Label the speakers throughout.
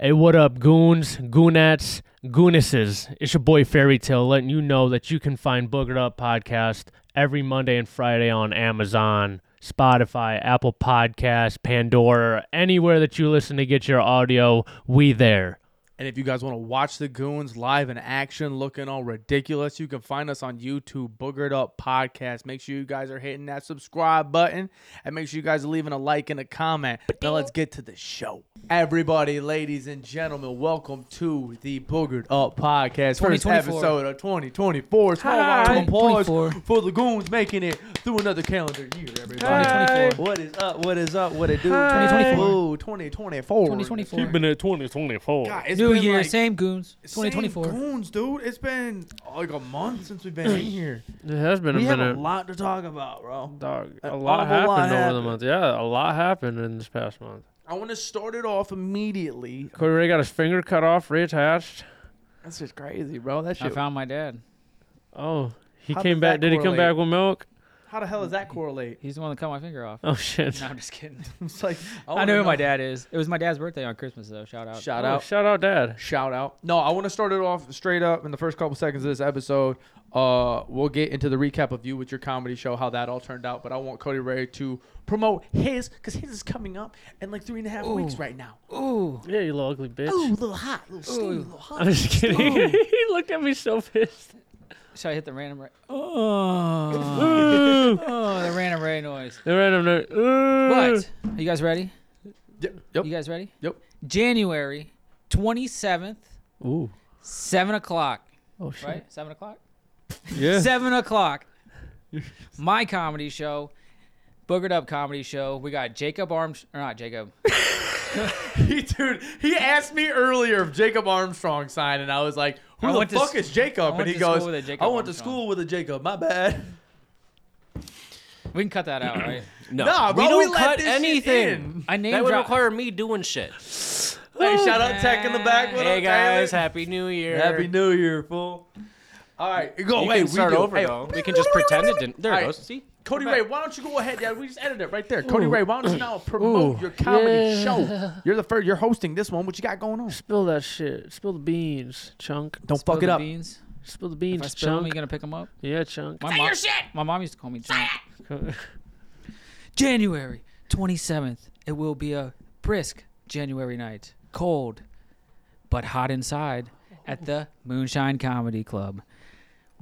Speaker 1: Hey, what up, goons, goonettes, goonesses? It's your boy Fairy Tale letting you know that you can find Boogered Up Podcast every Monday and Friday on Amazon, Spotify, Apple Podcasts, Pandora, anywhere that you listen to get your audio. We there.
Speaker 2: And if you guys want to watch the goons live in action, looking all ridiculous, you can find us on YouTube, Boogered Up Podcast. Make sure you guys are hitting that subscribe button and make sure you guys are leaving a like and a comment. Now let's get to the show. Everybody, ladies and gentlemen, welcome to the Boogered Up Podcast. First
Speaker 3: 2024.
Speaker 2: episode of 2024. Small round of
Speaker 3: Hi.
Speaker 2: applause
Speaker 3: 2024.
Speaker 2: for the goons making it through another calendar year, everybody.
Speaker 3: 2024.
Speaker 2: What is up? What is up? What it do?
Speaker 3: 2024.
Speaker 2: Ooh, 2024.
Speaker 3: 2024.
Speaker 1: at 2024.
Speaker 2: God, it's
Speaker 3: New
Speaker 2: been
Speaker 3: year,
Speaker 2: like-
Speaker 3: same goons.
Speaker 2: same
Speaker 3: 2024.
Speaker 2: goons, dude. It's been uh, like a month since we've been in here.
Speaker 1: It has been
Speaker 2: we
Speaker 1: a
Speaker 2: have
Speaker 1: minute.
Speaker 2: a Uh, lot to talk about, bro.
Speaker 1: Dog, a
Speaker 2: An
Speaker 1: lot
Speaker 2: awful
Speaker 1: happened
Speaker 2: lot
Speaker 1: over the
Speaker 2: happened.
Speaker 1: month. Yeah, a lot happened in this past month.
Speaker 2: I want to start it off immediately.
Speaker 1: Cody Ray got his finger cut off, reattached.
Speaker 2: That's just crazy, bro. That
Speaker 3: I
Speaker 2: shit.
Speaker 3: found my dad.
Speaker 1: Oh, he
Speaker 2: How
Speaker 1: came
Speaker 2: does
Speaker 1: back.
Speaker 2: that
Speaker 1: Did he come back
Speaker 2: correlate?
Speaker 1: with milk?
Speaker 2: How the hell does that correlate?
Speaker 3: He's the one that cut my finger off.
Speaker 1: Oh shit.
Speaker 3: No, I'm just kidding.
Speaker 2: It's like
Speaker 3: I know who my dad is. It was my dad's birthday on Christmas though. Shout out.
Speaker 2: Oh, Shout
Speaker 1: Oh,
Speaker 2: out.
Speaker 1: Shout out, Dad.
Speaker 2: Shout out. No, I want to start it off straight up in the first couple seconds of this episode. Uh, we'll get into the recap of you with your comedy show, how that all turned out. But I want Cody Ray to promote his because his is coming up in like three and a half weeks right now.
Speaker 3: Ooh.
Speaker 1: Yeah, you little ugly bitch.
Speaker 2: Ooh, little hot, little steamy,
Speaker 3: Ooh.
Speaker 2: little hot.
Speaker 1: I'm just kidding. he looked at me so pissed.
Speaker 3: Should I hit the random ray? Oh.
Speaker 1: Ooh.
Speaker 3: oh, the random ray noise.
Speaker 1: The random note. Ooh.
Speaker 3: But are you guys ready?
Speaker 2: Yep. Yep.
Speaker 3: You guys ready?
Speaker 2: Yep.
Speaker 3: January 27th,
Speaker 1: Ooh.
Speaker 3: seven o'clock.
Speaker 1: Oh shit.
Speaker 3: Right? Seven o'clock.
Speaker 1: Yeah.
Speaker 3: Seven o'clock. My comedy show, boogered up comedy show. We got Jacob Arms or not Jacob.
Speaker 2: He, dude, he asked me earlier if Jacob Armstrong signed, and I was like, "Who
Speaker 3: I
Speaker 2: the
Speaker 3: went to
Speaker 2: fuck
Speaker 3: s-
Speaker 2: is Jacob?" And
Speaker 3: went
Speaker 2: he
Speaker 3: to school
Speaker 2: goes,
Speaker 3: with a Jacob
Speaker 2: "I went to
Speaker 3: Armstrong."
Speaker 2: school with a Jacob. My bad."
Speaker 3: We can cut that out, right?
Speaker 4: No,
Speaker 2: Nah, bro,
Speaker 4: we
Speaker 2: we
Speaker 4: don't
Speaker 2: let
Speaker 4: cut
Speaker 2: this shit in.
Speaker 4: anything.
Speaker 3: I named
Speaker 4: that would
Speaker 3: drop-
Speaker 4: require me doing shit.
Speaker 2: hey, shout out Tech in the back. What
Speaker 4: hey
Speaker 2: up,
Speaker 4: guys,
Speaker 2: Taylor?
Speaker 4: happy New Year.
Speaker 2: happy New Year, fool. All right, go.
Speaker 4: you
Speaker 2: wait,
Speaker 4: can start
Speaker 2: we do.
Speaker 4: over
Speaker 2: Hey,
Speaker 4: though. We can just pretend it didn't. There
Speaker 2: All
Speaker 4: it
Speaker 2: right.
Speaker 4: goes. See,
Speaker 2: Cody Ray, why don't you go ahead? Yeah, we just edited it right there. Cody Ray, why don't you now promote
Speaker 1: Ooh.
Speaker 2: your comedy
Speaker 1: Yeah.
Speaker 2: show? You're the first. You're hosting this one. What you got going on?
Speaker 1: Spill that shit. Spill the beans, chunk.
Speaker 2: Don't
Speaker 3: Spill
Speaker 2: fuck
Speaker 3: the
Speaker 2: it up.
Speaker 3: Beans.
Speaker 1: Spill the
Speaker 3: If I
Speaker 1: beans,
Speaker 3: spill 'em, you
Speaker 1: chunk.
Speaker 3: gonna pick them up?
Speaker 1: Yeah, chunk.
Speaker 3: My mom, my mom used to call me Junk.
Speaker 1: Co-
Speaker 3: January 27th. It will be a brisk January night. Cold, but hot inside at the Moonshine Comedy Club.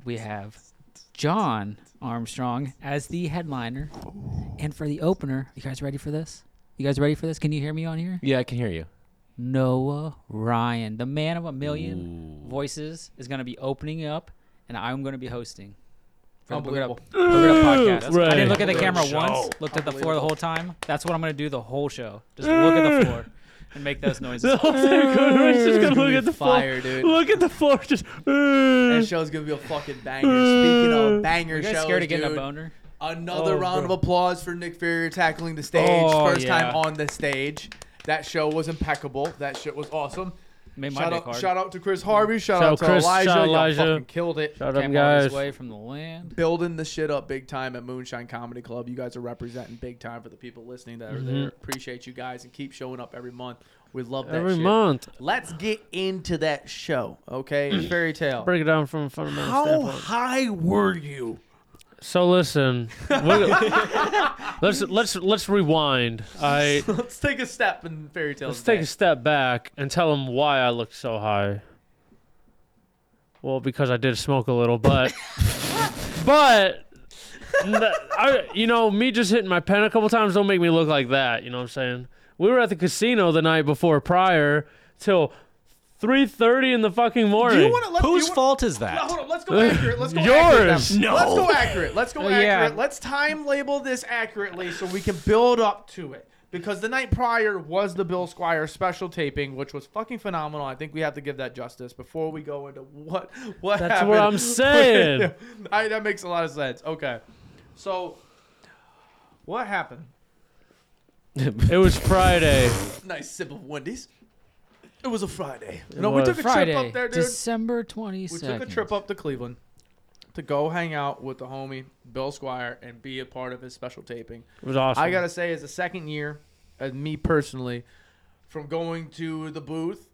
Speaker 3: We have John Armstrong as the headliner. And for the opener, you guys ready for this? You guys ready for this? Can you hear me on here?
Speaker 4: yeah, I can hear you.
Speaker 3: Noah Ryan, the man of a million voices, is going to be opening up, and I'm going to be hosting. for the Book It Up- Book It Up podcast.
Speaker 1: Right.
Speaker 3: I didn't look at the camera
Speaker 4: Unbelievable show.
Speaker 3: once, looked at the floor the whole time. That's what I'm going to do the whole show. Just look at the floor and make those noises.
Speaker 1: Cody's just gonna look
Speaker 2: be
Speaker 1: at the
Speaker 2: fire,
Speaker 1: floor.
Speaker 2: dude.
Speaker 1: Look at the floor. Just.
Speaker 2: That show's gonna be a fucking banger. Speaking of banger
Speaker 3: you guys
Speaker 2: shows,
Speaker 3: scared of getting
Speaker 2: dude,
Speaker 3: a boner?
Speaker 2: Another
Speaker 1: Oh,
Speaker 2: round
Speaker 1: bro.
Speaker 2: of applause for Nick Fury tackling the stage.
Speaker 3: Oh,
Speaker 2: First
Speaker 3: yeah.
Speaker 2: time on the stage. That show was impeccable. That shit was awesome.
Speaker 3: Made my
Speaker 2: Shout
Speaker 3: dick
Speaker 2: out,
Speaker 3: hard.
Speaker 2: shout out to Chris Harvey. Shout,
Speaker 1: Shout
Speaker 2: out to
Speaker 1: Chris,
Speaker 2: Elijah.
Speaker 1: shout
Speaker 2: Y'all
Speaker 1: Elijah.
Speaker 2: fucking killed it.
Speaker 1: Shout out,
Speaker 3: Came all
Speaker 1: guys.
Speaker 3: this way from the land.
Speaker 2: Building the shit up big time at Moonshine Comedy Club. You guys are representing big time for the people listening that are there. Appreciate you guys and keep showing up every month. We love that
Speaker 1: Every
Speaker 2: shit.
Speaker 1: month.
Speaker 2: Let's get into that show, okay? Fairy tale.
Speaker 1: Break it down from a fundamental
Speaker 2: How
Speaker 1: standpoint.
Speaker 2: high were you?
Speaker 1: So listen, we- let's let's let's rewind. I
Speaker 2: Let's take a step in fairy tales.
Speaker 1: let's take a step back and tell them why I looked so high. Well, because I did smoke a little, but but n- I, you know, me just hitting my pen a couple times don't make me look like that. You know what I'm saying? We were at the casino the night before prior till 3:30 in the fucking morning.
Speaker 2: Do you want to let
Speaker 4: Whose
Speaker 2: you wa-
Speaker 4: fault is that?
Speaker 2: No, hold on. Let's go accurate. Let's go
Speaker 1: Yours.
Speaker 2: Accurate now.
Speaker 4: No.
Speaker 2: Let's go accurate. Let's go
Speaker 3: Well,
Speaker 2: accurate.
Speaker 3: yeah.
Speaker 2: Let's time label this accurately so we can build up to it. Because the night prior was the Bill Squire special taping, which was fucking phenomenal. I think we have to give that justice before we go into what what
Speaker 1: That's
Speaker 2: happened.
Speaker 1: what I'm saying.
Speaker 2: I, that makes a lot of sense. Okay, so what happened?
Speaker 1: it was Friday.
Speaker 2: Nice sip of Wendy's. It was a Friday. no,
Speaker 1: was.
Speaker 2: we took a trip
Speaker 3: Friday,
Speaker 2: up there, dude.
Speaker 3: December 22nd.
Speaker 2: We took a trip up to Cleveland to go hang out with the homie Bill Squire and be a part of his special taping.
Speaker 1: It was awesome.
Speaker 2: I gotta say, as a second year, as me uh, personally, from going to the booth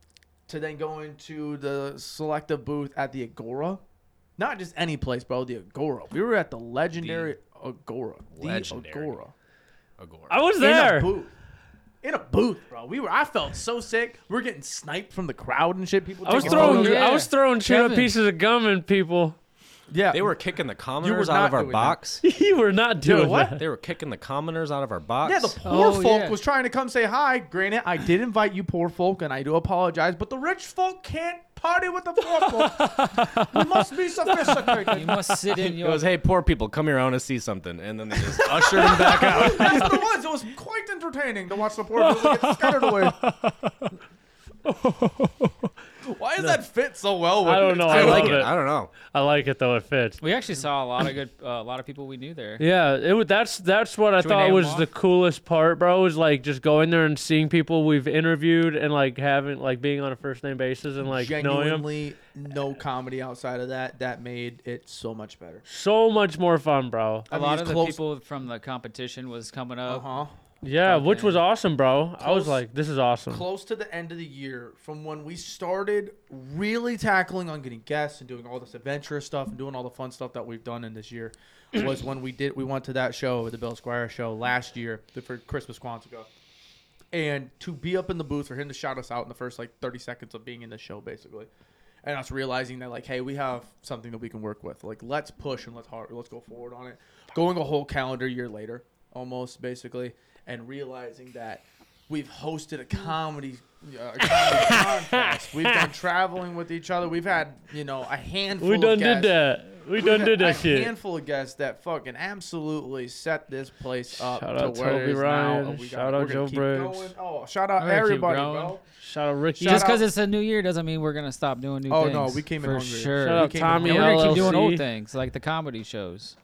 Speaker 2: to then going to the selective booth at the Agora. Not just any place, bro. The Agora. We were at the legendary Agora. The
Speaker 5: Legendary.
Speaker 2: Agora.
Speaker 5: Agora.
Speaker 1: I was
Speaker 2: In a
Speaker 1: there.
Speaker 2: booth. In a booth, bro. We were. I felt so sick. We are getting sniped from the crowd and shit. People.
Speaker 1: I was
Speaker 2: taking
Speaker 1: throwing
Speaker 2: photos.
Speaker 3: yeah.
Speaker 1: I was throwing tuna
Speaker 3: Kevin.
Speaker 1: pieces of gum in people.
Speaker 2: Yeah.
Speaker 5: They were kicking the commoners out
Speaker 2: not
Speaker 5: of our
Speaker 2: doing that.
Speaker 5: box.
Speaker 1: you were not doing
Speaker 2: what?
Speaker 1: that.
Speaker 5: They were kicking the commoners out of our box.
Speaker 2: Yeah, the poor
Speaker 3: Oh,
Speaker 2: folk
Speaker 3: yeah.
Speaker 2: was trying to come say hi. Granted, I did invite you poor folk, and I do apologize, but the rich folk can't party with the poor folk. we must be
Speaker 3: You
Speaker 2: sophisticated.
Speaker 3: must sit in
Speaker 5: it
Speaker 3: your.
Speaker 5: was, hey, poor people, come here. I want to see something. And then they just ushered him back out.
Speaker 2: Yes, it was. It was quite entertaining to watch the poor people get scattered away. Why does that fit so well with
Speaker 1: I don't know.
Speaker 5: I,
Speaker 1: I
Speaker 5: like
Speaker 1: like
Speaker 5: it.
Speaker 1: it.
Speaker 5: I don't know.
Speaker 1: I like it though. It fits.
Speaker 3: we actually saw a lot of good, uh, a lot of people we knew there.
Speaker 1: Yeah, it was, that's that's what I
Speaker 3: Should we
Speaker 1: thought
Speaker 3: name
Speaker 1: was
Speaker 3: them
Speaker 1: the
Speaker 3: off?
Speaker 1: coolest part, bro. Was like just going there and seeing people we've interviewed and like having like being on a first name basis and like knowing them.
Speaker 2: Genuinely, no comedy outside of that. That made it so much better.
Speaker 1: So much more fun, bro.
Speaker 3: A
Speaker 2: I mean,
Speaker 3: lot
Speaker 2: it's
Speaker 3: of the
Speaker 2: close-
Speaker 3: people from the competition was coming
Speaker 2: Uh
Speaker 3: up.
Speaker 2: huh.
Speaker 1: Yeah, which was awesome, bro. I was
Speaker 2: Close-
Speaker 1: like, this is awesome.
Speaker 2: close to the end of the year from when we started really tackling on getting guests and doing all this adventurous stuff and doing all the fun stuff that we've done in this year was when we did we went to that show the bill squire show last year the- for christmas Quantico. and to be up in the booth for him to shout us out in the first like 30 seconds of being in the show basically and us realizing that like hey we have something that we can work with like let's push and let's hard let's go forward on it going a whole calendar year later almost basically and realizing that we've hosted a comedy, uh, a comedy contest we've done traveling with each other we've had you know a handful
Speaker 1: We done
Speaker 2: of guests.
Speaker 1: did that. We done
Speaker 2: We've
Speaker 1: did
Speaker 2: had
Speaker 1: that
Speaker 2: A
Speaker 1: shit.
Speaker 2: handful of guests that fucking absolutely set this place up
Speaker 1: Shout
Speaker 2: to
Speaker 1: out
Speaker 2: where it
Speaker 1: Toby
Speaker 2: is now.
Speaker 1: Ryan.
Speaker 2: and We
Speaker 1: Shout
Speaker 2: got,
Speaker 1: out
Speaker 2: we're gonna
Speaker 1: Joe
Speaker 2: keep
Speaker 1: Briggs.
Speaker 2: going. Oh, shout out
Speaker 3: We're gonna keep
Speaker 2: everybody,
Speaker 3: growing.
Speaker 2: bro.
Speaker 1: Shout out Ricky.
Speaker 2: Shout
Speaker 3: Just because
Speaker 2: out-
Speaker 3: it's a new year doesn't mean we're gonna stop doing new
Speaker 2: Oh,
Speaker 3: things.
Speaker 2: no, we came in
Speaker 3: for
Speaker 2: hungry.
Speaker 3: sure.
Speaker 1: Shout
Speaker 2: We
Speaker 1: out
Speaker 2: came
Speaker 1: Tommy
Speaker 2: in-
Speaker 3: and we're gonna keep doing old
Speaker 1: LLC.
Speaker 3: things like the comedy shows.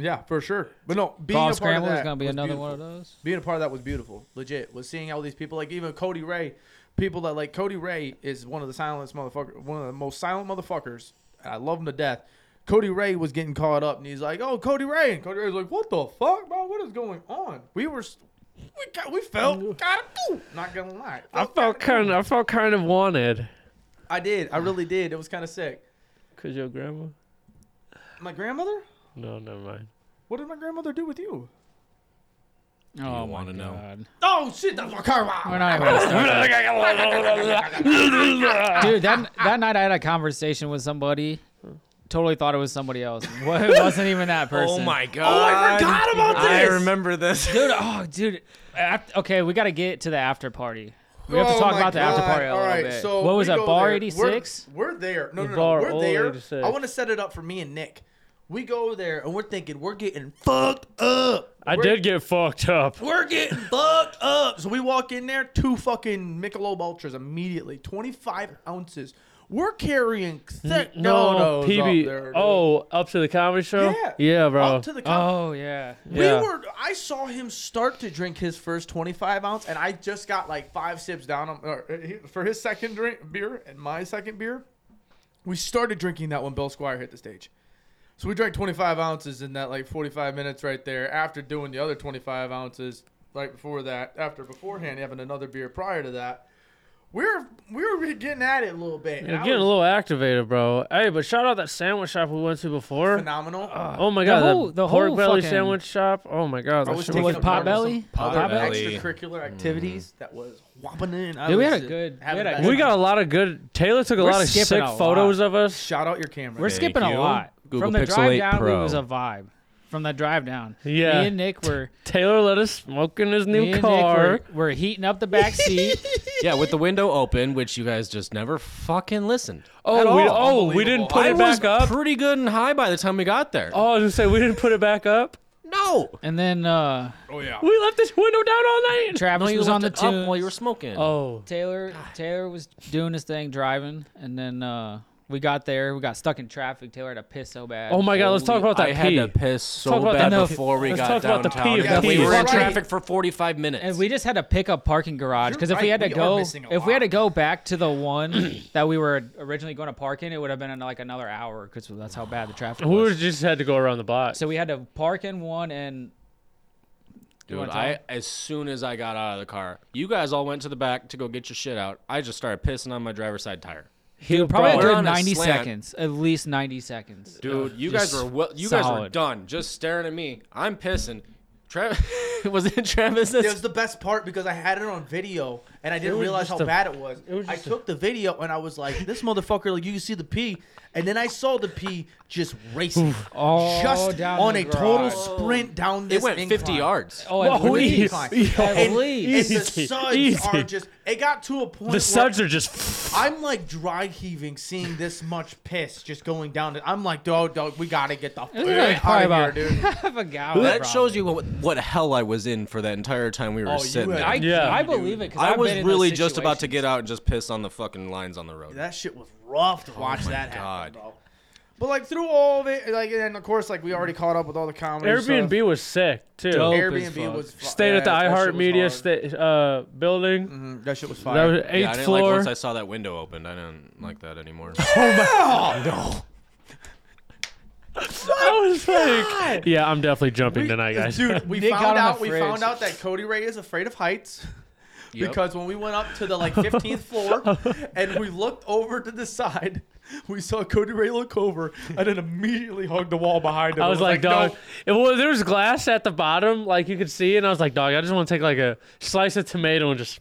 Speaker 2: Yeah, for sure. But no, being
Speaker 3: Golf
Speaker 2: a part of
Speaker 3: Scramble is
Speaker 2: that
Speaker 3: gonna be
Speaker 2: was
Speaker 3: another
Speaker 2: beautiful.
Speaker 3: one of those.
Speaker 2: being a part of that was beautiful legit was seeing all these people like even cody ray people that like cody ray is one of the silentest motherfucker one of the most silent motherfuckers and i love him to death cody ray was getting caught up and he's like oh cody ray and cody ray's like what the fuck bro what is going on we were s- we got we felt kind of cool not gonna lie
Speaker 1: I felt kind. Of, I felt kind of wanted.
Speaker 2: i did i really did it was kind of sick
Speaker 1: Cause your grandma?
Speaker 2: my grandmother
Speaker 1: No, never mind.
Speaker 2: what did my grandmother do with you
Speaker 3: Oh my
Speaker 5: wanna know?
Speaker 3: god.
Speaker 2: oh shit that's my car
Speaker 3: We're not even gonna start that. Dude, that that night I had a conversation with somebody. Totally thought it was somebody else. What, it wasn't even that person.
Speaker 5: Oh my god!
Speaker 2: forgot about
Speaker 5: I
Speaker 2: this!
Speaker 5: remember this.
Speaker 3: dude. Oh, dude. Af- okay, we got to get to the after party. We have to
Speaker 2: Oh
Speaker 3: talk
Speaker 2: my
Speaker 3: about the after
Speaker 2: God.
Speaker 3: party a
Speaker 2: All
Speaker 3: little
Speaker 2: right,
Speaker 3: bit.
Speaker 2: So
Speaker 3: what was
Speaker 2: we
Speaker 3: that
Speaker 2: go
Speaker 3: bar
Speaker 2: there.
Speaker 3: eighty six?
Speaker 2: We're, we're there. No,
Speaker 1: The
Speaker 2: no, no.
Speaker 1: bar
Speaker 2: we're
Speaker 1: old
Speaker 2: there.
Speaker 1: 86.
Speaker 2: I want to set it up for me and Nick. We go there and we're thinking we're getting fucked up.
Speaker 1: I
Speaker 2: We're-
Speaker 1: did get fucked up.
Speaker 2: We're getting fucked up. So we walk in there, two fucking Michelob Ultras immediately, twenty five ounces. We're carrying thick
Speaker 1: No,
Speaker 2: dodos
Speaker 1: PB.
Speaker 2: Up there, dude.
Speaker 1: oh, up to the comedy show.
Speaker 2: yeah,
Speaker 1: bro.
Speaker 2: Up to the counter.
Speaker 3: Oh yeah.
Speaker 1: Yeah.
Speaker 2: We were. I saw him start to drink his first 25 ounce, and I just got like five sips down on, or, uh, he- for his second drink beer and my second beer. We started drinking that when Bill Squire hit the stage. So we drank 25 ounces in that like 45 minutes right there. After doing the other 25 ounces right before that, after beforehand having another beer prior to that, we were we were getting at it a little bit. and
Speaker 1: You're
Speaker 2: I
Speaker 1: getting a
Speaker 2: was
Speaker 1: little activated, bro. Hey, but shout out that sandwich shop we went to before.
Speaker 2: phenomenal.
Speaker 1: Oh my god,
Speaker 3: whole-
Speaker 1: that
Speaker 3: the
Speaker 1: pork
Speaker 3: whole
Speaker 1: belly
Speaker 3: fucking-
Speaker 1: sandwich shop. Oh my god,
Speaker 2: I
Speaker 1: that
Speaker 2: was
Speaker 1: shit
Speaker 2: taking
Speaker 1: was
Speaker 2: a
Speaker 3: With
Speaker 2: part of
Speaker 3: Potbelly?
Speaker 2: some Other
Speaker 5: Potbelly.
Speaker 2: extracurricular activities that was whopping in. I
Speaker 3: Dude, we
Speaker 2: was
Speaker 3: had a
Speaker 2: just
Speaker 3: good- we
Speaker 2: having
Speaker 3: had a
Speaker 2: the
Speaker 3: good-
Speaker 1: We
Speaker 2: best
Speaker 1: got a lot of good. Taylor took a
Speaker 3: We're
Speaker 1: lot of
Speaker 3: skipping
Speaker 1: sick
Speaker 3: a lot.
Speaker 1: photos of us.
Speaker 2: Shout out your camera.
Speaker 3: We're
Speaker 5: Thank
Speaker 3: skipping a
Speaker 5: you.
Speaker 3: lot.
Speaker 5: Google
Speaker 3: From the
Speaker 5: Pixel
Speaker 3: drive
Speaker 5: 8
Speaker 3: down,
Speaker 5: Pro.
Speaker 3: it was a vibe. From the drive down.
Speaker 1: Yeah.
Speaker 3: Me and Nick were
Speaker 1: Taylor let us smoke in his
Speaker 3: me
Speaker 1: new
Speaker 3: and Nick
Speaker 1: car.
Speaker 3: were, were heating up the back seat.
Speaker 5: Yeah, with the window open, which you guys just never fucking listened.
Speaker 1: oh, we, oh,
Speaker 2: Unbelievable.
Speaker 1: we didn't put
Speaker 2: I
Speaker 1: it back up.
Speaker 5: Pretty good and high by the time we got there.
Speaker 1: oh, I was gonna say we didn't put it back up.
Speaker 5: no!
Speaker 3: and then uh,
Speaker 2: oh yeah.
Speaker 1: We left this window down all night.
Speaker 3: Travis
Speaker 5: you
Speaker 3: was on the
Speaker 5: left it up
Speaker 3: tunes.
Speaker 5: while you were smoking.
Speaker 1: oh,
Speaker 3: Taylor Taylor was doing his thing driving, and then uh, we got there. We got stuck in traffic. Taylor had to piss so bad.
Speaker 1: oh my god, let's talk
Speaker 5: Holy-
Speaker 1: about that
Speaker 5: I
Speaker 1: pee.
Speaker 5: had to piss so
Speaker 1: Let's talk about
Speaker 5: bad
Speaker 1: the-
Speaker 5: before we
Speaker 1: let's
Speaker 5: got
Speaker 1: talk about the
Speaker 5: downtown.
Speaker 1: pee of
Speaker 5: and
Speaker 2: the
Speaker 5: we
Speaker 2: pee.
Speaker 5: were in
Speaker 2: Right.
Speaker 5: traffic for 45 minutes.
Speaker 3: And we just had to pick a parking garage
Speaker 2: You're
Speaker 3: because if we
Speaker 2: right,
Speaker 3: had
Speaker 2: we
Speaker 3: to
Speaker 2: are
Speaker 3: go,
Speaker 2: missing a
Speaker 3: if we had
Speaker 2: lot.
Speaker 3: to go back to the one that we were originally going to park in, it would have been like another hour because that's how bad the traffic
Speaker 1: We
Speaker 3: was.
Speaker 1: just had to go around the block.
Speaker 3: So we had to park in one and You wanna
Speaker 5: Dude,
Speaker 3: tell
Speaker 5: I
Speaker 3: him?
Speaker 5: as soon as I got out of the car, you guys all went to the back to go get your shit out. I just started pissing on my driver's side tire.
Speaker 6: He
Speaker 3: Probably a
Speaker 5: We're
Speaker 3: good
Speaker 5: on a
Speaker 3: 90
Speaker 5: slant.
Speaker 3: seconds. At least 90 seconds.
Speaker 5: Dude, you
Speaker 6: just
Speaker 5: guys were well, you guys were
Speaker 6: solid.
Speaker 5: done just staring at me. I'm pissing. Travis was it Travis?
Speaker 2: It was the best part because I had it on video and I didn't
Speaker 6: was
Speaker 2: realize how
Speaker 6: just a-
Speaker 2: bad it was.
Speaker 6: it was
Speaker 2: I
Speaker 6: just a-
Speaker 2: took the video and I was like, "This motherfucker!" Like you can see the pee, and then I saw the pee just racing,
Speaker 3: all
Speaker 2: just
Speaker 3: down
Speaker 2: on
Speaker 3: the
Speaker 2: a total
Speaker 3: garage.
Speaker 2: sprint down this.
Speaker 5: it went 50
Speaker 2: incline.
Speaker 5: yards.
Speaker 3: Oh, at
Speaker 6: Whoa,
Speaker 3: least.
Speaker 6: easy.
Speaker 3: At
Speaker 6: Yo,
Speaker 2: And, and
Speaker 3: least.
Speaker 2: the
Speaker 6: Easy,
Speaker 2: suds
Speaker 6: easy.
Speaker 2: are just. It got to a point.
Speaker 6: The
Speaker 2: where
Speaker 6: suds are just.
Speaker 2: I'm like dry heaving seeing this much piss just going down. I'm like, dog, dog, we gotta get the fuck
Speaker 3: It was like
Speaker 2: out
Speaker 3: probably
Speaker 2: of
Speaker 3: about
Speaker 2: here, dude.
Speaker 3: half a gallon.
Speaker 5: That shows you what, what hell I was in for that entire time we were
Speaker 2: Oh, you
Speaker 5: sitting
Speaker 2: had-
Speaker 5: there.
Speaker 3: I,
Speaker 5: I,
Speaker 6: Yeah.
Speaker 3: I believe it. 'cause I've
Speaker 5: was
Speaker 3: been in those
Speaker 5: really just about to
Speaker 3: situations.
Speaker 5: get out and just piss on the fucking lines on the road.
Speaker 2: That shit was rough to watch
Speaker 5: Oh my
Speaker 2: that
Speaker 5: God.
Speaker 2: happen, bro. But like through all of it, like and of course, like we already caught up with all the comedy.
Speaker 6: Airbnb
Speaker 2: stuff.
Speaker 6: was sick too.
Speaker 3: Dope. Dope. as
Speaker 2: Airbnb
Speaker 3: fuck.
Speaker 2: was fu-
Speaker 6: Stayed at the
Speaker 2: yeah, that shit was
Speaker 6: iHeartMedia
Speaker 2: hard.
Speaker 6: sta- uh, building.
Speaker 2: Mhm, that shit was
Speaker 6: That
Speaker 2: fire.
Speaker 6: was eighth
Speaker 5: yeah, I didn't like
Speaker 6: floor.
Speaker 5: once I saw that window opened. I didn't like that anymore.
Speaker 2: Oh,
Speaker 6: I was like, yeah, I'm definitely jumping tonight, guys.
Speaker 2: Dude, we
Speaker 3: Nick got on
Speaker 2: found
Speaker 3: the
Speaker 2: out we
Speaker 3: fridge.
Speaker 2: found out that Cody Ray is afraid of heights.
Speaker 5: Yep.
Speaker 2: Because when we went up to the like 15th floor
Speaker 6: Oh.
Speaker 2: and we looked over to the side, we saw Cody Ray look over and then immediately hugged the wall behind him.
Speaker 6: I was like,
Speaker 2: no.
Speaker 6: dog. It, well, there was glass at the bottom, like you could see, and I was like, dog, I just want to take like a slice of tomato and just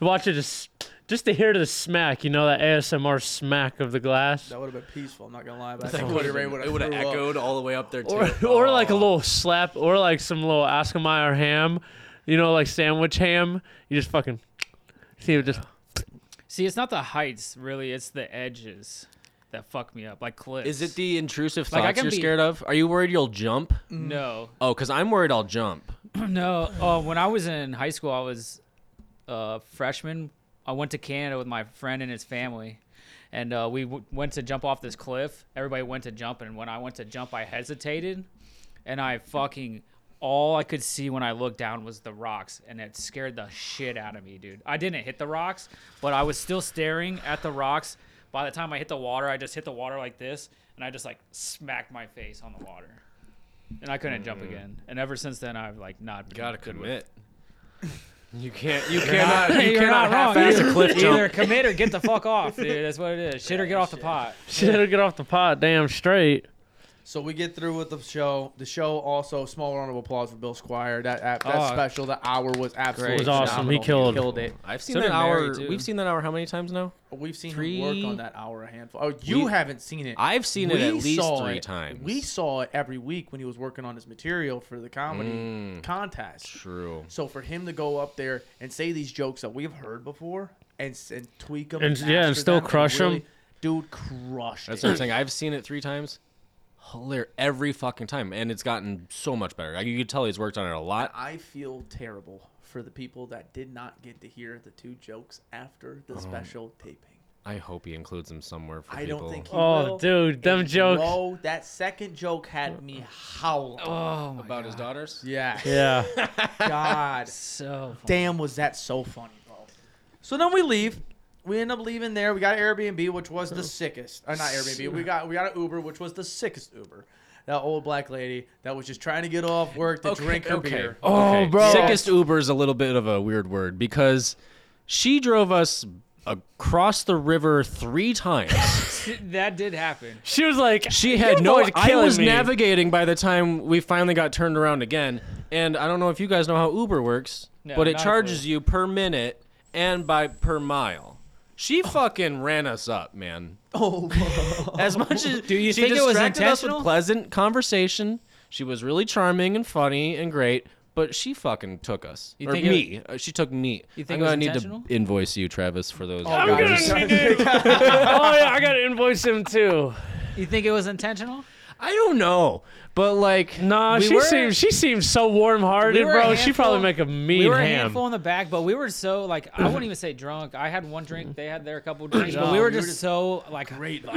Speaker 6: watch it, just just to hear the smack, you know, that ASMR smack of the glass,
Speaker 2: That would have been peaceful. I'm not gonna lie. But I
Speaker 5: That
Speaker 2: think
Speaker 5: would've
Speaker 2: Cody Ray
Speaker 5: been-
Speaker 2: would
Speaker 5: it
Speaker 2: have
Speaker 5: would have echoed all the way up there too.
Speaker 6: or, or like a
Speaker 5: Oh.
Speaker 6: little slap, or like some little Oscar ham, you know, like sandwich ham. You just fucking see it just.
Speaker 3: See, it's not the heights, really. It's the edges that fuck me up, like cliffs.
Speaker 5: Is it the intrusive
Speaker 3: Like,
Speaker 5: thoughts
Speaker 3: I can
Speaker 5: you're
Speaker 3: be-
Speaker 5: scared of? Are you worried you'll jump?
Speaker 3: no?
Speaker 5: Oh, because I'm worried I'll jump.
Speaker 3: No, uh, when I was in high school, I was a uh, freshman. I went to Canada with my friend and his family, and uh, we w- went to jump off this cliff. Everybody went to jump, and when I went to jump, I hesitated, and I fucking all I could see when I looked down was the rocks, and it scared the shit out of me, dude. I didn't hit the rocks, but I was still staring at the rocks. By the time I hit the water, I just hit the water like this, and I just like smacked my face on the water. And I couldn't jump again. And ever since then, I've like not been
Speaker 5: Gotta
Speaker 3: good with
Speaker 5: commit. You can't. You cannot.
Speaker 3: Hey,
Speaker 5: You
Speaker 3: you're
Speaker 5: cannot
Speaker 3: not wrong.
Speaker 5: half-ass
Speaker 3: either.
Speaker 5: a cliff
Speaker 3: Either
Speaker 5: jump.
Speaker 3: commit or get the fuck off, dude. That's what it is. Shit or get off the pot.
Speaker 6: Shit, it'll get off the pot, damn straight.
Speaker 2: So we get through with the show. The show also small round of applause for Bill Squire. That that, that
Speaker 3: Oh.
Speaker 2: special, the hour was absolutely
Speaker 6: It was awesome. He
Speaker 2: phenomenal.
Speaker 6: killed-
Speaker 2: it.
Speaker 5: I've seen
Speaker 3: So
Speaker 5: that
Speaker 3: did
Speaker 5: hour.
Speaker 3: Mary, too.
Speaker 5: We've seen that hour how many times now?
Speaker 2: We've seen
Speaker 5: Three-
Speaker 2: him work on that hour a handful. Oh, you
Speaker 5: We-
Speaker 2: haven't seen it.
Speaker 5: I've seen it at least three times.
Speaker 2: We saw it every week when he was working on his material for the comedy
Speaker 5: Mm.
Speaker 2: contest.
Speaker 5: True.
Speaker 2: So for him to go up there and say these jokes that we've heard before and s- and tweak them
Speaker 6: And- yeah, and still crush 'em.
Speaker 2: dude, crushed.
Speaker 5: That's
Speaker 2: it.
Speaker 5: what I'm saying. I've seen it three times. Hilarious every fucking time, and it's gotten so much better. Like, You could tell he's worked on it a lot.
Speaker 2: I feel terrible for the people that did not get to hear the two jokes after the special taping.
Speaker 5: I hope he includes them somewhere for
Speaker 2: I
Speaker 5: people.
Speaker 2: don't think he
Speaker 6: Oh,
Speaker 2: will.
Speaker 6: dude, them
Speaker 2: And
Speaker 6: jokes.
Speaker 2: Whoa, that second joke had me howling.
Speaker 3: Oh my
Speaker 5: about his daughters.
Speaker 2: Yeah,
Speaker 6: Yeah,
Speaker 2: God.
Speaker 3: so fu-
Speaker 2: Damn, was that so funny, bro. So then we leave. We end up leaving there. We got Airbnb, which was the sickest. Or not Airbnb. We got we got an Uber, which was the sickest Uber. That old black lady that was just trying to get off work to drink her beer.
Speaker 6: Oh, bro.
Speaker 5: Sickest Uber is a little bit of a weird word because she drove us across the river three times.
Speaker 3: that did happen.
Speaker 6: she was like,
Speaker 5: She had no.
Speaker 6: boys
Speaker 5: I
Speaker 6: killing
Speaker 5: was
Speaker 6: me."
Speaker 5: navigating by the time we finally got turned around again, and I don't know if you guys know how Uber works,
Speaker 3: No,
Speaker 5: but it
Speaker 3: not a
Speaker 5: charges
Speaker 3: clue.
Speaker 5: you per minute and by per mile. She fucking ran us up, man.
Speaker 2: Oh,
Speaker 5: As much as
Speaker 3: Do you
Speaker 5: she
Speaker 3: think it was
Speaker 5: distracted us with
Speaker 3: intentional?
Speaker 5: pleasant conversation, she was really charming and funny and great. But she fucking took us,
Speaker 3: You
Speaker 5: or
Speaker 3: think it-
Speaker 5: me. Uh, she took me.
Speaker 3: You think it
Speaker 5: I'm
Speaker 3: was
Speaker 5: gonna need to
Speaker 3: intentional? Oh,
Speaker 5: invoice you, Travis, for those.
Speaker 6: I'm
Speaker 2: God,
Speaker 6: gonna
Speaker 2: he's trying
Speaker 6: need it. oh yeah, I gotta invoice him too.
Speaker 3: You think it was intentional?
Speaker 5: I don't know, but like,
Speaker 6: Nah,
Speaker 5: we
Speaker 6: she
Speaker 5: were-
Speaker 6: seems she seems so warm
Speaker 3: We
Speaker 6: hearted,
Speaker 3: were a
Speaker 6: bro. She probably
Speaker 3: handful-
Speaker 6: make a mean
Speaker 3: we were a
Speaker 6: ham.
Speaker 3: handful in the back, but we were so like I wouldn't even say drunk. I had one drink, they had their couple drinks, but
Speaker 2: No,
Speaker 3: we
Speaker 2: you
Speaker 3: were
Speaker 2: were
Speaker 3: just
Speaker 2: just
Speaker 3: so like great, like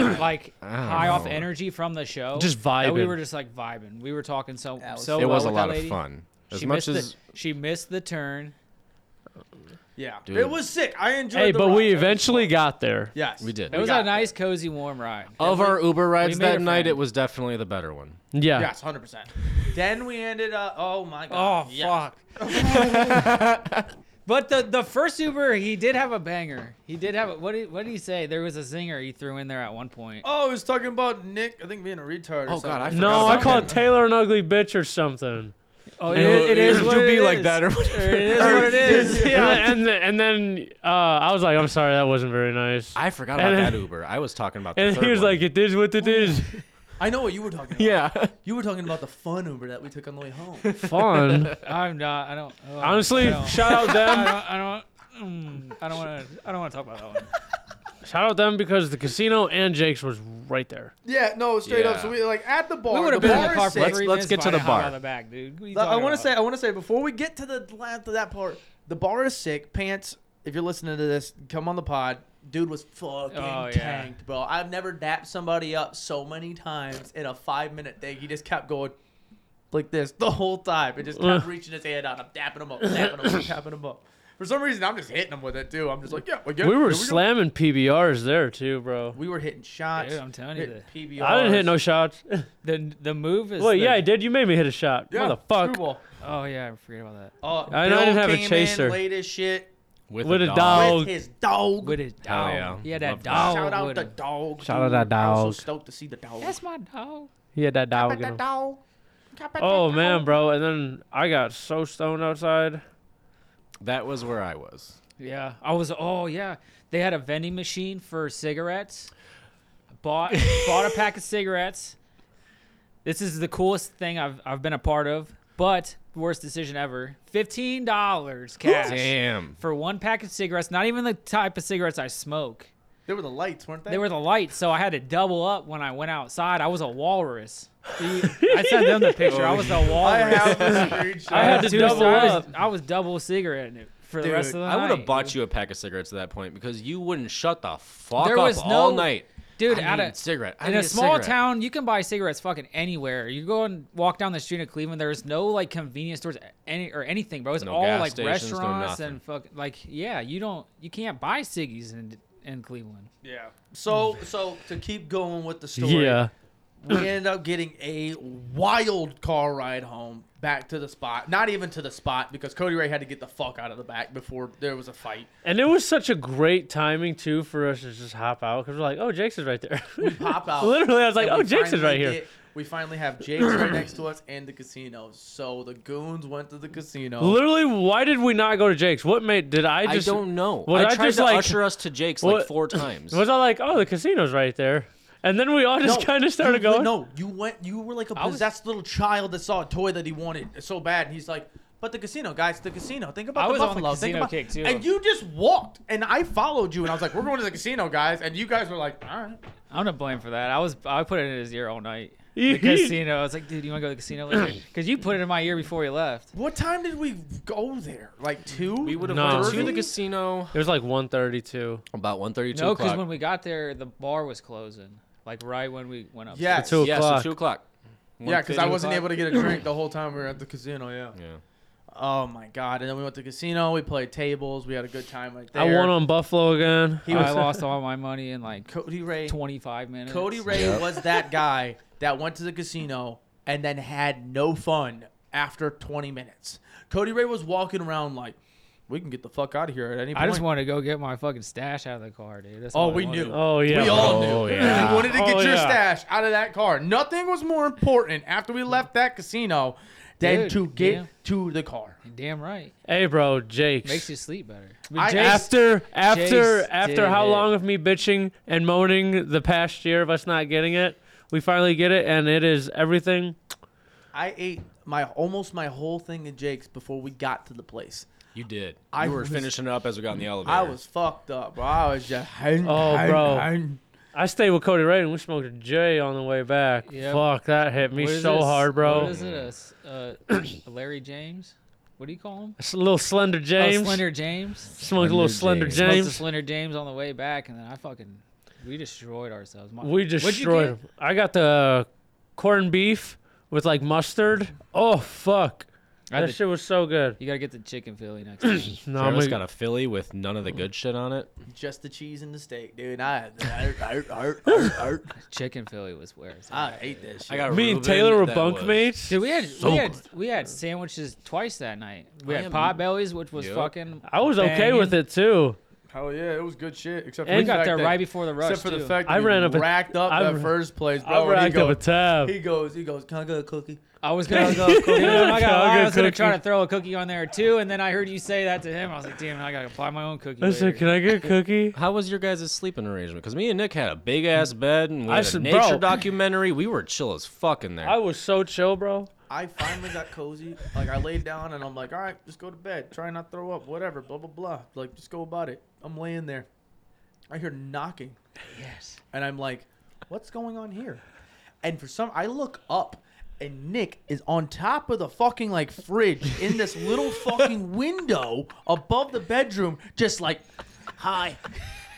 Speaker 5: don't
Speaker 3: high off
Speaker 5: know.
Speaker 3: energy from the show.
Speaker 6: Just
Speaker 3: that We
Speaker 6: vibing.
Speaker 3: were just like vibing. We were talking so
Speaker 2: That was
Speaker 3: so
Speaker 5: it
Speaker 3: well
Speaker 5: was a
Speaker 3: with that
Speaker 5: lot of
Speaker 3: lady.
Speaker 5: fun. As
Speaker 3: she
Speaker 5: much
Speaker 3: missed
Speaker 5: as
Speaker 3: the, she missed the turn.
Speaker 2: Yeah,
Speaker 5: Dude.
Speaker 2: it was sick. I enjoyed.
Speaker 1: Hey,
Speaker 2: the
Speaker 1: but
Speaker 2: ride.
Speaker 1: we
Speaker 2: That was
Speaker 1: eventually
Speaker 2: fun.
Speaker 1: got there.
Speaker 2: Yes,
Speaker 5: We did.
Speaker 3: It was
Speaker 2: got
Speaker 3: a nice, cozy, warm ride.
Speaker 5: of our Uber rides
Speaker 3: made
Speaker 5: that
Speaker 3: a
Speaker 5: night,
Speaker 3: friend.
Speaker 5: it was definitely the better one.
Speaker 1: Yeah.
Speaker 2: Yes, hundred percent. Then we ended up. Oh my god.
Speaker 3: Oh,
Speaker 2: Yes.
Speaker 3: fuck. But the the first Uber, he did have a banger. He did have a what? Did, what did he say? There was a zinger he threw in there at one point.
Speaker 2: Oh, he was talking about Nick. I think being a retard. Or
Speaker 5: Oh, God,
Speaker 2: something.
Speaker 5: I
Speaker 1: No, I
Speaker 5: Something.
Speaker 1: called Taylor an ugly bitch or something.
Speaker 3: Oh,
Speaker 1: it- it is
Speaker 5: It'll
Speaker 1: what
Speaker 5: be
Speaker 3: it
Speaker 5: like
Speaker 3: is.
Speaker 5: that or whatever.
Speaker 3: It is what it is.
Speaker 1: Yeah. And then, and then uh, I was like, I'm sorry, that wasn't very nice.
Speaker 5: I forgot
Speaker 1: And
Speaker 5: about
Speaker 1: then-
Speaker 5: that Uber. I was talking about. The
Speaker 1: And
Speaker 5: third
Speaker 1: he was
Speaker 5: one.
Speaker 1: like, it is what it is.
Speaker 2: I know what you were talking about.
Speaker 5: "Yeah."
Speaker 2: You were talking about the fun Uber that we took on the way home.
Speaker 1: Fun.
Speaker 3: I'm not. I don't. oh, I
Speaker 1: Honestly,
Speaker 3: don't,
Speaker 1: shout out
Speaker 3: I
Speaker 1: them.
Speaker 3: don't. I don't mm, I don't want to. I don't want to talk about that one.
Speaker 1: Shout out them because the casino and Jake's was right there.
Speaker 2: yeah, no, straight up.
Speaker 5: Yeah.
Speaker 2: So we like at the bar.
Speaker 3: We would have
Speaker 2: the
Speaker 3: been in
Speaker 2: bar
Speaker 3: the
Speaker 2: is
Speaker 3: car for
Speaker 2: sick.
Speaker 5: Let's-
Speaker 3: three
Speaker 5: let's
Speaker 3: minutes by
Speaker 5: get to the
Speaker 3: hop out
Speaker 5: bar.
Speaker 3: of The back, dude. What are you
Speaker 2: I want
Speaker 3: talking
Speaker 2: to
Speaker 3: about?
Speaker 2: say, I want to say before we get to the la- to that part, the bar is sick. Pants, if you're listening to this, come on the pod. Dude was fucking
Speaker 3: Oh, yeah.
Speaker 2: tanked, bro. I've never dapped somebody up so many times in a five minute thing. He just kept going like this the whole time. It just kept reaching his hand out. I'm dapping him up, dapping him up, dapping him up. For some reason, I'm just hitting him with it too. I'm just like, yeah, we, get it.
Speaker 1: We were
Speaker 2: Here go.
Speaker 1: slamming PBRs there too, bro.
Speaker 2: We were hitting shots.
Speaker 3: Dude, I'm telling you
Speaker 2: hitting PBRs.
Speaker 1: I didn't hit no shots.
Speaker 3: the the move is.
Speaker 1: Wait,
Speaker 3: the,
Speaker 1: yeah, I did. You made me hit a shot.
Speaker 2: Yeah,
Speaker 1: Motherfucker.
Speaker 2: screwball.
Speaker 3: Oh yeah, I forget about that.
Speaker 2: Uh,
Speaker 1: I know
Speaker 2: Bill
Speaker 1: I didn't have a
Speaker 2: came in
Speaker 1: chaser.
Speaker 2: Late as shit.
Speaker 5: With,
Speaker 1: With a
Speaker 5: a
Speaker 1: dog.
Speaker 5: dog.
Speaker 1: Oh.
Speaker 2: with his dog.
Speaker 3: With his dog.
Speaker 5: yeah.
Speaker 3: Oh, He had that
Speaker 5: Love that.
Speaker 3: dog.
Speaker 2: Shout out
Speaker 3: with
Speaker 2: the
Speaker 3: him.
Speaker 2: dog.
Speaker 1: Shout out
Speaker 2: dude.
Speaker 1: that
Speaker 2: I
Speaker 1: dog.
Speaker 2: was so stoked to see the dog.
Speaker 3: That's my dog.
Speaker 1: He had
Speaker 2: Cap
Speaker 1: that dog.
Speaker 2: at
Speaker 1: in
Speaker 2: that
Speaker 1: him.
Speaker 2: dog. Cap at
Speaker 1: Oh
Speaker 2: that
Speaker 1: man,
Speaker 2: dog.
Speaker 1: bro! And then I got so stoned outside.
Speaker 5: That was where I was.
Speaker 3: Yeah, I was. Oh yeah, they had a vending machine for cigarettes. Bought bought a pack of cigarettes. This is the coolest thing I've I've been a part of, but worst decision ever. Fifteen dollars cash
Speaker 5: Damn.
Speaker 3: for one pack of cigarettes. Not even the type of cigarettes I smoke.
Speaker 2: They were the lights, weren't they?
Speaker 3: They were the lights, so I had to double up when I went outside. I was a walrus. I sent them the picture. I was a
Speaker 2: I
Speaker 3: walrus.
Speaker 2: have the screenshot.
Speaker 1: I had to
Speaker 3: Dude,
Speaker 1: double
Speaker 3: I was,
Speaker 1: up.
Speaker 3: I was double cigaretting it for
Speaker 2: Dude,
Speaker 3: the rest of the
Speaker 5: I would
Speaker 3: night.
Speaker 5: have bought you a pack of cigarettes at that point because you wouldn't shut the fuck
Speaker 3: There
Speaker 5: up
Speaker 3: was
Speaker 5: all
Speaker 3: no-
Speaker 5: night.
Speaker 3: Dude,
Speaker 5: I
Speaker 3: out
Speaker 5: need
Speaker 3: of
Speaker 5: a cigarette. I
Speaker 3: in
Speaker 5: need
Speaker 3: a small
Speaker 5: cigarette.
Speaker 3: town, you can buy cigarettes fucking anywhere. You go and walk down the street in Cleveland. There's no like convenience stores any or anything, bro. It's
Speaker 5: No
Speaker 3: all
Speaker 5: gas
Speaker 3: like
Speaker 5: stations, no
Speaker 3: restaurants
Speaker 5: nothing.
Speaker 3: and fuck like yeah. You don't you can't buy ciggies in in Cleveland.
Speaker 2: Yeah. So, so to keep going with the story,
Speaker 1: Yeah.
Speaker 2: we ended up getting a wild car ride home back to the spot. Not even to the spot because Cody Ray had to get the fuck out of the back before there was a fight.
Speaker 1: And it was such a great timing too for us to just hop out because we're like, oh, Jake's is right there.
Speaker 2: Pop out.
Speaker 1: Literally, I was like,
Speaker 2: And
Speaker 1: oh,
Speaker 2: we
Speaker 1: Jake's is
Speaker 2: finally
Speaker 1: right here.
Speaker 2: get- we finally have Jake's right next to us and the casino. So the goons went to the casino.
Speaker 1: Literally, why did we not go to Jake's? What made did I
Speaker 5: I
Speaker 1: just?
Speaker 5: don't know.
Speaker 1: Was
Speaker 5: I
Speaker 1: I
Speaker 5: tried
Speaker 1: just
Speaker 5: to
Speaker 1: like-
Speaker 5: usher us to Jake's
Speaker 1: What-
Speaker 5: like four times.
Speaker 1: Was I like, oh, the casino's right there? And then we all just kind of started
Speaker 2: you-
Speaker 1: going.
Speaker 2: No, you went. You were like a
Speaker 3: was-
Speaker 2: possessed little child that saw a toy that he wanted so bad, and he's like, "But the casino, guys, the casino. Think about
Speaker 3: I
Speaker 2: the
Speaker 3: was on the
Speaker 2: buffalo. Think
Speaker 3: casino
Speaker 2: about-"
Speaker 3: kick, too.
Speaker 2: And you just walked, and I followed you, and I was like, "We're going to the casino, guys," and you guys were like, "All right."
Speaker 3: I'm to blame for that. I was I put it in his ear all night.
Speaker 1: You-
Speaker 3: The casino. I was like, dude, you want to go to the casino later? Because you put it in my ear before you left.
Speaker 2: What time did we go there? Like two?
Speaker 5: we would have
Speaker 1: No.
Speaker 5: went to the
Speaker 1: Thirty?
Speaker 5: casino
Speaker 1: It was like 1:32.
Speaker 5: about 1.32
Speaker 3: No, because
Speaker 5: o'clock.
Speaker 3: when we got there, the bar was closing. Like right when we went up.
Speaker 2: Yes.
Speaker 1: Two
Speaker 5: yeah,
Speaker 1: o'clock.
Speaker 5: so 2 o'clock.
Speaker 2: Yeah, because I wasn't able to get a drink the whole time we were at the casino. Yeah.
Speaker 5: Yeah.
Speaker 2: Oh my god! And then we went to the casino. We played tables. We had a good time right there.
Speaker 1: I won on Buffalo again.
Speaker 2: He
Speaker 3: I
Speaker 2: was-
Speaker 3: lost all my money in like
Speaker 2: Cody Ray.
Speaker 3: 25 minutes.
Speaker 2: Cody Ray was that guy that went to the casino and then had no fun after 20 minutes. Cody Ray was walking around like, we can get the fuck out of here at any point.
Speaker 3: I just want to go get my fucking stash out of the car, dude. That's
Speaker 2: Oh,
Speaker 3: all I
Speaker 2: we
Speaker 3: wanted.
Speaker 2: knew.
Speaker 1: Oh yeah.
Speaker 2: we all
Speaker 1: bro.
Speaker 2: knew.
Speaker 1: Oh,
Speaker 2: We
Speaker 1: yeah.
Speaker 2: wanted to get
Speaker 1: Oh,
Speaker 2: your
Speaker 1: yeah.
Speaker 2: stash out of that car. Nothing was more important after we left that casino than
Speaker 3: Dude,
Speaker 2: to get
Speaker 3: yeah.
Speaker 2: to the car.
Speaker 3: Damn right.
Speaker 1: Hey, bro, Jake's.
Speaker 3: Makes you sleep better.
Speaker 2: I-
Speaker 3: Jake's-
Speaker 1: after after
Speaker 3: Jace
Speaker 1: after
Speaker 3: did
Speaker 1: how
Speaker 3: it.
Speaker 1: long of me bitching and moaning the past year of us not getting it, we finally get it, and it is everything.
Speaker 2: I ate my almost my whole thing at Jake's before we got to the place.
Speaker 5: You did.
Speaker 2: I
Speaker 5: you were
Speaker 2: was-
Speaker 5: finishing up as we got in the elevator.
Speaker 2: I was fucked up, bro. I was just
Speaker 1: Oh, bro. I stayed with Cody Ray and we smoked a J on the way back.
Speaker 3: Yep.
Speaker 1: Fuck, that hit me
Speaker 3: What is
Speaker 1: so
Speaker 3: this?
Speaker 1: hard,
Speaker 3: What
Speaker 1: bro.
Speaker 3: is it? A, s- uh, a Larry James? What do you call him?
Speaker 1: It's a little slender James.
Speaker 3: Oh, Slender James.
Speaker 1: Smoked a little slender
Speaker 5: Slender
Speaker 3: James.
Speaker 1: James.
Speaker 3: Slender James on the way back, and then I fucking we destroyed ourselves. My-
Speaker 1: We
Speaker 3: What'd you get?
Speaker 1: destroyed him. I got the corned beef with like mustard. Oh fuck.
Speaker 6: I
Speaker 1: that
Speaker 6: had the-
Speaker 1: shit was so good.
Speaker 6: you gotta get the chicken Philly next. time.
Speaker 1: No, I'm
Speaker 5: Travis
Speaker 1: gonna-
Speaker 5: got a Philly with none of the good shit on it.
Speaker 2: Just the cheese and the steak, dude. I, I, I, I, I,
Speaker 6: chicken Philly was where. it's
Speaker 2: I,
Speaker 5: Ah,
Speaker 6: at.
Speaker 2: ate that shit.
Speaker 5: I got
Speaker 1: me
Speaker 5: Reuben
Speaker 1: and Taylor were
Speaker 5: that
Speaker 1: bunk
Speaker 5: was-
Speaker 1: mates.
Speaker 6: Dude, we had
Speaker 5: So
Speaker 6: we had
Speaker 5: good.
Speaker 6: we had sandwiches twice that night. We
Speaker 5: I
Speaker 6: had
Speaker 5: am-
Speaker 6: pot bellies, which was
Speaker 5: Yep.
Speaker 6: fucking.
Speaker 1: I was okay with it too.
Speaker 2: Hell yeah, it was good shit. Except for
Speaker 6: We
Speaker 1: And-
Speaker 2: the
Speaker 6: got
Speaker 2: fact
Speaker 6: there
Speaker 2: that-
Speaker 6: right before the rush.
Speaker 2: Except for
Speaker 6: too.
Speaker 2: the fact that
Speaker 1: I
Speaker 2: we
Speaker 1: ran up a-
Speaker 2: racked up
Speaker 1: I
Speaker 2: that
Speaker 1: ra-
Speaker 2: first place, bro.
Speaker 1: I
Speaker 2: and he
Speaker 1: racked up a
Speaker 2: goes-
Speaker 1: tab.
Speaker 2: He goes, he goes, can I get a cookie?
Speaker 6: I was gonna go.
Speaker 1: Cookie.
Speaker 6: Dude, I,
Speaker 1: Can I
Speaker 6: got, I
Speaker 1: get
Speaker 6: was gonna
Speaker 1: cookie?
Speaker 6: try to throw a cookie on there too, and then I heard you say that to him. I was like, damn, I gotta apply my own cookie.
Speaker 1: I said,
Speaker 6: later."
Speaker 1: "Can I get a cookie?"
Speaker 5: How was your guys' sleeping arrangement? Because me and Nick had a big ass bed and we
Speaker 1: Mm. I
Speaker 5: had a
Speaker 1: said,
Speaker 5: nature
Speaker 1: bro.
Speaker 5: documentary. We were chill as fuck in there.
Speaker 1: I was so chill, bro.
Speaker 2: I finally got cozy. Like I laid down and I'm like, all right, just go to bed. Try not to throw up. Whatever. Blah blah blah. Like just go about it. I'm laying there. I hear knocking,
Speaker 6: Yes.
Speaker 2: and I'm like, what's going on here? And for some, I look up. And Nick is on top of the fucking like fridge in this little fucking window above the bedroom, just like, hi,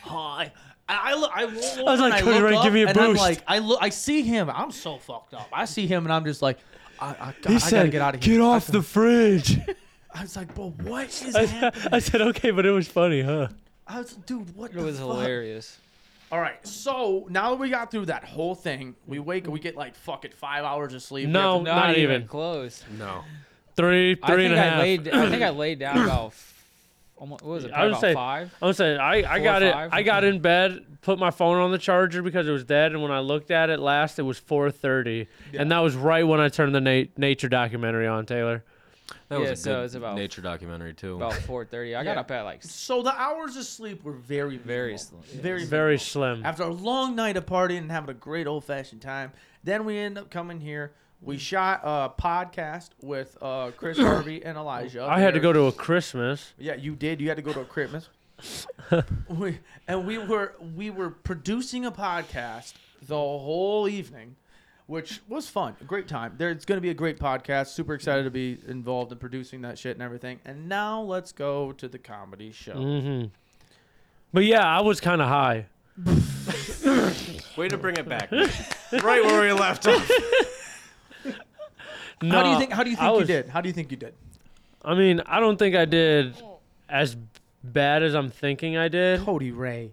Speaker 2: hi. And I look, I, roll over
Speaker 1: was like,
Speaker 2: and I
Speaker 1: Cody
Speaker 2: look
Speaker 1: Ray,
Speaker 2: up,
Speaker 1: give me a
Speaker 2: and I'm
Speaker 1: boost.
Speaker 2: like, I look, I see him. I'm so fucked up. I see him, and I'm just like, I, I, I
Speaker 1: He
Speaker 2: gotta
Speaker 1: said,
Speaker 2: get out of here. I
Speaker 1: off the fridge."
Speaker 2: I was like, bro, what is
Speaker 1: I,
Speaker 2: happening?
Speaker 1: said- I said, "Okay, but it was funny, huh?"
Speaker 2: I was, dude, what?
Speaker 6: It was hilarious.
Speaker 2: All right, so now that we got through that whole thing, we wake, we get like fuck it, five hours of sleep. We
Speaker 1: No.
Speaker 2: have to-
Speaker 1: Not even.
Speaker 6: close.
Speaker 5: no.
Speaker 1: Three,
Speaker 6: I
Speaker 1: three
Speaker 6: think
Speaker 1: and a
Speaker 6: I
Speaker 1: half.
Speaker 6: laid. I think I laid down about. f- Almost, what was it?
Speaker 1: I
Speaker 6: Probably
Speaker 1: would
Speaker 6: about
Speaker 1: say-
Speaker 6: five.
Speaker 1: I'm saying I, I
Speaker 6: Four,
Speaker 1: got it.
Speaker 6: five?
Speaker 1: I got in bed, put my phone on the charger because it was dead, and when I looked at it last, it was 4:30, and that was right when I turned the na- nature documentary on. Taylor,
Speaker 5: That was
Speaker 6: Yeah,
Speaker 5: a
Speaker 6: so
Speaker 5: good
Speaker 6: it's about-
Speaker 5: nature documentary too.
Speaker 6: About four thirty. I got
Speaker 2: Yeah.
Speaker 6: up at like. s-
Speaker 2: So the hours of sleep were very,
Speaker 6: Very
Speaker 2: minimal.
Speaker 6: slim,
Speaker 2: very,
Speaker 1: very
Speaker 2: minimal.
Speaker 1: slim.
Speaker 2: After a long night of partying and having a great old fashioned time, then we end up coming here. We shot a podcast with uh, Chris Harvey and Elijah.
Speaker 1: I had to
Speaker 2: They're-
Speaker 1: go to a Christmas.
Speaker 2: Yeah, you did. You had to go to a Christmas. we, and we were we were producing a podcast the whole evening, which was fun, a great time. There, it's going to be a great podcast. Super excited to be involved in producing that shit and everything. And now let's go to the comedy show.
Speaker 1: hmm But yeah, I was kind of high.
Speaker 5: Way to bring it back. right where we left off.
Speaker 1: No,
Speaker 2: How do you think? How do you
Speaker 1: I
Speaker 2: think you
Speaker 1: was-
Speaker 2: did? How do you think you did?
Speaker 1: I mean, I don't think I did as bad as I'm thinking I did.
Speaker 2: Cody Ray.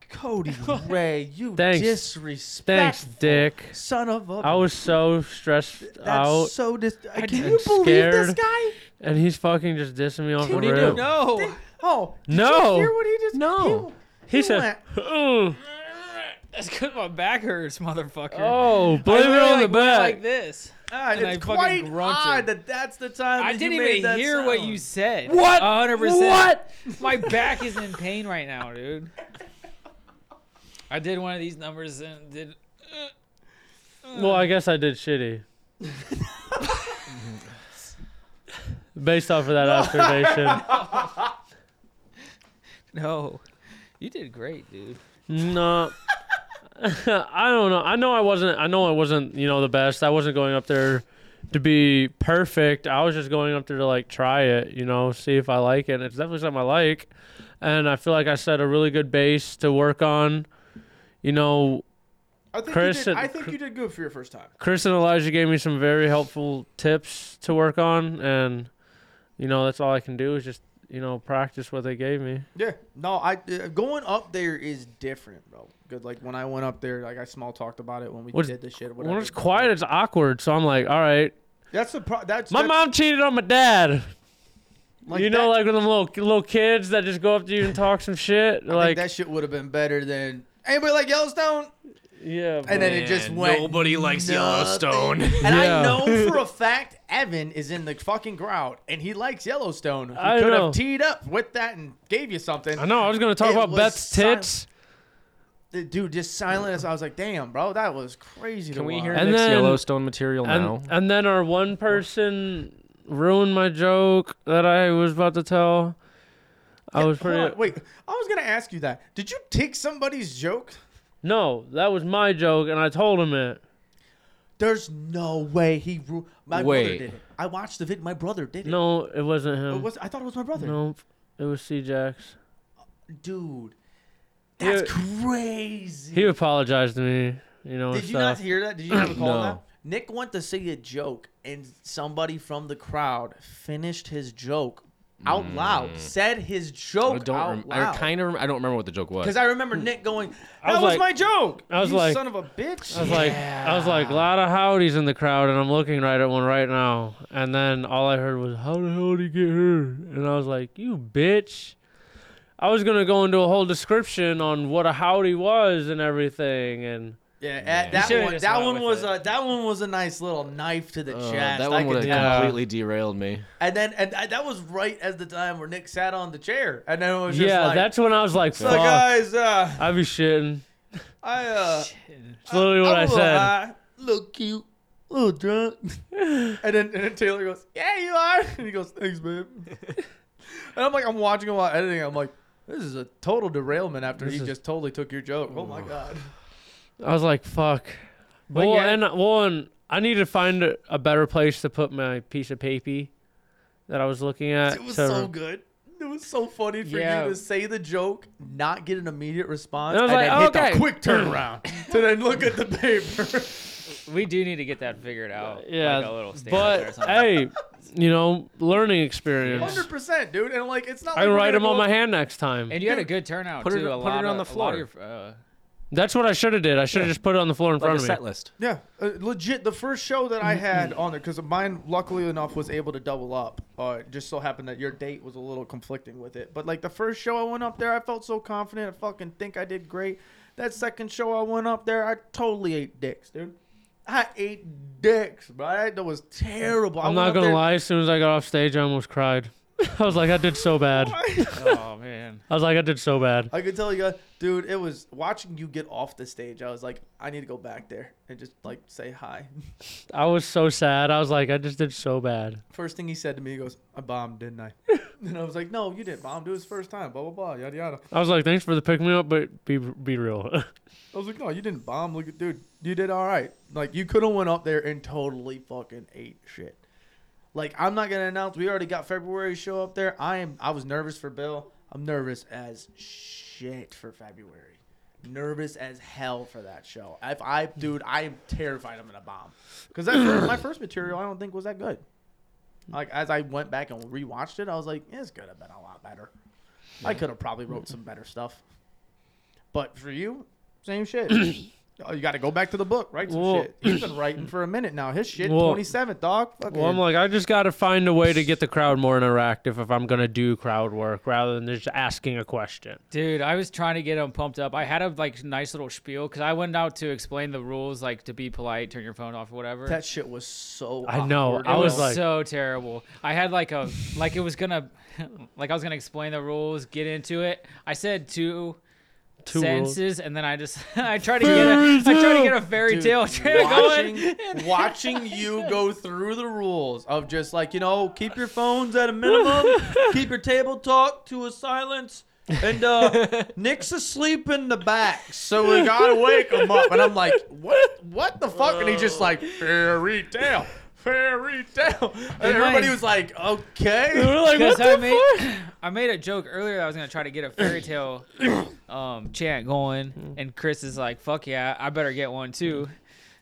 Speaker 2: Cody Ray, you
Speaker 1: Thanks. Thanks,
Speaker 2: disrespectful
Speaker 1: Dick.
Speaker 2: son of a.
Speaker 1: I was so stressed
Speaker 2: That's
Speaker 1: out,
Speaker 2: so dis- Can
Speaker 1: didn't-
Speaker 2: you believe this
Speaker 1: scared.
Speaker 2: guy?
Speaker 1: and he's fucking just dissing me off the
Speaker 2: What
Speaker 1: rip.
Speaker 2: do you do?
Speaker 6: No.
Speaker 2: Oh did You
Speaker 1: No.
Speaker 2: hear what he just?
Speaker 1: No.
Speaker 2: he-
Speaker 1: He
Speaker 2: he
Speaker 1: said,
Speaker 2: went-
Speaker 1: "Ugh."
Speaker 6: That's good. My back hurts, motherfucker.
Speaker 1: "Oh,
Speaker 6: I
Speaker 1: blame it
Speaker 6: literally,
Speaker 1: on the
Speaker 6: like, went
Speaker 1: back."
Speaker 6: Like this.
Speaker 2: Ah,
Speaker 6: And I
Speaker 2: it's
Speaker 6: fucking
Speaker 2: quite
Speaker 6: grunted.
Speaker 2: odd that that's the time.
Speaker 6: I
Speaker 2: that
Speaker 6: didn't
Speaker 2: you made
Speaker 6: even
Speaker 2: that
Speaker 6: hear what
Speaker 2: sound.
Speaker 6: you said.
Speaker 1: What?
Speaker 6: 100%.
Speaker 1: What?
Speaker 6: My back is in pain right now, dude. I did one of these numbers and did.
Speaker 1: Well, I guess I did shitty. Based off of that observation,
Speaker 6: No. You did great, dude.
Speaker 1: no. I don't know. I know I wasn't. I know I wasn't. You know, the best. I wasn't going up there to be perfect. I was just going up there to like try it. You know, see if I like it. It's definitely something I like, and I feel like I set a really good base to work on. You know,
Speaker 2: I think
Speaker 1: Chris
Speaker 2: you did,
Speaker 1: and-
Speaker 2: I think you did good for your first time.
Speaker 1: Chris and Elijah gave me some very helpful tips to work on, and you know that's all I can do is just you know practice what they gave me.
Speaker 2: Yeah. No, I uh, going up there is different, bro. Good. Like when I went up there, like I small talked about it when we
Speaker 1: What's-
Speaker 2: did the shit. Whatever.
Speaker 1: When it's quiet, it's awkward. So I'm like, all right,
Speaker 2: That's the pro- that's
Speaker 1: my
Speaker 2: that's-
Speaker 1: mom cheated on my dad.
Speaker 2: Like
Speaker 1: you know,
Speaker 2: that-
Speaker 1: like with them little little kids that just go up to you and talk some shit.
Speaker 2: I think
Speaker 1: like,
Speaker 2: that shit would have been better than anybody like Yellowstone.
Speaker 1: yeah,
Speaker 2: And then it just went.
Speaker 5: Nobody likes
Speaker 2: nothing.
Speaker 5: Yellowstone.
Speaker 2: And
Speaker 1: Yeah.
Speaker 2: I know for a fact Evan is in the fucking crowd and he likes Yellowstone. He
Speaker 1: I
Speaker 2: could
Speaker 1: know.
Speaker 2: have teed up with that and gave you something.
Speaker 1: I know. I was gonna talk
Speaker 2: It
Speaker 1: about
Speaker 2: was
Speaker 1: Beth's
Speaker 2: silent.
Speaker 1: tits,
Speaker 2: The dude just silent as I was like, damn, bro, that was crazy. to
Speaker 5: Can we
Speaker 2: watch.
Speaker 5: hear
Speaker 1: And
Speaker 5: Nick's
Speaker 1: then-
Speaker 5: Yellowstone material now?
Speaker 1: and and then our one person ruined my joke that I was about to tell. I was
Speaker 2: Hold
Speaker 1: pretty.
Speaker 2: on, Wait, I was gonna ask you that. Did you take somebody's joke?
Speaker 1: No, that was my joke, and I told him it.
Speaker 2: There's no way he. Ru- my brother
Speaker 5: Wait.
Speaker 2: did it. I watched the vid. My brother did it.
Speaker 1: No, it wasn't him.
Speaker 2: It was, I thought it was my brother.
Speaker 1: Nope. It was C Jax.
Speaker 2: Dude,
Speaker 1: He-
Speaker 2: that's crazy.
Speaker 1: He apologized to me, you know. and
Speaker 2: Did you not
Speaker 1: stuff.
Speaker 2: hear that? Did you have a call
Speaker 5: No.
Speaker 2: that? Nick went to say a joke, and somebody from the crowd finished his joke out
Speaker 1: Mm.
Speaker 2: loud. Said his joke
Speaker 5: I don't.
Speaker 2: out
Speaker 5: Rem-
Speaker 2: loud.
Speaker 5: I kind of. I don't remember what the joke was.
Speaker 2: because I remember Nick going, "That
Speaker 1: was
Speaker 2: was,
Speaker 1: like-
Speaker 2: my joke."
Speaker 1: I was
Speaker 2: you
Speaker 1: like-
Speaker 2: "Son of a bitch!"
Speaker 1: I was like, I was like, lot of howdies in the crowd, and I'm looking right at one right now. And then all I heard was, "How the hell did he get here?" And I was like, "You bitch!" I was gonna go into a whole description on what a howdy was and everything, and
Speaker 2: "Yeah, at-
Speaker 5: Yeah.
Speaker 2: that
Speaker 1: You
Speaker 2: one.
Speaker 1: should've
Speaker 2: That
Speaker 1: just
Speaker 2: one
Speaker 1: went
Speaker 2: was
Speaker 1: with
Speaker 2: a that one was a nice little knife to the
Speaker 5: Uh,
Speaker 2: chest.
Speaker 5: that
Speaker 2: I
Speaker 5: one
Speaker 2: could
Speaker 5: would have
Speaker 2: do that.
Speaker 5: completely derailed me.
Speaker 2: And then and, and that was right at the time where Nick sat on the chair, and then it was just
Speaker 1: yeah,
Speaker 2: like,
Speaker 1: that's when I was like,
Speaker 2: So
Speaker 1: "Fuck!"
Speaker 2: guys, uh,
Speaker 1: I be shitting.
Speaker 2: I uh,
Speaker 1: It's literally what
Speaker 2: I'm
Speaker 1: I
Speaker 2: a little
Speaker 1: said.
Speaker 2: high, a little cute, a little drunk. and then and then Taylor goes, Yeah, you are. And he goes, Thanks, babe. and I'm like, I'm watching him while editing. I'm like, this is a total derailment after he
Speaker 1: is-
Speaker 2: just totally took your joke. Oh my god.
Speaker 1: I was like, "Fuck."
Speaker 2: But
Speaker 1: well,
Speaker 2: yeah.
Speaker 1: and well, and I need to find a, a better place to put my piece of paper that I was looking at.
Speaker 2: It was
Speaker 1: to-
Speaker 2: so good. It was so funny for
Speaker 5: Yeah.
Speaker 2: you to say the joke, not get an immediate response,
Speaker 1: And I was like, "Oh,
Speaker 2: then hit
Speaker 1: okay.
Speaker 2: the quick turnaround to then look at the paper.
Speaker 3: We do need to get that figured out.
Speaker 1: Yeah,
Speaker 3: like a little stand or
Speaker 1: but
Speaker 3: something.
Speaker 1: hey, you know, learning experience.
Speaker 2: Hundred percent, dude. And like, it's not.
Speaker 1: I
Speaker 2: like
Speaker 1: can
Speaker 2: we're
Speaker 1: write
Speaker 2: gonna
Speaker 1: them on
Speaker 2: go-
Speaker 1: my hand next time.
Speaker 3: and you had a good turnout
Speaker 5: Put it-
Speaker 3: too. a
Speaker 5: put it
Speaker 3: lot
Speaker 5: on
Speaker 3: of,
Speaker 5: the
Speaker 3: A lot of
Speaker 5: floor.
Speaker 3: your, uh,
Speaker 1: That's what I should have did. I should have just put it on the floor in
Speaker 5: Like
Speaker 1: front of
Speaker 5: a
Speaker 1: me.
Speaker 5: set list.
Speaker 2: Yeah, uh, legit. The first show that
Speaker 1: Mm-hmm.
Speaker 2: I had on there, because mine, luckily enough, was able to double up. Uh, it just so happened that your date was a little conflicting with it. But like the first show I went up there, I felt so confident. I fucking think I did great. That second show I went up there, I totally ate dicks, dude. I ate dicks, bro. I- That was terrible. I
Speaker 1: I'm
Speaker 2: went
Speaker 1: not
Speaker 2: up
Speaker 1: gonna
Speaker 2: there-
Speaker 1: lie. As soon as I got off stage, I almost cried. I was like, I did so bad.
Speaker 3: oh man,
Speaker 1: I was like, I did so bad.
Speaker 2: I could tell you, guys, dude. It was watching you get off the stage. I was like, I need to go back there and just like say hi.
Speaker 1: I was so sad. I was like, I just did so bad.
Speaker 2: First thing he said to me, he goes, I bombed, didn't I? and I was like, No, you didn't bomb, dude. It was the first time, blah, blah, blah, yada, yada.
Speaker 1: I was like, thanks for the pick me up, but be be real.
Speaker 2: I was like, No, you didn't bomb. Look at, dude, you did all right. Like, you could have went up there and totally fucking ate shit. Like, I'm not going to announce. We already got February show up there. I am, I was nervous for Bill. I'm nervous as shit for February. Nervous as hell for that show. If I, dude, I am terrified I'm going to bomb. Because my first material, I don't think was that good. Like as I went back and rewatched it, I was like, "Yeah, this could have been a lot better. I could have probably wrote some better stuff. But for you, same shit. oh, you got to go back to the book, write some
Speaker 1: Well-
Speaker 2: shit. He's been writing for a minute now. His shit,
Speaker 1: Well-
Speaker 2: twenty seventh, dog. Fucking.
Speaker 1: well, I'm like, I just gotta find a way to get the crowd more interactive if I'm gonna do crowd work rather than just asking a question.
Speaker 3: dude, I was trying to get him pumped up. I had a like nice little spiel because I went out to explain the rules, like to be polite, turn your phone off, or whatever.
Speaker 2: that shit was so.
Speaker 1: I know.
Speaker 2: awkward.
Speaker 1: I
Speaker 3: it
Speaker 1: was
Speaker 3: was,
Speaker 1: like-
Speaker 3: so terrible. I had like a like it was gonna like I was gonna explain the rules, get into it. I said two,
Speaker 1: Two rules.
Speaker 3: sentences, and then I just I tried to get a, I tried to get a fairy
Speaker 2: Dude,
Speaker 3: tale trail going.
Speaker 2: watching, watching you go through the rules of just like you know keep your phones at a minimum keep your table talk to a silence and uh nick's asleep in the back so we gotta wake him up and i'm like what what the fuck and he's just like fairy tale fairy tale and everybody
Speaker 3: I-
Speaker 2: was like okay
Speaker 1: They were like, what
Speaker 3: Because I
Speaker 1: the fuck?
Speaker 3: made I made a joke earlier that I was gonna try to get a fairy tale um, chant
Speaker 1: Mm.
Speaker 3: going, and Chris is like, "Fuck yeah, I better get one too."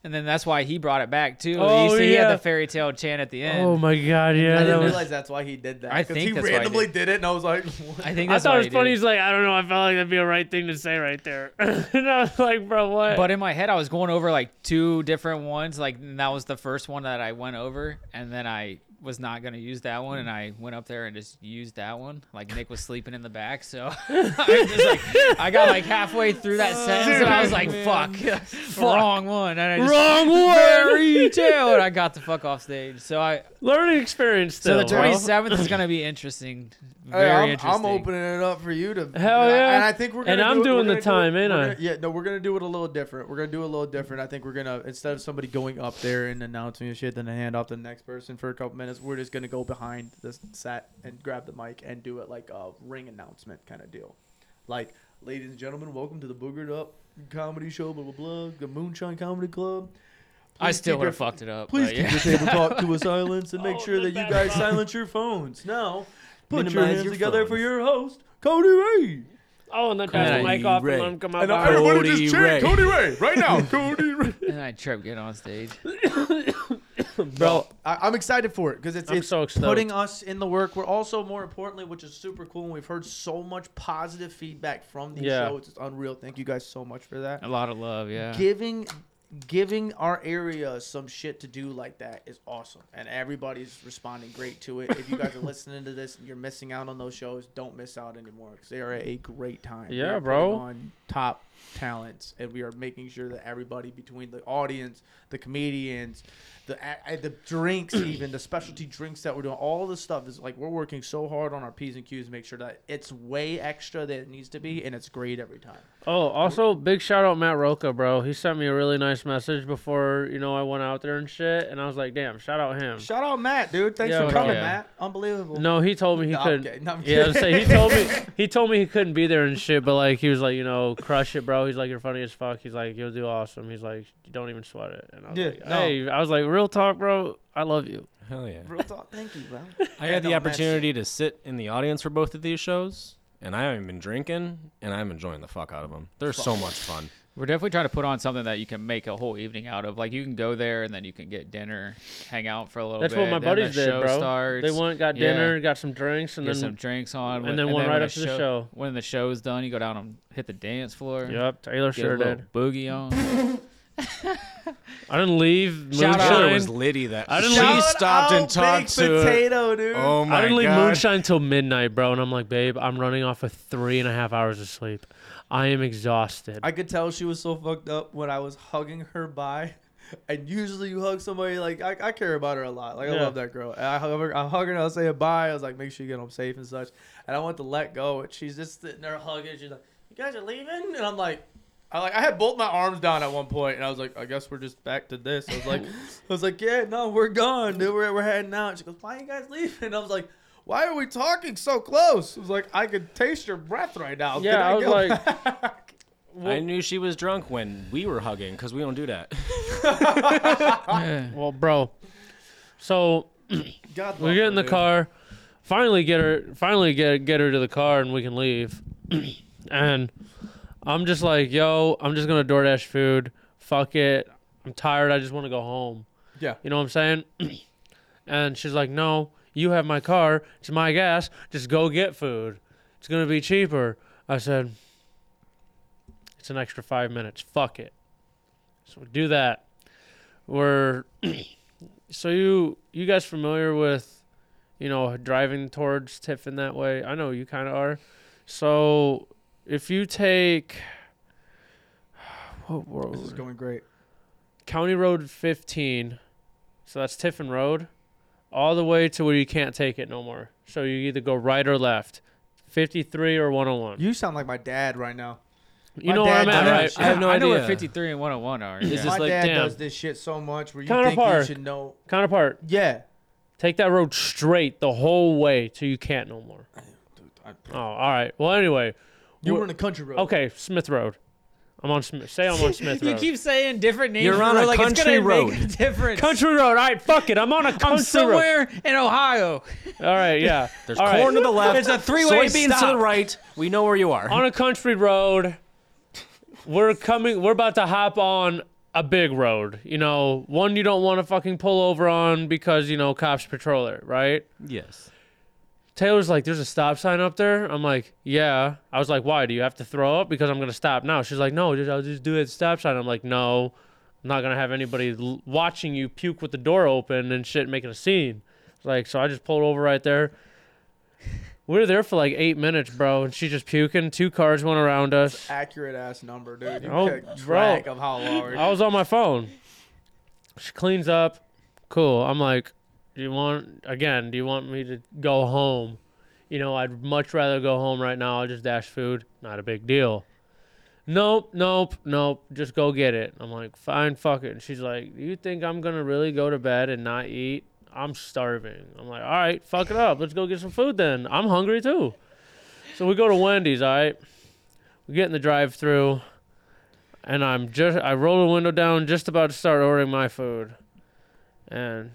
Speaker 3: And then that's why he brought it back too.
Speaker 1: Oh,
Speaker 3: he, so he had
Speaker 1: yeah.
Speaker 3: the fairy tale chant at the end.
Speaker 1: Oh my god, yeah.
Speaker 2: I
Speaker 1: that
Speaker 2: didn't
Speaker 1: was-
Speaker 2: realize that's why he did that.
Speaker 3: I
Speaker 2: 'cause
Speaker 3: think
Speaker 2: he
Speaker 3: that's why I
Speaker 2: randomly
Speaker 3: did.
Speaker 2: did. it, and I was like, what?
Speaker 3: I think
Speaker 1: I
Speaker 3: that's
Speaker 1: thought
Speaker 3: why
Speaker 1: it was
Speaker 3: he did
Speaker 1: funny. He's like, I don't know. I felt like that'd be a right thing to say right there. and I was like, bro, what?
Speaker 3: But in my head, I was going over like two different ones. Like and that was the first one that I went over, and then I was not gonna use that one, and I went up there and just used that one. Like Nick was sleeping in the back, so I, just, like, I got like halfway through that sentence, and I was like, "Fuck, wrong one." And I just,
Speaker 1: wrong word.
Speaker 3: Fairy tale, and I got the fuck off stage. So I,
Speaker 1: Learning experience.
Speaker 3: so
Speaker 1: Still,
Speaker 3: the
Speaker 1: bro.
Speaker 3: twenty seventh is gonna be interesting. Very
Speaker 2: Hey, I'm, I'm
Speaker 3: interesting.
Speaker 2: opening it up for you to.
Speaker 1: Hell
Speaker 2: and I-
Speaker 1: yeah.
Speaker 2: And I think we're gonna
Speaker 1: And I'm
Speaker 2: do it-
Speaker 1: doing
Speaker 2: we're gonna
Speaker 1: the
Speaker 2: do
Speaker 1: time,
Speaker 2: it-
Speaker 1: ain't
Speaker 2: we're
Speaker 1: I?
Speaker 2: gonna- yeah, no, we're gonna do it a little different. We're gonna do it a little different. I think we're gonna instead of somebody going up there and announcing the shit, then I hand off to the next person for a couple minutes. We're just gonna go behind the set and grab the mic and do it like a ring announcement kind of deal, like. Ladies and gentlemen, welcome to the Boogered Up Comedy Show, blah, blah, blah, the Moonshine Comedy Club.
Speaker 3: I
Speaker 2: Please
Speaker 3: still
Speaker 2: keep
Speaker 3: would
Speaker 2: your-
Speaker 3: have fucked it up.
Speaker 2: Please
Speaker 3: but
Speaker 2: keep
Speaker 3: yeah.
Speaker 2: your table talk to a silence and make
Speaker 1: Oh,
Speaker 2: sure that
Speaker 1: that's
Speaker 2: you
Speaker 1: bad
Speaker 2: guys
Speaker 1: enough.
Speaker 2: silence your phones. Now, put your
Speaker 5: Minimize
Speaker 2: hands
Speaker 5: your
Speaker 2: together for
Speaker 5: phones.
Speaker 2: your host, Cody Ray.
Speaker 1: oh, and then turn the
Speaker 5: Cody
Speaker 1: mic off
Speaker 5: Ray.
Speaker 1: and let him come out.
Speaker 2: And
Speaker 1: by.
Speaker 2: everybody
Speaker 5: Cody
Speaker 2: just chant
Speaker 5: Ray.
Speaker 2: Cody Ray right now. Cody Ray.
Speaker 3: and I tripped getting on stage.
Speaker 2: bro. I, I'm excited for it because it's,
Speaker 1: I'm
Speaker 2: it's
Speaker 1: so stoked.
Speaker 2: putting us in the work. We're also more importantly, which is super cool, and we've heard so much positive feedback from these
Speaker 1: Yeah.
Speaker 2: shows. It's unreal. Thank you guys so much for that.
Speaker 3: A lot of love, yeah.
Speaker 2: Giving giving our area some shit to do like that is awesome, and everybody's responding great to it. If you guys are listening to this and you're missing out on those shows, don't miss out anymore because they are a great time. We
Speaker 1: Yeah,
Speaker 2: are
Speaker 1: bro.
Speaker 2: putting On top talents, and we are making sure that everybody between the audience, the comedians, the a- the drinks, even the specialty drinks that we're doing, all the stuff is like we're working so hard on our p's and q's to make sure that it's way extra than it needs to be, and it's great every time.
Speaker 1: Oh, also big shout out Matt Roca, bro. He sent me a really nice message before you know I went out there and shit, and I was like, damn, shout out him.
Speaker 2: Shout out Matt, dude. Thanks
Speaker 1: Yeah,
Speaker 2: for
Speaker 1: bro.
Speaker 2: coming,
Speaker 3: Yeah.
Speaker 2: Matt. Unbelievable.
Speaker 1: No, he told me he
Speaker 2: No, I'm
Speaker 1: couldn't.
Speaker 2: kidding. No, I'm
Speaker 1: yeah, I was
Speaker 2: kidding.
Speaker 1: saying, he told me he told me he couldn't be there and shit, but like he was like, you know, crush it, bro. He's like, you're funny as fuck. He's like, you'll do awesome. He's like, don't even sweat it. And I was
Speaker 2: Yeah,
Speaker 1: like,
Speaker 2: no.
Speaker 1: hey, I was like, real talk, bro. I love you.
Speaker 5: Hell yeah.
Speaker 2: Real talk. Thank you, bro.
Speaker 5: I
Speaker 2: Yeah,
Speaker 5: had the
Speaker 2: no, Matt's-
Speaker 5: opportunity to sit in the audience for both of these shows, and I haven't been drinking, and I'm enjoying the fuck out of them. They're so much fun.
Speaker 3: We're definitely trying to put on something that you can make a whole evening out of. Like you can go there and then you can get dinner, hang out for a little
Speaker 1: That's
Speaker 3: bit.
Speaker 1: what my
Speaker 3: Oh, then the
Speaker 1: buddies did,
Speaker 3: show
Speaker 1: bro.
Speaker 3: Starts,
Speaker 1: They went, got
Speaker 3: Yeah.
Speaker 1: dinner, got some drinks, and
Speaker 3: get
Speaker 1: then
Speaker 3: some drinks on,
Speaker 1: and then one right
Speaker 3: when
Speaker 1: after the show.
Speaker 3: When the show's done, you go down and hit the dance floor.
Speaker 1: yep,
Speaker 3: Get
Speaker 1: Taylor
Speaker 3: a
Speaker 1: sure
Speaker 3: little
Speaker 1: did.
Speaker 3: boogie on.
Speaker 1: I didn't leave.
Speaker 3: Shout out.
Speaker 1: Moonshine.
Speaker 5: was Liddy that
Speaker 1: I didn't
Speaker 5: she
Speaker 1: leave-
Speaker 5: stopped and
Speaker 2: Big
Speaker 5: talked to.
Speaker 2: potato, dude.
Speaker 5: Oh my
Speaker 1: I didn't leave
Speaker 5: god!
Speaker 1: moonshine till midnight, bro. And I'm like, babe, I'm running off of three and a half hours of sleep. I am exhausted.
Speaker 2: I could tell she was so fucked up when I was hugging her by. And usually you hug somebody like I, I care about her a lot. Like I
Speaker 1: Yeah.
Speaker 2: love that girl. And I hug her, I hug her and I'll say bye. I was like, make sure you get home safe and such. And I want to let go. And she's just sitting there hugging. She's like, You guys are leaving? And I'm like, I like I had both my arms down at one point and I was like, I guess we're just back to this. I was like I was like, Yeah, no, we're gone, dude. We're we're heading out. She goes, Why are you guys leaving? And I was like, Why are we talking so close? I was like, I could taste your breath right now.
Speaker 1: Yeah,
Speaker 2: Can
Speaker 1: I was
Speaker 2: go
Speaker 1: like-
Speaker 2: back?"
Speaker 5: I knew she was drunk when we were hugging because we don't do that.
Speaker 1: well, bro. So
Speaker 2: God
Speaker 1: we
Speaker 2: love
Speaker 1: get
Speaker 2: her,
Speaker 1: in the
Speaker 2: dude.
Speaker 1: car. Finally get her. Finally get get her to the car, and we can leave. and I'm just like, yo, I'm just gonna DoorDash food. Fuck it. I'm tired. I just want to go home.
Speaker 2: Yeah.
Speaker 1: You know what I'm saying? and she's like, no, you have my car. It's my gas. Just go get food. It's gonna be cheaper. I said, it's an extra five minutes. Fuck it. So we do that. We're so you you guys familiar with you know driving towards Tiffin that way? I know you kind of are. So if you take what road?
Speaker 2: This is going great.
Speaker 1: County Road 15, so that's Tiffin Road, all the way to where you can't take it no more. So you either go right or left, 53 or 101. You,
Speaker 2: You sound like my dad right now. my
Speaker 1: know where
Speaker 2: dad
Speaker 1: I'm at,
Speaker 2: does
Speaker 1: right?
Speaker 2: that
Speaker 5: I have no
Speaker 3: I know where
Speaker 5: idea.
Speaker 3: 53 and 101 are. yeah.
Speaker 5: Is
Speaker 2: my
Speaker 5: this like,
Speaker 2: dad
Speaker 1: damn.
Speaker 2: does this shit so much where you
Speaker 1: Connor
Speaker 2: think you
Speaker 1: Park.
Speaker 2: should know.
Speaker 1: Counterpart,
Speaker 2: Yeah.
Speaker 1: take that road straight the whole way till you can't no more.
Speaker 2: Dude, I-
Speaker 1: Oh, all right. Well, anyway,
Speaker 2: you
Speaker 1: Wha-
Speaker 2: were in a country road.
Speaker 1: okay, Smith Road. I'm on Smith. Say I'm on Smith
Speaker 3: you
Speaker 1: Road.
Speaker 3: keep saying different names.
Speaker 5: You're
Speaker 3: for
Speaker 5: on
Speaker 3: it,
Speaker 5: a
Speaker 3: like it's
Speaker 5: country
Speaker 3: gonna
Speaker 5: road.
Speaker 3: Make a difference.
Speaker 1: Country road, all right. Fuck it, I'm on a country
Speaker 3: I'm
Speaker 1: road.
Speaker 3: somewhere in Ohio.
Speaker 1: All right, yeah.
Speaker 5: There's
Speaker 1: All right.
Speaker 5: corn to the left.
Speaker 3: There's a three-way
Speaker 5: soybeans to
Speaker 3: stop.
Speaker 5: the right. We know where you are.
Speaker 1: on a country road. We're coming. We're about to hop on a big road. You know, one you don't want to fucking pull over on because you know cops patrol it, right?
Speaker 5: yes.
Speaker 1: Taylor's like, "There's a stop sign up there." I'm like, "Yeah." I was like, "Why? Do you have to throw up? Because I'm gonna stop now." She's like, "No, just, I'll just do it at the stop sign." I'm like, "No, I'm not gonna have anybody l- watching you puke with the door open and shit, making a scene." Like, so I just pulled over right there. We were there for like eight minutes, bro, and she just puking. Two cars went around us.
Speaker 2: Accurate ass number, dude. You
Speaker 1: Oh,
Speaker 2: kept
Speaker 1: bro. Oh,
Speaker 2: track of how long.
Speaker 1: I was on my phone. She cleans up. Cool. I'm like, do you want again? Do you want me to go home? You know, I'd much rather go home right now. I'll just dash food. Not a big deal. Nope, nope, nope. Just go get it. I'm like, fine, fuck it. And she's like, you think I'm gonna really go to bed and not eat? I'm starving. I'm like, all right, fuck it up. Let's go get some food then. I'm hungry too. So we go to Wendy's. All right, we get in the drive-through and I'm just I roll the window down, just about to start ordering my food, and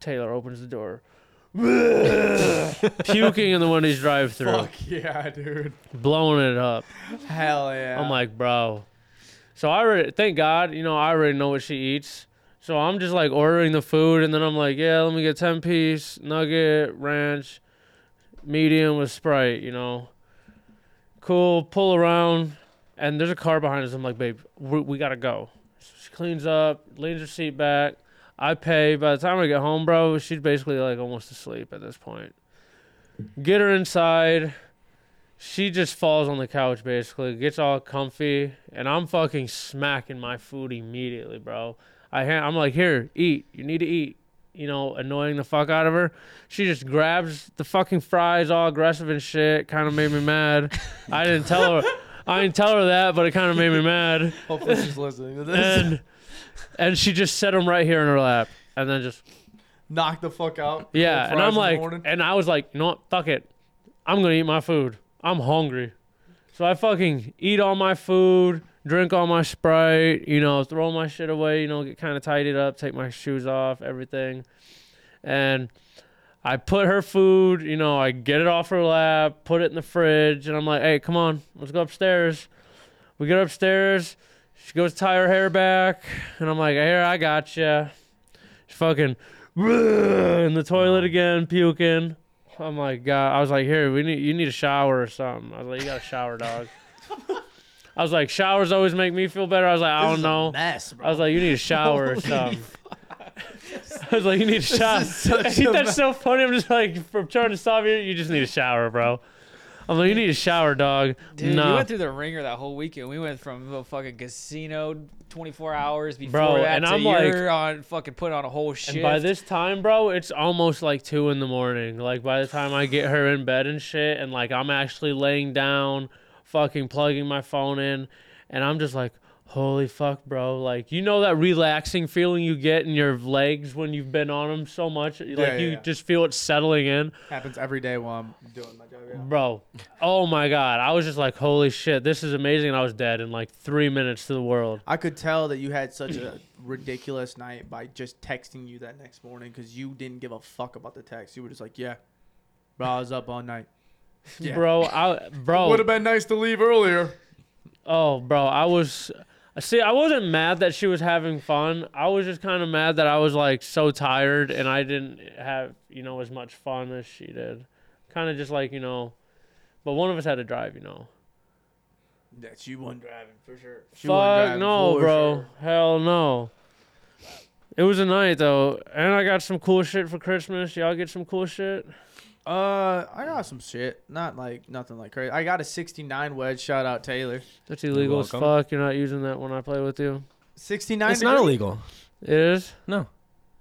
Speaker 1: Taylor opens the door, puking in the Wendy's drive-through,
Speaker 2: Fuck yeah, dude.
Speaker 1: blowing it up.
Speaker 2: Hell yeah.
Speaker 1: I'm like, bro, So I already thank God, you know, I already know what she eats. So I'm just like ordering the food, and then I'm like, yeah, let me get ten piece nugget ranch, medium with Sprite, you know. Cool. Pull around, and there's a car behind us. I'm like, babe, we, we gotta go. So she cleans up, leans her seat back. I pay. By the time I get home, bro, she's basically like almost asleep at this point. Get her inside. She just falls on the couch basically, gets all comfy, and I'm fucking smacking my food immediately, bro. I ha- I'm like, here, eat. You need to eat. You know, annoying the fuck out of her. She just grabs the fucking fries, all aggressive and shit. Kind of made me mad. I didn't tell her. I didn't tell her that, but it kind of made me mad
Speaker 2: Hopefully she's listening to this.
Speaker 1: and and she just set him right here in her lap, and then just
Speaker 2: Knock the fuck out.
Speaker 1: yeah,
Speaker 2: Cold
Speaker 1: and
Speaker 2: fries in
Speaker 1: I'm
Speaker 2: the
Speaker 1: like,
Speaker 2: morning.
Speaker 1: and I was like, you know what, fuck it, I'm gonna eat my food. I'm hungry, so I fucking eat all my food, drink all my sprite, you know, throw my shit away, you know, get kind of tidied up, take my shoes off, everything, and. I put her food, you know, I get it off her lap, put it in the fridge, and I'm like, hey, come on, let's go upstairs. We get upstairs. She goes to tie her hair back, and I'm like, "Here, I got you." She fucking in the toilet again, puking. I'm like, God. I was like, "Here, we need you need a shower or something." I was like, "You got to shower, dog." I was like, "Showers always make me feel better." I was like, "I
Speaker 2: This
Speaker 1: don't
Speaker 2: is a
Speaker 1: know."
Speaker 2: Mess, bro.
Speaker 1: I was like, "You need a shower or something." I was like, "You need a shower."
Speaker 2: is such
Speaker 1: I think
Speaker 2: a
Speaker 1: that's
Speaker 2: mess.
Speaker 1: so funny. I'm just like, from trying to stop you, you just need a shower, bro. I'm like, "You need a shower, dog."
Speaker 3: Dude,
Speaker 1: no.
Speaker 3: we went through the ringer that whole weekend. We went from a fucking casino 24 hours before
Speaker 1: Bro,
Speaker 3: that
Speaker 1: and
Speaker 3: to
Speaker 1: I'm like-
Speaker 3: you're on fucking put on a whole shit.
Speaker 1: And by this time, bro, it's almost like two in the morning. Like by the time I get her in bed and shit, and like I'm actually laying down, fucking plugging my phone in, and I'm just like, holy fuck, bro. Like you know that relaxing feeling you get in your legs when you've been on them so much, like
Speaker 2: yeah,
Speaker 1: you
Speaker 2: yeah.
Speaker 1: just feel it settling in,
Speaker 2: Happens every day while I'm doing my job. yeah.
Speaker 1: bro. Oh my god, I was just like, holy shit, this is amazing. And I was dead in like three minutes to the world.
Speaker 2: I could tell that you had such a ridiculous night by just texting you that next morning because you didn't give a fuck about the text. You were just like, yeah, bro, I was up all night. Yeah.
Speaker 1: Bro, I bro.
Speaker 2: Would have been nice to leave earlier.
Speaker 1: Oh, bro, I was. See, I wasn't mad that she was having fun. I was just kind of mad that I was like so tired and I didn't have you know as much fun as she did. Kind of just like you know, but one of us had to drive, you know.
Speaker 2: Yeah, she wasn't driving for sure. She wasn't
Speaker 1: Fuck
Speaker 2: driving
Speaker 1: no,
Speaker 2: for
Speaker 1: bro.
Speaker 2: sure.
Speaker 1: Hell no. It was a night though, and I got some cool shit for Christmas. Y'all get some cool shit.
Speaker 2: Uh, I got some shit. Not like nothing like crazy. I got a 69 wedge. Shout out Taylor.
Speaker 1: That's illegal as
Speaker 5: welcome.
Speaker 1: fuck. You're not using that when I play with you.
Speaker 2: 69.
Speaker 5: it's not
Speaker 2: degree?
Speaker 5: illegal.
Speaker 1: It is.
Speaker 5: No.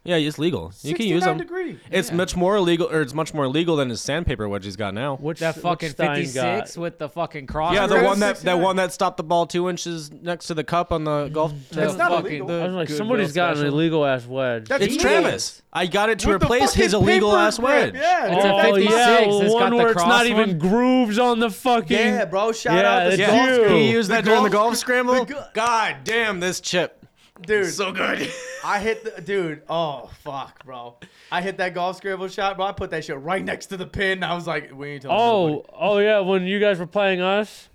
Speaker 5: Yeah, it's legal. You can
Speaker 2: 69
Speaker 5: use them.
Speaker 2: Degree.
Speaker 5: It's
Speaker 2: Yeah.
Speaker 5: much more illegal, or it's much more legal than his sandpaper wedge he's got now.
Speaker 1: Which
Speaker 3: that fucking
Speaker 1: what Stein
Speaker 3: 56
Speaker 1: got?
Speaker 3: with the fucking cross.
Speaker 5: yeah, the
Speaker 2: That's
Speaker 5: one that
Speaker 2: 69.
Speaker 5: that one that stopped the ball two inches next to the cup on the golf.
Speaker 2: That's
Speaker 3: the
Speaker 2: not
Speaker 3: fucking-
Speaker 2: illegal.
Speaker 1: I was like,
Speaker 3: Goodwill
Speaker 1: somebody's got an
Speaker 3: special.
Speaker 1: illegal ass wedge.
Speaker 2: That's
Speaker 5: It's
Speaker 2: Jesus.
Speaker 5: Travis. I got it to
Speaker 2: With the
Speaker 5: replace his
Speaker 2: fucking
Speaker 5: illegal
Speaker 2: paper
Speaker 5: ass
Speaker 2: grip.
Speaker 5: wedge.
Speaker 2: Yeah,
Speaker 3: It's a
Speaker 1: oh,
Speaker 3: 56.
Speaker 1: yeah,
Speaker 3: It's
Speaker 1: one
Speaker 3: got the
Speaker 1: where it's not
Speaker 3: cross
Speaker 1: even
Speaker 3: one.
Speaker 1: grooves on the fucking.
Speaker 2: yeah, bro. Shout
Speaker 1: Yeah,
Speaker 2: out the
Speaker 1: that's
Speaker 2: golf
Speaker 1: you.
Speaker 5: He used
Speaker 2: The
Speaker 5: that during the
Speaker 2: golf-
Speaker 5: golf scramble.
Speaker 2: the go-
Speaker 5: God damn, this chip.
Speaker 2: dude.
Speaker 5: So good.
Speaker 2: I hit the dude. Oh fuck, bro! I hit that golf scribble shot, bro. I put that shit right next to the pin. I was like, we ain't telling. nobody.
Speaker 1: Oh, oh yeah, when you guys were playing us.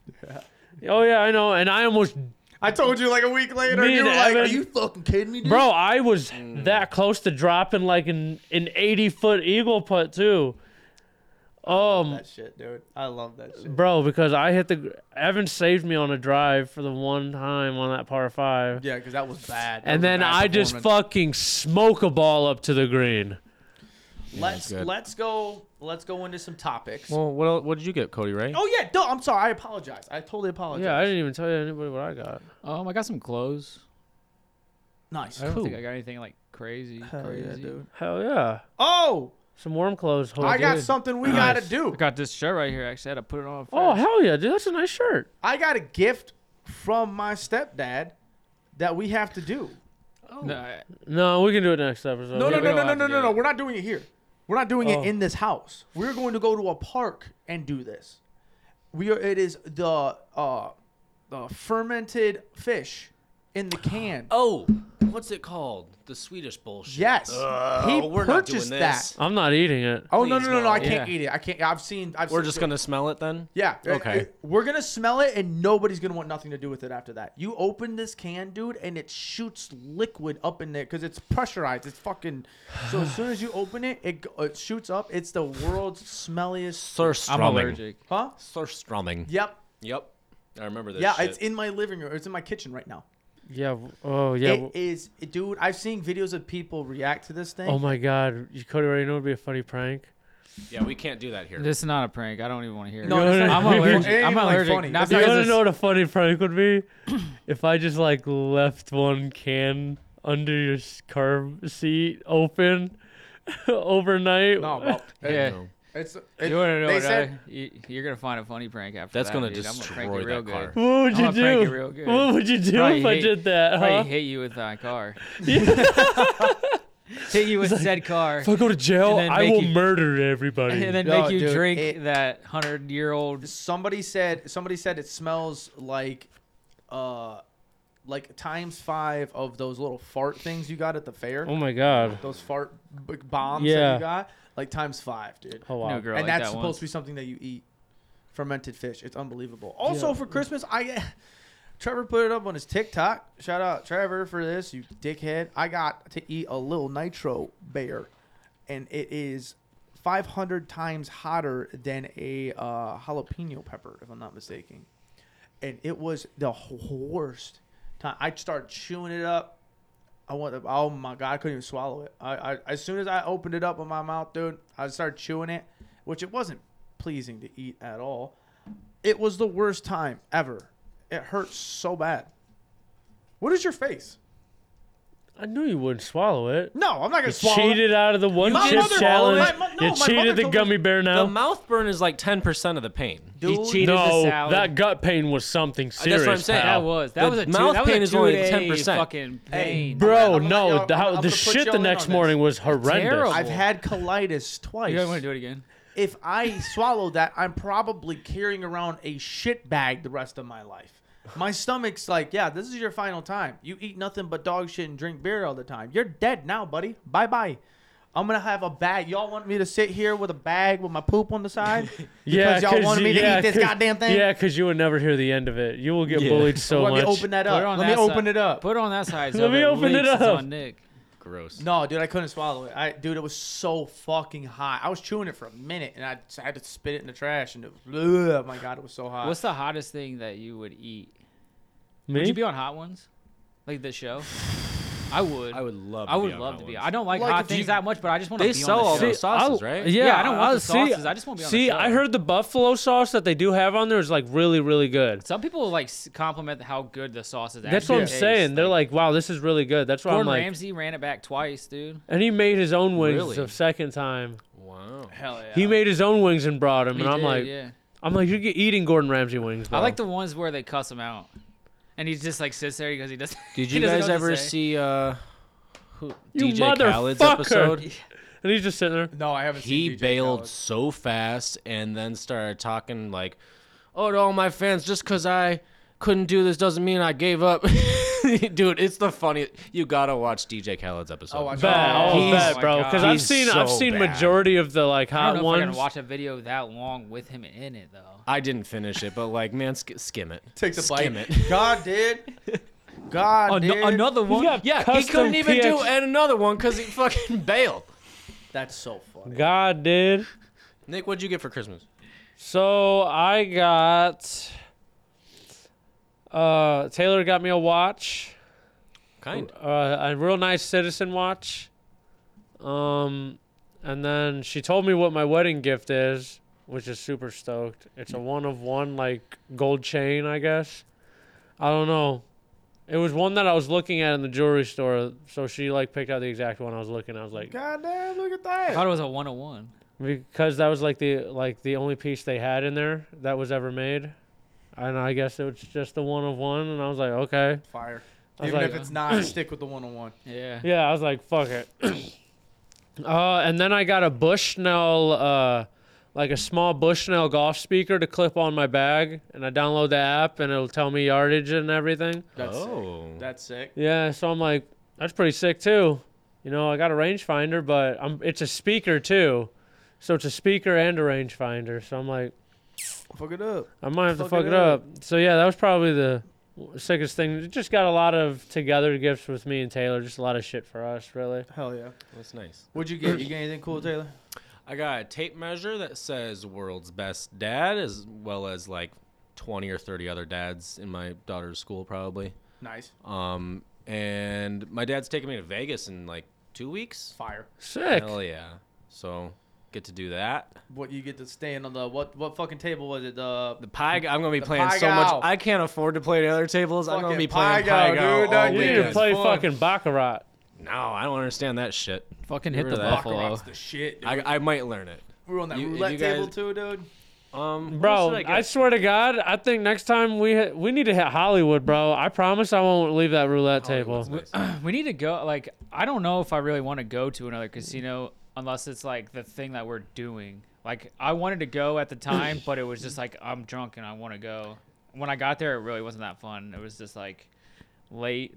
Speaker 1: Oh yeah, I know, and I almost,
Speaker 2: I told you like a week later.
Speaker 1: Me
Speaker 2: you
Speaker 1: and
Speaker 2: were like, are
Speaker 1: Evan-
Speaker 2: you fucking kidding me, dude?
Speaker 1: bro, I was
Speaker 2: Mm.
Speaker 1: that close to dropping like an an eighty foot eagle putt too. Um,
Speaker 2: that shit, dude. I love that shit.
Speaker 1: bro, because I hit the Evan saved me on a drive for the one time on that par five,
Speaker 2: Yeah, because that was bad. That was
Speaker 1: and
Speaker 2: a
Speaker 1: then
Speaker 2: bad
Speaker 1: I just
Speaker 2: performance.
Speaker 1: fucking smoke a ball up to the green.
Speaker 2: Let's
Speaker 5: good.
Speaker 2: let's go. Let's go into some topics.
Speaker 5: Well, what else, what did you get, Cody? Right?
Speaker 2: oh yeah, no, I'm sorry. I apologize. I totally apologize.
Speaker 1: Yeah, I didn't even tell you anybody what I got.
Speaker 3: Um, I got some clothes.
Speaker 2: nice.
Speaker 3: I don't
Speaker 5: Cool.
Speaker 3: think I got anything like crazy.
Speaker 2: Hell
Speaker 3: crazy.
Speaker 2: yeah, dude.
Speaker 1: Hell yeah,
Speaker 2: Oh,
Speaker 1: some warm clothes.
Speaker 2: I got
Speaker 1: dude.
Speaker 2: something we gotta do.
Speaker 3: I got this shirt right here. Actually, I had to put it on.
Speaker 1: Oh
Speaker 3: first.
Speaker 1: hell yeah, dude! That's a nice shirt.
Speaker 2: I got a gift from my stepdad that we have to do.
Speaker 3: No, I-
Speaker 1: No, we can do it next episode.
Speaker 2: No, no,
Speaker 3: we
Speaker 2: no,
Speaker 3: don't
Speaker 2: no,
Speaker 3: have
Speaker 2: no,
Speaker 3: to
Speaker 2: no,
Speaker 3: do
Speaker 2: no, no.
Speaker 3: it.
Speaker 2: We're not doing it here. We're not doing
Speaker 1: Oh.
Speaker 2: it in this house. We're going to go to a park and do this. We are. It is the uh, the fermented fish in the can.
Speaker 5: Oh, what's it called? The Swedish bullshit.
Speaker 2: Yes.
Speaker 5: Ugh,
Speaker 2: He
Speaker 5: Uh, we're not doing
Speaker 2: purchased
Speaker 5: this.
Speaker 1: I'm not eating it.
Speaker 2: Oh no
Speaker 5: Please,
Speaker 2: no no no!
Speaker 5: no.
Speaker 2: I can't
Speaker 3: Yeah.
Speaker 2: eat it. I can't. I've seen. I've
Speaker 5: We're
Speaker 2: seen
Speaker 5: just gonna smell it then.
Speaker 2: Yeah. it-
Speaker 5: Okay.
Speaker 2: it- we're gonna smell it, and nobody's gonna want nothing to do with it after that. You open this can, dude, and it shoots liquid up in there because it's pressurized. It's fucking. So as soon as you open it, it, go- it shoots up. It's the world's smelliest.
Speaker 5: Surstroming.
Speaker 3: I'm allergic.
Speaker 2: Huh?
Speaker 5: Surstroming.
Speaker 2: Yep.
Speaker 5: Yep. I remember this.
Speaker 2: yeah,
Speaker 5: shit.
Speaker 2: it's in my living room. It's in my kitchen right now.
Speaker 1: Yeah. w- Oh yeah.
Speaker 2: Yeah,
Speaker 1: w-
Speaker 2: it is, dude. I've seen videos of people react to this thing.
Speaker 1: Oh my God. You could already know it'd be a funny prank.
Speaker 5: yeah, we can't do that here.
Speaker 3: This is not a prank. I don't even want to hear it.
Speaker 2: No, it's
Speaker 1: not-
Speaker 3: I'm
Speaker 1: it ain't
Speaker 3: allergic.
Speaker 2: even,
Speaker 3: I'm
Speaker 2: like,
Speaker 3: allergic.
Speaker 2: funny.
Speaker 3: Not
Speaker 2: It's
Speaker 1: You
Speaker 2: not
Speaker 3: because
Speaker 1: want to
Speaker 3: it's-
Speaker 1: know what a funny prank would be? if I just like left one can under your s- car seat open overnight.
Speaker 2: No, well, it-
Speaker 3: Yeah.
Speaker 5: No.
Speaker 2: it's. It,
Speaker 3: You want to know
Speaker 2: they
Speaker 3: what
Speaker 2: said,
Speaker 3: I, you, you're gonna find a funny prank after
Speaker 5: That's
Speaker 3: that.
Speaker 5: gonna
Speaker 3: dude. I'm
Speaker 5: destroy
Speaker 3: gonna prank you real
Speaker 5: that car.
Speaker 3: good.
Speaker 1: What would
Speaker 3: I'm
Speaker 1: you
Speaker 3: gonna prank you
Speaker 1: do?
Speaker 3: real good.
Speaker 1: What would you do
Speaker 3: Probably
Speaker 1: if I
Speaker 3: hate-
Speaker 1: did that?
Speaker 3: Probably
Speaker 1: Huh?
Speaker 3: hit you with that car. hit you with said car,
Speaker 1: If I go to
Speaker 3: And
Speaker 1: jail,
Speaker 3: then
Speaker 1: I
Speaker 3: make
Speaker 1: will
Speaker 3: you-
Speaker 1: murder everybody.
Speaker 3: and then
Speaker 2: No,
Speaker 3: make you
Speaker 2: dude,
Speaker 3: drink
Speaker 2: it-
Speaker 3: that hundred year old.
Speaker 2: somebody said. Somebody said it smells like, uh, like times five of those little fart things you got at the fair.
Speaker 1: oh my God.
Speaker 2: Those fart b- bombs that
Speaker 1: Yeah.
Speaker 2: you got, like times five, dude.
Speaker 1: Oh wow.
Speaker 3: No girl,
Speaker 2: and
Speaker 3: like
Speaker 2: that's
Speaker 3: that
Speaker 2: supposed
Speaker 3: once.
Speaker 2: to be something that you eat. Fermented fish. It's unbelievable. Also for Christmas, I Trevor put it up on his TikTok. Shout out Trevor for this, you dickhead. I got to eat a little nitro bear, and it is 500 times hotter than a uh, jalapeno pepper, if I'm not mistaken. And it was the worst time. I started chewing it up. I want. Oh my god, I couldn't even swallow it. I, I as soon as I opened it up in my mouth, dude, I started chewing it, which it wasn't pleasing to eat at all. It was the worst time ever. It hurt so bad. What is your face?
Speaker 1: I knew you wouldn't swallow it.
Speaker 2: No, I'm not gonna
Speaker 1: You
Speaker 2: swallow. it.
Speaker 1: cheated out of the one
Speaker 2: My
Speaker 1: chip
Speaker 2: mother-
Speaker 1: challenge.
Speaker 2: my mo- no,
Speaker 1: you
Speaker 2: my mother
Speaker 1: cheated the
Speaker 2: told me-
Speaker 1: gummy bear
Speaker 5: The
Speaker 1: now.
Speaker 5: mouth burn is like 10% of the pain.
Speaker 3: He
Speaker 2: Dude,
Speaker 3: cheated
Speaker 1: no,
Speaker 3: the salad.
Speaker 1: that gut pain was something serious.
Speaker 5: That's what I'm saying.
Speaker 1: pal.
Speaker 3: That was that
Speaker 5: The
Speaker 3: was a two,
Speaker 5: mouth
Speaker 3: that was
Speaker 5: pain
Speaker 3: a
Speaker 5: is only
Speaker 3: two-day
Speaker 5: 10%.
Speaker 3: Fucking pain.
Speaker 2: Bro,
Speaker 1: Bro,
Speaker 2: I'm gonna-
Speaker 1: no,
Speaker 2: I'm
Speaker 1: the,
Speaker 2: gonna-
Speaker 1: how-
Speaker 2: I'm
Speaker 1: the
Speaker 2: gonna put
Speaker 1: shit
Speaker 2: y'all
Speaker 1: the
Speaker 2: in
Speaker 1: next
Speaker 2: on this.
Speaker 1: morning was horrendous.
Speaker 3: terrible.
Speaker 2: I've had colitis twice.
Speaker 3: you guys want to do it again?
Speaker 2: if I swallow that, I'm probably carrying around a shit bag the rest of my life. My stomach's like, yeah, this is your final time. You eat nothing but dog shit and drink beer all the time. You're dead now, buddy. Bye bye. I'm gonna have a bag. Y'all want me to sit here with a bag with my poop on the side?
Speaker 1: yeah,
Speaker 2: Because y'all wanted me to
Speaker 1: yeah,
Speaker 2: eat this
Speaker 1: 'cause-
Speaker 2: goddamn thing.
Speaker 1: Yeah, because you would never hear the end of it. You will get
Speaker 5: Yeah.
Speaker 1: bullied so
Speaker 2: Let
Speaker 1: much.
Speaker 2: me open that
Speaker 3: Put it
Speaker 2: up.
Speaker 3: on
Speaker 2: Let me
Speaker 3: that
Speaker 2: open
Speaker 3: side.
Speaker 2: it up.
Speaker 3: Put it on that side. so
Speaker 1: Let
Speaker 3: if
Speaker 1: me
Speaker 3: it
Speaker 1: open it
Speaker 3: leaks, it's
Speaker 1: up.
Speaker 3: on Nick.
Speaker 5: Gross.
Speaker 2: No, dude, I couldn't swallow it. I, dude, it was so fucking hot. I was chewing it for a minute, and I, I had to spit it in the trash, and it was, ugh, my god, it was so hot.
Speaker 3: What's the hottest thing that you would eat? Would
Speaker 1: Me?
Speaker 3: you be on Hot Ones, like this show? I would.
Speaker 5: I would love.
Speaker 3: I would
Speaker 5: on
Speaker 3: love
Speaker 5: that
Speaker 3: to be.
Speaker 5: one.
Speaker 3: I don't like,
Speaker 2: Like
Speaker 3: hot
Speaker 2: if you-
Speaker 3: things that much, but I just want to
Speaker 5: They
Speaker 3: be
Speaker 5: sell
Speaker 3: on
Speaker 5: all
Speaker 3: the show.
Speaker 5: those sauces,
Speaker 1: I'll-
Speaker 5: right?
Speaker 1: Yeah,
Speaker 3: Yeah, I don't want
Speaker 1: I'll
Speaker 3: the
Speaker 1: see-
Speaker 3: sauces. I just want to be on the
Speaker 1: See,
Speaker 3: show.
Speaker 1: I heard the buffalo sauce that they do have on there is like really, really good.
Speaker 3: Some people like s- compliment how good the sauce is.
Speaker 1: That's
Speaker 3: actually
Speaker 1: what I'm
Speaker 3: taste.
Speaker 1: saying. They're like, wow, this is really good. That's why I'm
Speaker 3: Gordon
Speaker 1: like,
Speaker 3: Ramsay ran it back twice, dude.
Speaker 1: and he made his own wings
Speaker 5: Really?
Speaker 1: the second time.
Speaker 5: Wow.
Speaker 3: Hell yeah.
Speaker 1: He made his own wings and brought him,
Speaker 3: He
Speaker 1: and I'm
Speaker 3: did,
Speaker 1: like,
Speaker 3: yeah.
Speaker 1: I'm like, you're eating Gordon Ramsay wings. Bro.
Speaker 3: I like the ones where they cuss him out, and he just like sits there because he doesn't.
Speaker 5: Did
Speaker 3: he
Speaker 5: you
Speaker 3: doesn't know
Speaker 5: guys
Speaker 3: what to
Speaker 5: ever
Speaker 3: say.
Speaker 5: see uh, who,
Speaker 1: You
Speaker 5: DJ Khaled's
Speaker 1: motherfucker.
Speaker 5: episode?
Speaker 1: and he's just sitting there.
Speaker 2: No, I haven't.
Speaker 5: He
Speaker 2: seen DJ
Speaker 5: bailed
Speaker 2: Khaled.
Speaker 5: so fast and then started talking like, "Oh, to all my fans, just 'cause I couldn't do this doesn't mean I gave up." Dude, it's the funniest. You gotta watch DJ Khaled's episode.
Speaker 2: I'll watch it.
Speaker 1: Bad,
Speaker 3: Oh,
Speaker 1: all
Speaker 3: he's-
Speaker 1: bad,
Speaker 3: my
Speaker 1: bro.
Speaker 3: God.
Speaker 1: Because I've
Speaker 5: He's
Speaker 1: seen, I've
Speaker 5: so
Speaker 1: seen
Speaker 5: bad.
Speaker 1: majority of the like
Speaker 3: I
Speaker 1: hot
Speaker 3: don't know if I
Speaker 1: ones.
Speaker 3: can watch a video that long with him in it though.
Speaker 5: I didn't finish it, but like, man, sk- skim it.
Speaker 2: Take the
Speaker 5: skim
Speaker 2: bite.
Speaker 5: it.
Speaker 2: God did. God did.
Speaker 1: one?
Speaker 5: Yeah, he couldn't even do and another one because he fucking bailed.
Speaker 2: That's so funny.
Speaker 1: God did.
Speaker 5: Nick, what'd you get for Christmas?
Speaker 1: So I got. Uh, Taylor got me a watch,
Speaker 5: Kind.
Speaker 1: uh, a real nice citizen watch. Um, and then she told me what my wedding gift is, which is super stoked. It's a one of one like gold chain, I guess. I don't know. It was one that I was looking at in the jewelry store, so she like picked out the exact one I was looking. I was like,
Speaker 2: God damn, look at
Speaker 3: I
Speaker 2: that.
Speaker 3: thought it was a one-on-one.
Speaker 1: because that was like the like the only piece they had in there that was ever made and i guess it was just the one of one and i was like okay
Speaker 2: Fire.
Speaker 1: I was
Speaker 2: Even
Speaker 1: like-
Speaker 2: if it's not, stick with the one on one.
Speaker 3: Yeah.
Speaker 1: yeah i was like fuck it uh, and then i got a bushnell uh, like a small bushnell golf speaker to clip on my bag and i download the app and it'll tell me yardage and everything
Speaker 2: That's sick.
Speaker 5: oh.
Speaker 2: That's sick.
Speaker 1: yeah so i'm like That's pretty sick too. You know, I got a rangefinder, but I'm it's a speaker too. So it's a speaker and a rangefinder. So I'm like,
Speaker 2: Fuck it up.
Speaker 1: I might have to
Speaker 2: Fuck
Speaker 1: fuck
Speaker 2: it
Speaker 1: it up. So yeah, that was probably the w- sickest thing. It just got a lot of together gifts with me and Taylor. Just a lot of shit for us, really.
Speaker 2: Hell yeah.
Speaker 5: That's nice.
Speaker 2: What'd you get? You get anything cool, Taylor?
Speaker 5: I got a tape measure that says "World's Best Dad," as well as like twenty or thirty other dads in my daughter's school, probably.
Speaker 2: Nice.
Speaker 5: Um, and my dad's taking me to Vegas in like two weeks.
Speaker 2: Fire.
Speaker 1: Sick.
Speaker 5: Hell yeah! So get to do that.
Speaker 2: What you get to stand on the what? What fucking table was it? The
Speaker 5: The pie. I'm gonna be
Speaker 2: The
Speaker 5: playing
Speaker 2: Pie
Speaker 5: so much.
Speaker 2: Gow.
Speaker 5: I can't afford to play the other tables. I'm gonna
Speaker 2: Fucking
Speaker 5: be
Speaker 2: Pie
Speaker 5: playing
Speaker 2: Gow,
Speaker 5: pie Gow
Speaker 2: dude.
Speaker 5: all
Speaker 2: Don't
Speaker 1: you need
Speaker 5: weekend.
Speaker 1: to play
Speaker 2: fun.
Speaker 1: fucking baccarat.
Speaker 5: No, I don't understand that shit.
Speaker 3: Fucking hit
Speaker 5: Get
Speaker 3: the
Speaker 5: rid of that.
Speaker 3: buffalo.
Speaker 2: Baccarat's the shit. Dude.
Speaker 5: I, I might learn it.
Speaker 2: we were on that
Speaker 5: you-
Speaker 2: roulette
Speaker 5: you guys-
Speaker 2: table too, dude.
Speaker 5: Um,
Speaker 1: Bro,
Speaker 5: what should
Speaker 1: I,
Speaker 5: get?
Speaker 1: swear to God, I think next time we hit, we need to hit Hollywood, bro. I promise I won't leave that roulette
Speaker 5: Hollywood's
Speaker 1: table.
Speaker 5: nice.
Speaker 3: We need to go. Like, I don't know if I really want to go to another casino unless it's like the thing that we're doing. Like, I wanted to go at the time, but it was just like I'm drunk and I want to go. When I got there, it really wasn't that fun. It was just like late.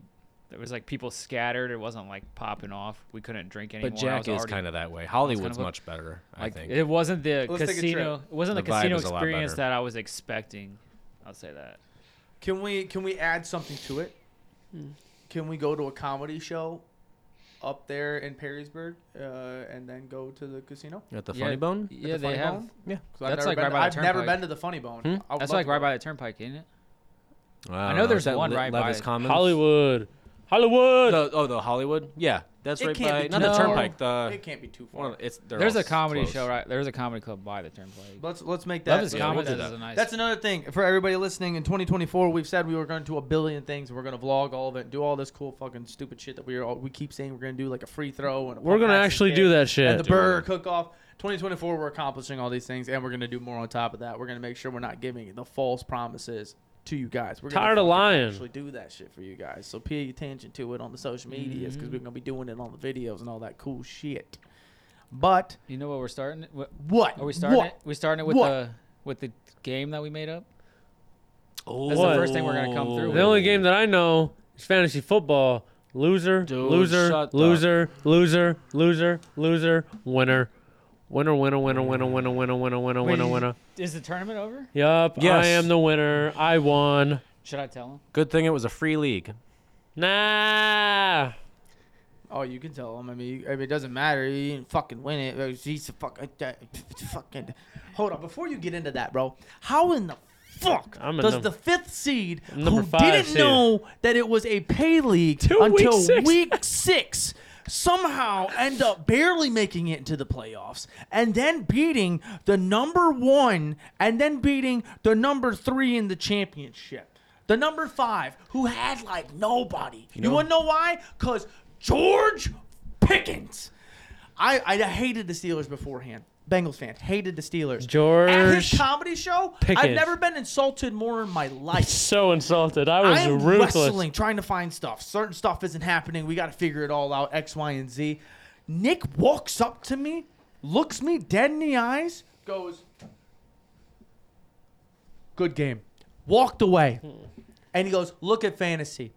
Speaker 3: There was like people scattered. It wasn't like popping off. We couldn't drink anymore.
Speaker 5: But Jack is kind of that way. Hollywood's
Speaker 3: what-
Speaker 5: much better,
Speaker 3: like
Speaker 5: I think.
Speaker 3: it wasn't the
Speaker 2: Let's take a
Speaker 3: casino. It wasn't the,
Speaker 5: The vibe
Speaker 3: casino
Speaker 5: is a lot
Speaker 3: experience
Speaker 5: better.
Speaker 3: that I was expecting. I'll say that.
Speaker 2: Can we can we add something to it? Can we go to a comedy show up there in Perrysburg uh, and then go to the casino?
Speaker 5: At the
Speaker 3: Yeah,
Speaker 5: Funny Bone?
Speaker 3: Yeah,
Speaker 2: the
Speaker 3: they
Speaker 2: Funny
Speaker 3: have.
Speaker 2: Bone?
Speaker 5: Yeah.
Speaker 2: 'Cause I've
Speaker 3: That's
Speaker 2: never
Speaker 3: like
Speaker 2: been
Speaker 3: right
Speaker 2: to-
Speaker 3: by the
Speaker 2: I've never
Speaker 3: turnpike.
Speaker 2: been to the Funny Bone.
Speaker 5: Hmm?
Speaker 2: I would love
Speaker 3: That's like
Speaker 2: to
Speaker 3: right
Speaker 2: go.
Speaker 3: by the turnpike, ain't it?
Speaker 5: I,
Speaker 3: know there's one right by
Speaker 5: Levis
Speaker 3: it.
Speaker 5: Commons?
Speaker 1: Hollywood. Hollywood.
Speaker 5: The, oh, the Hollywood? Yeah, that's
Speaker 2: It
Speaker 5: right
Speaker 2: can't
Speaker 5: by
Speaker 2: be
Speaker 5: not
Speaker 2: too
Speaker 5: the
Speaker 2: far.
Speaker 5: Turnpike. The
Speaker 2: It can't be too
Speaker 5: one
Speaker 2: far.
Speaker 5: of, it's they're
Speaker 3: There's
Speaker 5: all
Speaker 3: a comedy
Speaker 5: close.
Speaker 3: show. Right, there's a comedy club by the turnpike.
Speaker 2: Let's let's make
Speaker 3: Love
Speaker 2: that.
Speaker 3: is
Speaker 5: yeah, we'll
Speaker 3: comedy.
Speaker 5: do
Speaker 3: That's
Speaker 5: that.
Speaker 3: a nice.
Speaker 2: That's another thing for everybody listening. In 2024, we've said we were going to do a billion things. We're going to vlog all of it, do all this cool fucking stupid shit that we are all, we keep saying we're going to do, like a free throw. And a
Speaker 1: We're gonna
Speaker 2: pump action
Speaker 1: actually
Speaker 2: kick
Speaker 1: do that
Speaker 2: And
Speaker 1: shit.
Speaker 2: the burger cook off. 2024, we're accomplishing all these things, and we're going to do more on top of that. We're going to make sure we're not giving the false promises to you guys. We're gonna
Speaker 1: Tired of
Speaker 2: fucking
Speaker 1: lying.
Speaker 2: Actually, do that shit for you guys. So pay attention to it on the social medias
Speaker 1: Mm-hmm.
Speaker 2: because we're going to be doing it on the videos and all that cool shit. But
Speaker 3: You know what we're starting? What,
Speaker 2: what
Speaker 3: are we starting?
Speaker 2: What?
Speaker 3: It? We starting it with
Speaker 2: What?
Speaker 3: the with the game that we made up.
Speaker 5: Oh,
Speaker 3: That's
Speaker 1: the
Speaker 3: first thing we're gonna come through
Speaker 1: The only game that I know is fantasy football. Loser,
Speaker 5: Dude, shut
Speaker 1: loser,
Speaker 5: up.
Speaker 1: loser, loser, loser, loser, winner. Winner, winner, winner, winner, winner, winner, winner, winner, winner, winner.
Speaker 3: Is the tournament over?
Speaker 1: Yup,
Speaker 5: Yes.
Speaker 1: I am the winner. I won.
Speaker 3: Should I tell him?
Speaker 5: Good thing it was a free league.
Speaker 1: Nah.
Speaker 2: Oh, you can tell him. I mean, you- I mean, it doesn't matter. You didn't fucking win it. Like, He's a fuck. I- I- Fucking. Hold on. Before you get into that, bro, how in the fuck
Speaker 1: I'm a
Speaker 2: does
Speaker 1: number-
Speaker 2: the fifth seed,
Speaker 1: I'm number
Speaker 2: who
Speaker 1: five
Speaker 2: didn't
Speaker 1: seed.
Speaker 2: know that it was a pay league
Speaker 1: Till week
Speaker 2: until
Speaker 1: six.
Speaker 2: week six, somehow end up barely making it into the playoffs, and then beating the number one, and then beating the number three in the championship? The number five, who had like nobody. You,
Speaker 5: know-
Speaker 2: want to know why? Because George Pickens. I, I hated the Steelers beforehand. Bengals fan. Hated the Steelers.
Speaker 1: George
Speaker 2: At his comedy show, I've
Speaker 1: Pickens.
Speaker 2: never been insulted more in my life.
Speaker 1: So insulted. I was
Speaker 2: I'm
Speaker 1: ruthless.
Speaker 2: wrestling, trying to find stuff. Certain stuff isn't happening. We got to figure it all out. X, Y, and Z. Nick walks up to me, looks me dead in the eyes, goes, Good game. Walked away. And he goes, Look at fantasy.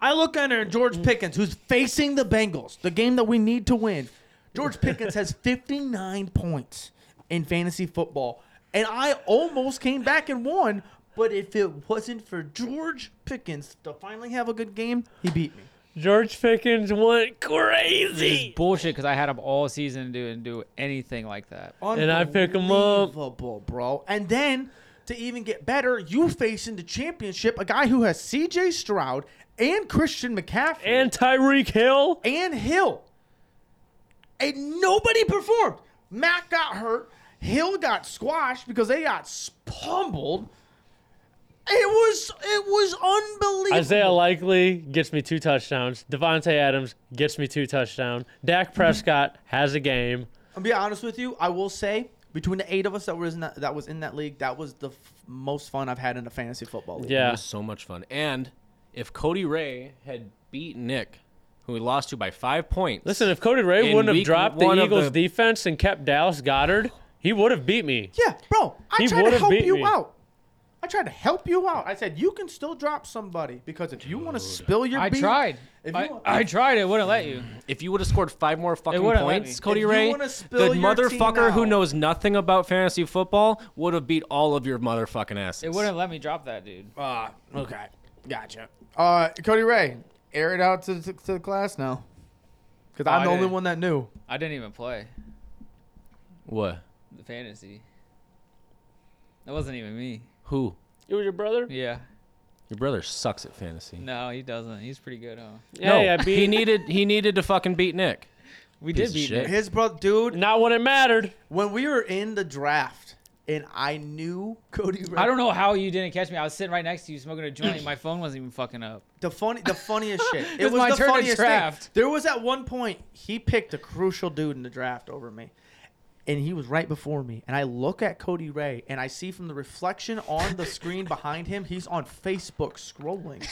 Speaker 2: I look under and George Pickens, who's facing the Bengals, the game that we need to win. George Pickens has 59 points in fantasy football. And I almost came back and won, but if it wasn't for George Pickens to finally have a good game, he beat me.
Speaker 1: George Pickens went crazy.
Speaker 3: Bullshit, because I had him all season to and do anything like that.
Speaker 1: And I pick 'em up.
Speaker 2: Unbelievable, bro. And then to even get better, you face in the championship a guy who has CJ Stroud and Christian McCaffrey
Speaker 1: And Tyreek Hill.
Speaker 2: and Hill. And nobody performed. Mac got hurt. Hill got squashed because they got pummeled. It was it was unbelievable.
Speaker 1: Isaiah Likely gets me two touchdowns. Devontae Adams gets me two touchdowns. Dak Prescott has a game.
Speaker 2: I'll be honest with you. I will say between the eight of us that was in that, that was in that league, that was the f- most fun I've had in a fantasy football league.
Speaker 5: It
Speaker 1: Yeah.
Speaker 5: was so much fun. And if Cody Ray had beat Nick, who he lost to by five points,
Speaker 1: Listen, if Cody Ray
Speaker 5: In
Speaker 1: wouldn't have
Speaker 5: week
Speaker 1: dropped
Speaker 5: one
Speaker 1: the
Speaker 5: of
Speaker 1: Eagles'
Speaker 5: the-
Speaker 1: defense and kept Dallas Goddard, he would have beat me.
Speaker 2: Yeah, bro. I
Speaker 1: He
Speaker 2: tried to
Speaker 1: would've
Speaker 2: help
Speaker 1: beat
Speaker 2: you
Speaker 1: me.
Speaker 2: out. I tried to help you out. I said you can still drop somebody because if you want to spill your
Speaker 3: I
Speaker 2: beer-
Speaker 3: tried.
Speaker 2: If you
Speaker 3: I,
Speaker 2: want-
Speaker 3: I tried. It wouldn't let you.
Speaker 5: If you would have scored five more fucking
Speaker 3: wouldn't let
Speaker 5: points,
Speaker 3: me.
Speaker 5: Cody
Speaker 2: If you
Speaker 5: Ray,
Speaker 2: wanna
Speaker 5: the
Speaker 2: spill your team
Speaker 5: motherfucker who
Speaker 2: out.
Speaker 5: knows nothing about fantasy football would have beat all of your motherfucking asses.
Speaker 3: It wouldn't let me drop that dude.
Speaker 2: Ah, okay, gotcha. Uh, Cody Ray, air it out to, to, to the class now, because I'm
Speaker 3: I
Speaker 2: the only
Speaker 3: didn't-
Speaker 2: one that knew.
Speaker 3: I didn't even play
Speaker 5: What?
Speaker 3: the fantasy. That wasn't even me.
Speaker 5: Who?
Speaker 1: It was your brother.
Speaker 3: Yeah.
Speaker 5: Your brother sucks at fantasy.
Speaker 3: No, he doesn't. He's pretty good, huh?
Speaker 1: Yeah,
Speaker 5: No,
Speaker 1: yeah. Beat,
Speaker 5: he needed he needed to fucking beat Nick.
Speaker 3: We
Speaker 5: Piece
Speaker 3: did
Speaker 5: of
Speaker 3: beat
Speaker 5: shit.
Speaker 2: His brother, dude.
Speaker 1: not when it mattered.
Speaker 2: When we were in the draft, and I knew Cody Ray.
Speaker 3: I don't know how you didn't catch me. I was sitting right next to you smoking a joint. and My phone wasn't even fucking up.
Speaker 2: The funny, the funniest shit. It
Speaker 3: was
Speaker 2: was
Speaker 3: my
Speaker 2: the
Speaker 3: turn to
Speaker 2: funniest thing.
Speaker 3: draft.
Speaker 2: There was at one point he picked a crucial dude in the draft over me, and he was right before me. And I look at Cody Ray, and I see from the reflection on the screen behind him, he's on Facebook scrolling.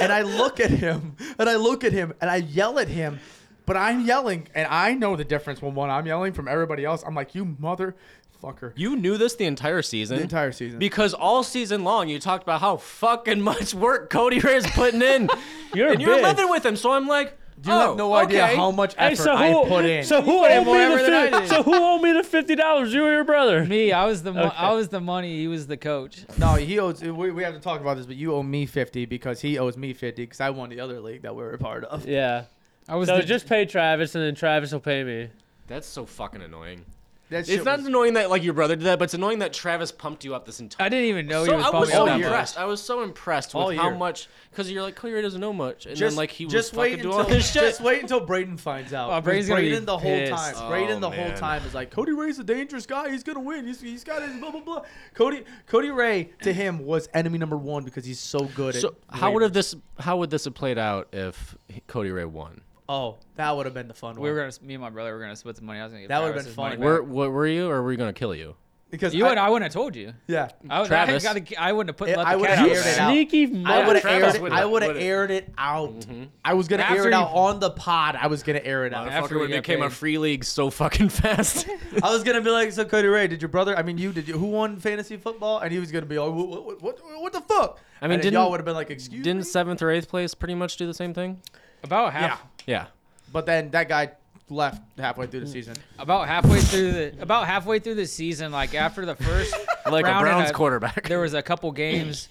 Speaker 2: and I look at him, and I look at him, and I yell at him. But I'm yelling, and I know the difference when one I'm yelling from everybody else. I'm like, you motherfucker,
Speaker 5: You knew this the entire season.
Speaker 2: the entire season.
Speaker 5: Because all season long you talked about how fucking much work Cody Ray's putting in.
Speaker 1: You're a
Speaker 5: and you're
Speaker 1: bitch.
Speaker 5: living with him, so I'm like,
Speaker 2: you have
Speaker 5: oh,
Speaker 2: no idea
Speaker 5: okay.
Speaker 2: how much effort
Speaker 1: Hey, so
Speaker 2: I
Speaker 1: who,
Speaker 2: put in.
Speaker 1: so who
Speaker 3: put in
Speaker 1: owed
Speaker 3: more
Speaker 1: me
Speaker 3: effort than
Speaker 1: the
Speaker 3: I
Speaker 1: fif-
Speaker 3: did.
Speaker 1: so who owed me the fifty dollars? You or your brother?
Speaker 3: Me, I was the mo-
Speaker 1: Okay.
Speaker 3: I was the money. He was the coach.
Speaker 2: No, he owes. We, we have to talk about this, but you owe me fifty because he owes me fifty because I won the other league that we were a part of.
Speaker 1: Yeah.
Speaker 3: I was
Speaker 1: So
Speaker 3: the,
Speaker 1: just pay Travis, and then Travis will pay me.
Speaker 5: That's so fucking annoying.
Speaker 2: That's
Speaker 5: It's not annoying that like your brother did that, but it's annoying that Travis pumped you up this entire.
Speaker 3: I didn't even know
Speaker 5: so
Speaker 3: he was
Speaker 5: I Oh, was
Speaker 3: pumping
Speaker 5: so
Speaker 3: up that
Speaker 2: year.
Speaker 3: much.
Speaker 5: impressed. I was so impressed with
Speaker 2: All
Speaker 5: how
Speaker 2: year.
Speaker 5: much because you're like Cody Ray doesn't know much, and
Speaker 2: just
Speaker 5: then like he was
Speaker 2: just wait
Speaker 5: fucking doing
Speaker 2: until
Speaker 5: all this shit.
Speaker 2: just wait until Braden finds out.
Speaker 3: Oh,
Speaker 2: 'Cause
Speaker 3: Braden's gonna be
Speaker 2: Braden the whole
Speaker 3: pissed.
Speaker 2: time. Braden the
Speaker 5: Oh, man.
Speaker 2: whole time is like Cody Ray's a dangerous guy. He's gonna win. He's, he's got his blah blah blah. Cody Cody Ray to him was enemy number one because he's so good.
Speaker 5: so
Speaker 2: at
Speaker 5: how would
Speaker 2: Raiders.
Speaker 5: have this how would this have played out if Cody Ray won?
Speaker 2: Oh, that would have been the fun
Speaker 3: We
Speaker 2: one.
Speaker 3: were gonna, me and my brother were gonna split the money. I was gonna get
Speaker 2: That would've
Speaker 3: Travis
Speaker 2: been
Speaker 3: his money
Speaker 2: funny.
Speaker 3: back.
Speaker 5: Were, were were you or were you gonna kill you?
Speaker 2: because
Speaker 3: You and I wouldn't have told you.
Speaker 2: yeah.
Speaker 3: I, would, I,
Speaker 5: Travis.
Speaker 3: got the, I wouldn't have put
Speaker 2: Yeah,
Speaker 3: let
Speaker 2: I
Speaker 3: the
Speaker 2: would've
Speaker 3: cat out of
Speaker 2: aired
Speaker 3: the
Speaker 2: it
Speaker 3: bag.
Speaker 2: out.
Speaker 1: Sneaky
Speaker 2: I
Speaker 1: mother-
Speaker 2: would have
Speaker 5: Travis
Speaker 2: aired it.
Speaker 5: would've-
Speaker 2: I would have
Speaker 5: would've-
Speaker 2: aired it out.
Speaker 3: Mm-hmm.
Speaker 2: I was gonna
Speaker 3: After
Speaker 2: air it
Speaker 3: you-
Speaker 2: out on the pod. I was gonna air it out.
Speaker 3: After
Speaker 5: Motherfucker
Speaker 3: we
Speaker 5: would
Speaker 3: got
Speaker 5: became a
Speaker 3: paid.
Speaker 5: free league so fucking fast.
Speaker 2: I was gonna be like, so Cody Ray, did your brother? I mean, you did you? Who won fantasy football? And he was gonna be like, what, what, what, what the fuck?
Speaker 5: I mean,
Speaker 2: And
Speaker 5: didn't-
Speaker 2: y'all would have been like, excuse
Speaker 5: Didn't
Speaker 2: me?
Speaker 5: seventh or eighth place pretty much do the same thing?
Speaker 3: About half.
Speaker 2: Yeah,
Speaker 5: Yeah.
Speaker 2: but then that guy left halfway through the season.
Speaker 3: About halfway through the about halfway through the season, like after the first
Speaker 5: Like
Speaker 3: round
Speaker 5: a
Speaker 3: and
Speaker 5: Browns quarterback.
Speaker 3: there was a couple games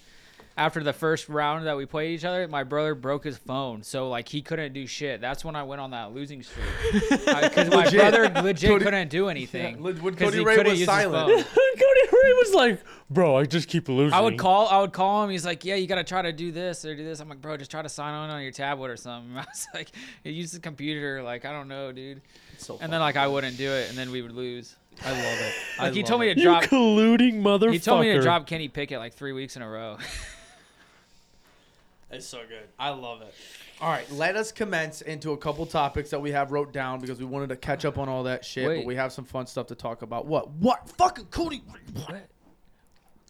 Speaker 3: after the first round that we played each other. My brother broke his phone, so like he couldn't do shit. That's when I went on that losing streak because my
Speaker 2: Legit.
Speaker 3: brother legit
Speaker 2: Cody-
Speaker 3: couldn't do anything
Speaker 2: Yeah, when
Speaker 3: 'cause
Speaker 2: Cody
Speaker 3: he
Speaker 2: Ray
Speaker 3: couldn't
Speaker 2: was
Speaker 3: use his
Speaker 2: silent.
Speaker 3: phone.
Speaker 1: Cody Ray was like, "Bro, I just keep losing."
Speaker 3: I would call. I would call him. He's like, "Yeah, you gotta try to do this or do this." I'm like, "Bro, just try to sign on on your tablet or something." I was like, "You "Use the computer." Like, I don't know, dude.
Speaker 2: So
Speaker 3: And then like I wouldn't do it, and then we would lose.
Speaker 2: I love it. I
Speaker 3: Like he
Speaker 2: love
Speaker 3: told me
Speaker 2: it.
Speaker 3: to
Speaker 1: You
Speaker 3: drop.
Speaker 1: colluding motherfucker.
Speaker 3: He told me to drop Kenny Pickett like three weeks in a row.
Speaker 2: It's so good. I love it. All right, let us commence into a couple topics that we have wrote down because we wanted to catch up on all that shit. But
Speaker 3: Wait.
Speaker 2: we have some fun stuff to talk about. What? What? Fucking Cody. What?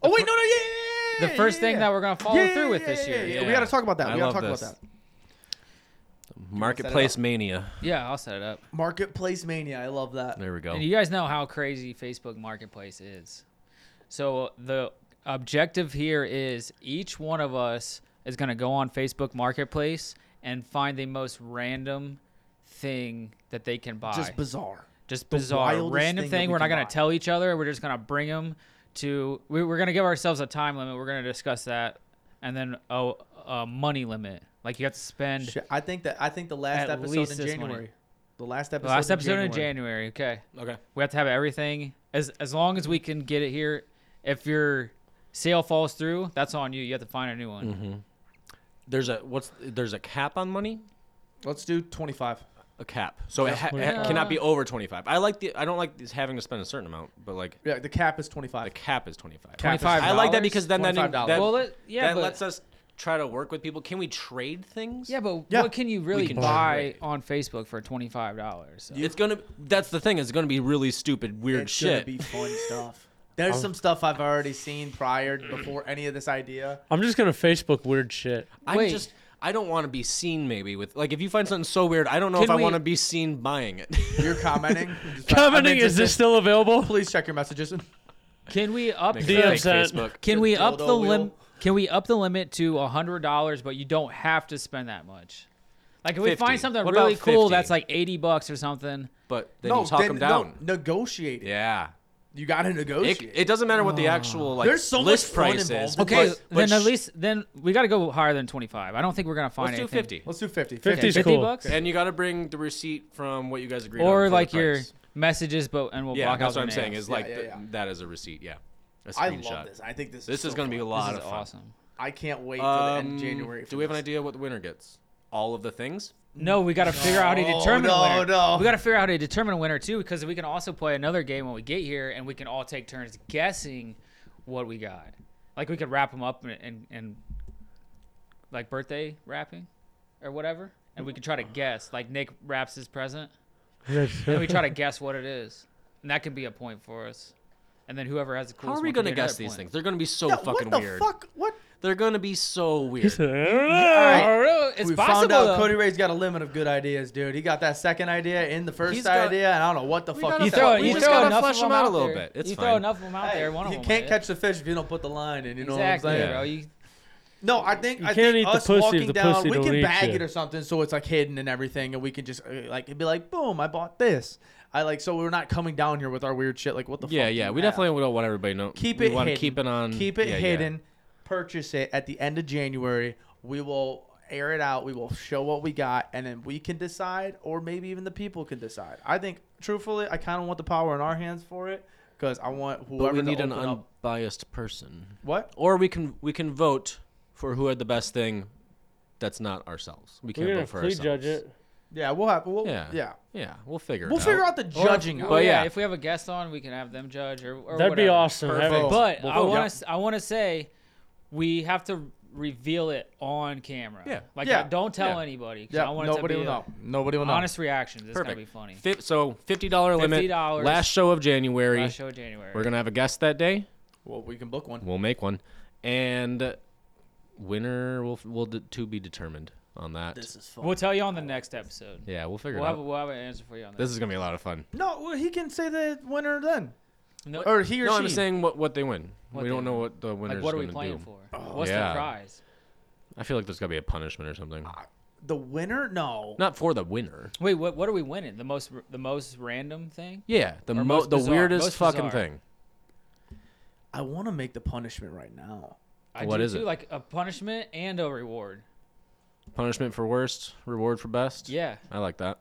Speaker 2: Oh wait, no, no, yeah, yeah, yeah,
Speaker 3: the first
Speaker 2: yeah,
Speaker 3: thing
Speaker 2: yeah.
Speaker 3: that we're gonna follow
Speaker 2: Yeah,
Speaker 3: through with
Speaker 2: yeah,
Speaker 3: this
Speaker 2: yeah,
Speaker 3: year.
Speaker 2: yeah,
Speaker 3: Yeah,
Speaker 2: yeah. We got to talk about that.
Speaker 5: I
Speaker 2: we got
Speaker 5: love
Speaker 2: to talk
Speaker 5: this.
Speaker 2: about that.
Speaker 5: Marketplace mania.
Speaker 3: Yeah, I'll set it up.
Speaker 2: Marketplace mania. I love that.
Speaker 5: There we go.
Speaker 3: And you guys know how crazy Facebook Marketplace is. So the objective here is each one of us is going to go on Facebook Marketplace and find the most random thing that they can buy.
Speaker 2: Just bizarre.
Speaker 3: Just
Speaker 2: the
Speaker 3: bizarre,
Speaker 2: wildest
Speaker 3: random
Speaker 2: thing
Speaker 3: thing.
Speaker 2: that we
Speaker 3: we're not
Speaker 2: can
Speaker 3: going
Speaker 2: buy.
Speaker 3: to tell each other. We're just going to bring them to. We, we're going to give ourselves a time limit. We're going to discuss that, and then a, a money limit. Like you have to spend.
Speaker 2: Shit, I think that I think the last
Speaker 3: At
Speaker 2: episode
Speaker 3: least
Speaker 2: in
Speaker 3: this
Speaker 2: January.
Speaker 3: morning.
Speaker 2: The last
Speaker 3: The
Speaker 2: episode.
Speaker 3: last
Speaker 2: in
Speaker 3: episode in
Speaker 2: January.
Speaker 3: January. Okay.
Speaker 5: okay.
Speaker 3: We have to have everything as as long as we can get it here. If your sale falls through, that's on you. You have to find a new one.
Speaker 5: There's a what's there's a cap on money?
Speaker 2: Let's do 25.
Speaker 5: A cap. So it, ha- it ha- cannot be over 25. I like the I don't like this having to spend a certain amount, but like
Speaker 2: Yeah, the cap is
Speaker 5: the
Speaker 2: 25.
Speaker 5: cap is 25.
Speaker 2: Cap is-
Speaker 3: $25?
Speaker 5: I like that because then that,
Speaker 2: $25.
Speaker 5: that,
Speaker 3: Well, it, yeah,
Speaker 5: that
Speaker 3: but,
Speaker 5: lets us try to work with people. Can we trade things?
Speaker 3: yeah, but
Speaker 2: Yeah.
Speaker 3: what can you really
Speaker 5: can
Speaker 3: buy
Speaker 5: generate.
Speaker 3: on Facebook for twenty five dollars?
Speaker 5: It's gonna. That's the thing. It's gonna be really stupid, weird
Speaker 2: It's gonna
Speaker 5: shit.
Speaker 2: be fun stuff. There's some stuff I've already seen prior before any of this idea.
Speaker 1: I'm just gonna Facebook weird shit.
Speaker 5: I
Speaker 3: Wait.
Speaker 5: just. I don't want to be seen. Maybe with like if you find something so weird, I don't know
Speaker 3: Can
Speaker 5: if I
Speaker 3: we-
Speaker 5: want to be seen buying it.
Speaker 2: You're commenting. Just like, I'm
Speaker 1: Commenting, is
Speaker 2: interested.
Speaker 1: this still available?
Speaker 2: Please check your messages.
Speaker 3: Can we up
Speaker 5: Make a
Speaker 1: DM
Speaker 3: the,
Speaker 5: fake
Speaker 1: sent.
Speaker 5: Facebook.
Speaker 3: Can we up
Speaker 5: Dildo
Speaker 3: the
Speaker 5: wheel.
Speaker 3: lim- Can we up the limit to a hundred dollars? But you don't have to spend that much. Like if we
Speaker 5: 50.
Speaker 3: find something
Speaker 5: What about
Speaker 3: really cool
Speaker 5: 50?
Speaker 3: that's like eighty bucks or something.
Speaker 5: But then you talk them
Speaker 2: no,
Speaker 5: down.
Speaker 2: negotiate it.
Speaker 5: Yeah.
Speaker 2: You gotta
Speaker 5: It,
Speaker 2: negotiate.
Speaker 5: it doesn't matter what the actual like
Speaker 2: There's so much
Speaker 5: list
Speaker 2: fun
Speaker 5: price is.
Speaker 2: involved.
Speaker 3: Okay,
Speaker 5: but- but
Speaker 3: then at
Speaker 5: sh-
Speaker 3: least then we got to go higher than twenty five. I don't think we're gonna find
Speaker 5: let's do
Speaker 3: anything.
Speaker 5: fifty.
Speaker 2: Let's do 50.
Speaker 1: 50
Speaker 3: Yeah,
Speaker 1: is
Speaker 2: 50.
Speaker 3: fifty
Speaker 1: cool.
Speaker 3: bucks,
Speaker 5: And you got to bring the receipt from what you guys agreed on. for
Speaker 3: or
Speaker 5: the
Speaker 3: like your
Speaker 5: price.
Speaker 3: messages, but and we'll
Speaker 5: yeah.
Speaker 3: block
Speaker 5: That's
Speaker 3: out
Speaker 5: what I'm
Speaker 3: their
Speaker 5: saying
Speaker 3: names.
Speaker 5: is like
Speaker 2: yeah,
Speaker 5: th-
Speaker 2: yeah.
Speaker 5: that is a receipt. Yeah, a
Speaker 2: I
Speaker 5: screenshot.
Speaker 2: love this. I think this,
Speaker 5: This
Speaker 2: is
Speaker 5: is going to be a
Speaker 3: this
Speaker 5: lot
Speaker 3: is
Speaker 5: of fun.
Speaker 3: awesome.
Speaker 2: I can't wait till the end
Speaker 5: Um,
Speaker 2: of January. for
Speaker 5: do we have an
Speaker 2: this.
Speaker 5: idea what the winner gets? All of the things.
Speaker 3: No, we got to figure out how to
Speaker 2: No,
Speaker 3: determine
Speaker 2: no,
Speaker 3: a winner.
Speaker 2: no.
Speaker 3: We got to figure out how to determine a winner too, because we can also play another game when we get here, and we can all take turns guessing what we got. Like we could wrap them up and and, and like birthday wrapping or whatever, and we can try to guess. Like Nick wraps his present, and we try to guess what it is, and that can be a point for us. And then whoever has the
Speaker 5: How
Speaker 3: coolest
Speaker 5: are we
Speaker 3: going to
Speaker 5: gonna guess these things? They're gonna be so
Speaker 2: Yeah, what
Speaker 5: fucking
Speaker 2: the
Speaker 5: weird.
Speaker 2: fuck? What?
Speaker 5: They're gonna be so weird.
Speaker 1: Yeah.
Speaker 2: All
Speaker 3: It's
Speaker 2: we
Speaker 3: possible.
Speaker 2: found out
Speaker 3: though.
Speaker 2: Cody Ray's got a limit of good ideas, dude. He got that second idea in the first
Speaker 5: He's got-
Speaker 2: idea, and I don't know what the fuck. he
Speaker 5: gotta
Speaker 3: You
Speaker 5: That's
Speaker 3: throw,
Speaker 5: fine.
Speaker 3: you
Speaker 5: We just
Speaker 3: throw
Speaker 5: gotta
Speaker 3: enough
Speaker 5: flush
Speaker 3: of them
Speaker 5: them out a
Speaker 3: out
Speaker 5: little
Speaker 3: there.
Speaker 5: bit. It's
Speaker 3: you
Speaker 5: fine.
Speaker 3: throw enough of them out there. One
Speaker 2: you
Speaker 3: of them
Speaker 2: can't catch the fish if you don't put the line in. You know
Speaker 3: exactly,
Speaker 2: what I'm saying?
Speaker 5: Yeah.
Speaker 3: bro. You,
Speaker 2: No, I think
Speaker 1: You
Speaker 2: I
Speaker 1: can't
Speaker 2: think
Speaker 1: eat the
Speaker 2: us
Speaker 1: pussy if
Speaker 2: walking
Speaker 1: the
Speaker 2: down,
Speaker 1: pussy
Speaker 2: we
Speaker 1: don't
Speaker 2: can
Speaker 1: eat
Speaker 2: bag
Speaker 1: you.
Speaker 2: it or something, so it's like hidden and everything, and we can just uh, like it'd be like, boom, I bought this. I like so we're not coming down here with our weird shit. Like what the
Speaker 5: Yeah,
Speaker 2: fuck? do
Speaker 5: yeah.
Speaker 2: you
Speaker 5: We
Speaker 2: have?
Speaker 5: definitely don't want everybody to know.
Speaker 2: keep
Speaker 5: we
Speaker 2: it.
Speaker 5: want
Speaker 2: hidden.
Speaker 5: to keep it on.
Speaker 2: Keep it
Speaker 5: yeah, yeah.
Speaker 2: hidden. Purchase it at the end of January. We will air it out. We will show what we got, and then we can decide, or maybe even the people can decide. I think, truthfully, I kind of want the power in our hands for it because I want whoever
Speaker 5: But we
Speaker 2: to
Speaker 5: need an
Speaker 2: open up-
Speaker 5: unbiased person.
Speaker 2: what.
Speaker 5: Or we can we can vote for who had the best thing. That's not ourselves. We
Speaker 1: We're
Speaker 5: can't
Speaker 1: gonna
Speaker 5: vote for ourselves.
Speaker 1: prejudge it.
Speaker 2: Yeah, we'll have. We'll, yeah,
Speaker 5: Yeah. Yeah. We'll figure.
Speaker 2: We'll
Speaker 5: it
Speaker 2: figure
Speaker 5: out.
Speaker 2: out the judging.
Speaker 3: Or,
Speaker 2: of
Speaker 3: or,
Speaker 5: But
Speaker 3: yeah,
Speaker 5: yeah.
Speaker 3: if we have a guest on, we can have them judge or, or
Speaker 1: That'd be
Speaker 3: whatever.
Speaker 1: awesome.
Speaker 2: Perfect.
Speaker 1: having-
Speaker 3: But
Speaker 1: We'll
Speaker 3: I
Speaker 1: vote.
Speaker 3: want to I want to say we have to reveal it on camera.
Speaker 5: Yeah.
Speaker 3: Like
Speaker 2: Yeah.
Speaker 3: don't tell
Speaker 5: Yeah.
Speaker 3: anybody. 'cause
Speaker 2: Yeah,
Speaker 3: I want it to
Speaker 2: nobody
Speaker 3: be
Speaker 2: will know.
Speaker 3: like,
Speaker 2: Nobody will know.
Speaker 3: honest reactions. It's
Speaker 5: Perfect.
Speaker 3: gonna be funny.
Speaker 5: Fi- so fifty dollar limit.
Speaker 3: $50.
Speaker 5: Last show of January.
Speaker 3: Last show of January.
Speaker 5: We're gonna have a guest that day.
Speaker 2: well, we can book one.
Speaker 5: We'll make one, and uh, winner will will d- to be determined on that.
Speaker 2: is
Speaker 3: we'll tell you on the next episode.
Speaker 5: yeah, we'll figure
Speaker 3: We'll
Speaker 5: it
Speaker 3: have,
Speaker 5: out.
Speaker 3: a, we'll have an answer for you on that.
Speaker 5: this is gonna be a lot of fun.
Speaker 2: No, well, he can say the winner then,
Speaker 3: No,
Speaker 2: or he or
Speaker 5: No,
Speaker 2: she.
Speaker 5: I'm saying what what they win.
Speaker 3: What
Speaker 5: we
Speaker 3: they
Speaker 5: don't know
Speaker 3: win.
Speaker 5: what the winner's
Speaker 3: like what are we
Speaker 5: gonna
Speaker 3: playing
Speaker 5: do.
Speaker 3: for? What's
Speaker 5: yeah.
Speaker 3: the prize?
Speaker 5: I feel like there's gotta be a punishment or something.
Speaker 3: Ah,
Speaker 2: the winner. No,
Speaker 5: Not for the winner.
Speaker 3: Wait, what what are we winning? The most the most random thing?
Speaker 5: Yeah, the
Speaker 3: Or
Speaker 5: mo-
Speaker 3: most
Speaker 5: the
Speaker 3: bizarre-
Speaker 5: weirdest
Speaker 3: most
Speaker 5: fucking
Speaker 3: bizarre.
Speaker 5: thing.
Speaker 2: I want to make the punishment right now.
Speaker 3: I
Speaker 5: What
Speaker 3: do
Speaker 5: is
Speaker 3: too,
Speaker 5: it?
Speaker 3: Like a punishment and a reward.
Speaker 5: Punishment for worst, reward for best.
Speaker 3: Yeah.
Speaker 5: I like that.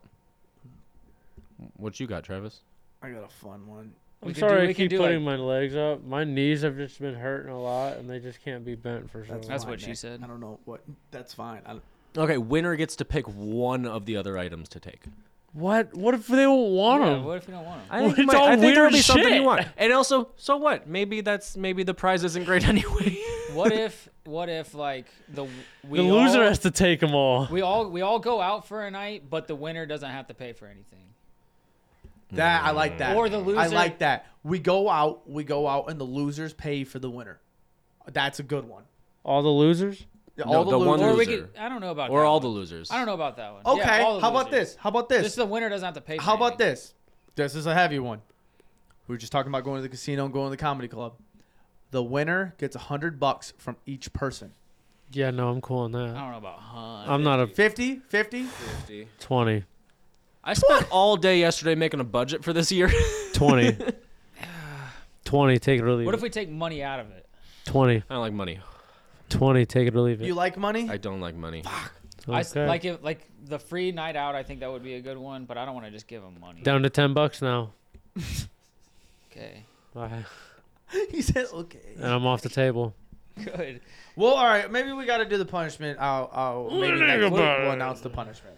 Speaker 5: What you got, Travis?
Speaker 2: I got a fun one.
Speaker 1: I'm
Speaker 3: We can do-
Speaker 1: sorry
Speaker 3: we
Speaker 1: I
Speaker 3: can
Speaker 1: keep
Speaker 3: do,
Speaker 1: putting my legs up. My knees have just been hurting a lot, and they just can't be bent for some.
Speaker 3: That's
Speaker 2: fine,
Speaker 3: what she
Speaker 2: Nick.
Speaker 3: said.
Speaker 2: I don't know what. That's fine. I,
Speaker 5: Okay, winner gets to pick one of the other items to take.
Speaker 1: What? What if they don't
Speaker 5: Hmm.
Speaker 1: want
Speaker 3: Yeah,
Speaker 1: them?
Speaker 3: what if we don't want 'em?
Speaker 5: I
Speaker 1: Well,
Speaker 5: think, it
Speaker 1: it's
Speaker 5: might,
Speaker 1: all
Speaker 5: I think
Speaker 1: weird
Speaker 5: there'll be something
Speaker 1: shit.
Speaker 5: you want. And also, so what? Maybe that's maybe the prize isn't great anyway.
Speaker 3: What if what if like the we
Speaker 1: the loser
Speaker 3: all,
Speaker 1: has to take them all.
Speaker 3: we all we all go out for a night, but the winner doesn't have to pay for anything.
Speaker 2: that I like that.
Speaker 3: Or the loser.
Speaker 2: I like that. We go out. We go out, and the losers pay for the winner. That's a good one.
Speaker 1: All the losers.
Speaker 2: All the,
Speaker 5: the one
Speaker 2: losers.
Speaker 3: Or we
Speaker 5: Loser.
Speaker 3: could, I don't know about
Speaker 5: or
Speaker 3: that
Speaker 5: all
Speaker 3: one.
Speaker 5: the losers.
Speaker 3: I don't know about that one.
Speaker 2: Okay.
Speaker 3: Yeah, all the
Speaker 2: How about
Speaker 3: losers.
Speaker 2: this? How about this?
Speaker 3: Just the winner doesn't have to pay. For
Speaker 2: How about
Speaker 3: anything.
Speaker 2: this? This is a heavy one. We were just talking about going to the casino and going to the comedy club. The winner gets a hundred bucks from each person.
Speaker 1: Yeah, no, I'm cool on that.
Speaker 3: I don't know about hun.
Speaker 1: I'm not a
Speaker 2: 50, 50?
Speaker 1: twenty.
Speaker 5: I spent all day yesterday making a budget for this year.
Speaker 1: 20. 20, take it or leave
Speaker 3: What if
Speaker 1: it.
Speaker 3: we take money out of it?
Speaker 1: 20.
Speaker 5: I don't like money.
Speaker 1: 20, take it or leave it.
Speaker 2: You like money?
Speaker 5: I don't like money.
Speaker 3: I s
Speaker 1: Okay.
Speaker 3: like if like the free night out. I think that would be a good one, but I don't want to just give them money.
Speaker 1: Down to 10 bucks now.
Speaker 3: Okay,
Speaker 1: Alright,
Speaker 2: he said, okay.
Speaker 1: And I'm off the table.
Speaker 3: good.
Speaker 2: Well, all right. Maybe we got to do the punishment. I'll, I'll maybe
Speaker 1: Think
Speaker 2: next week
Speaker 1: about
Speaker 2: we'll
Speaker 1: it.
Speaker 2: announce the punishment.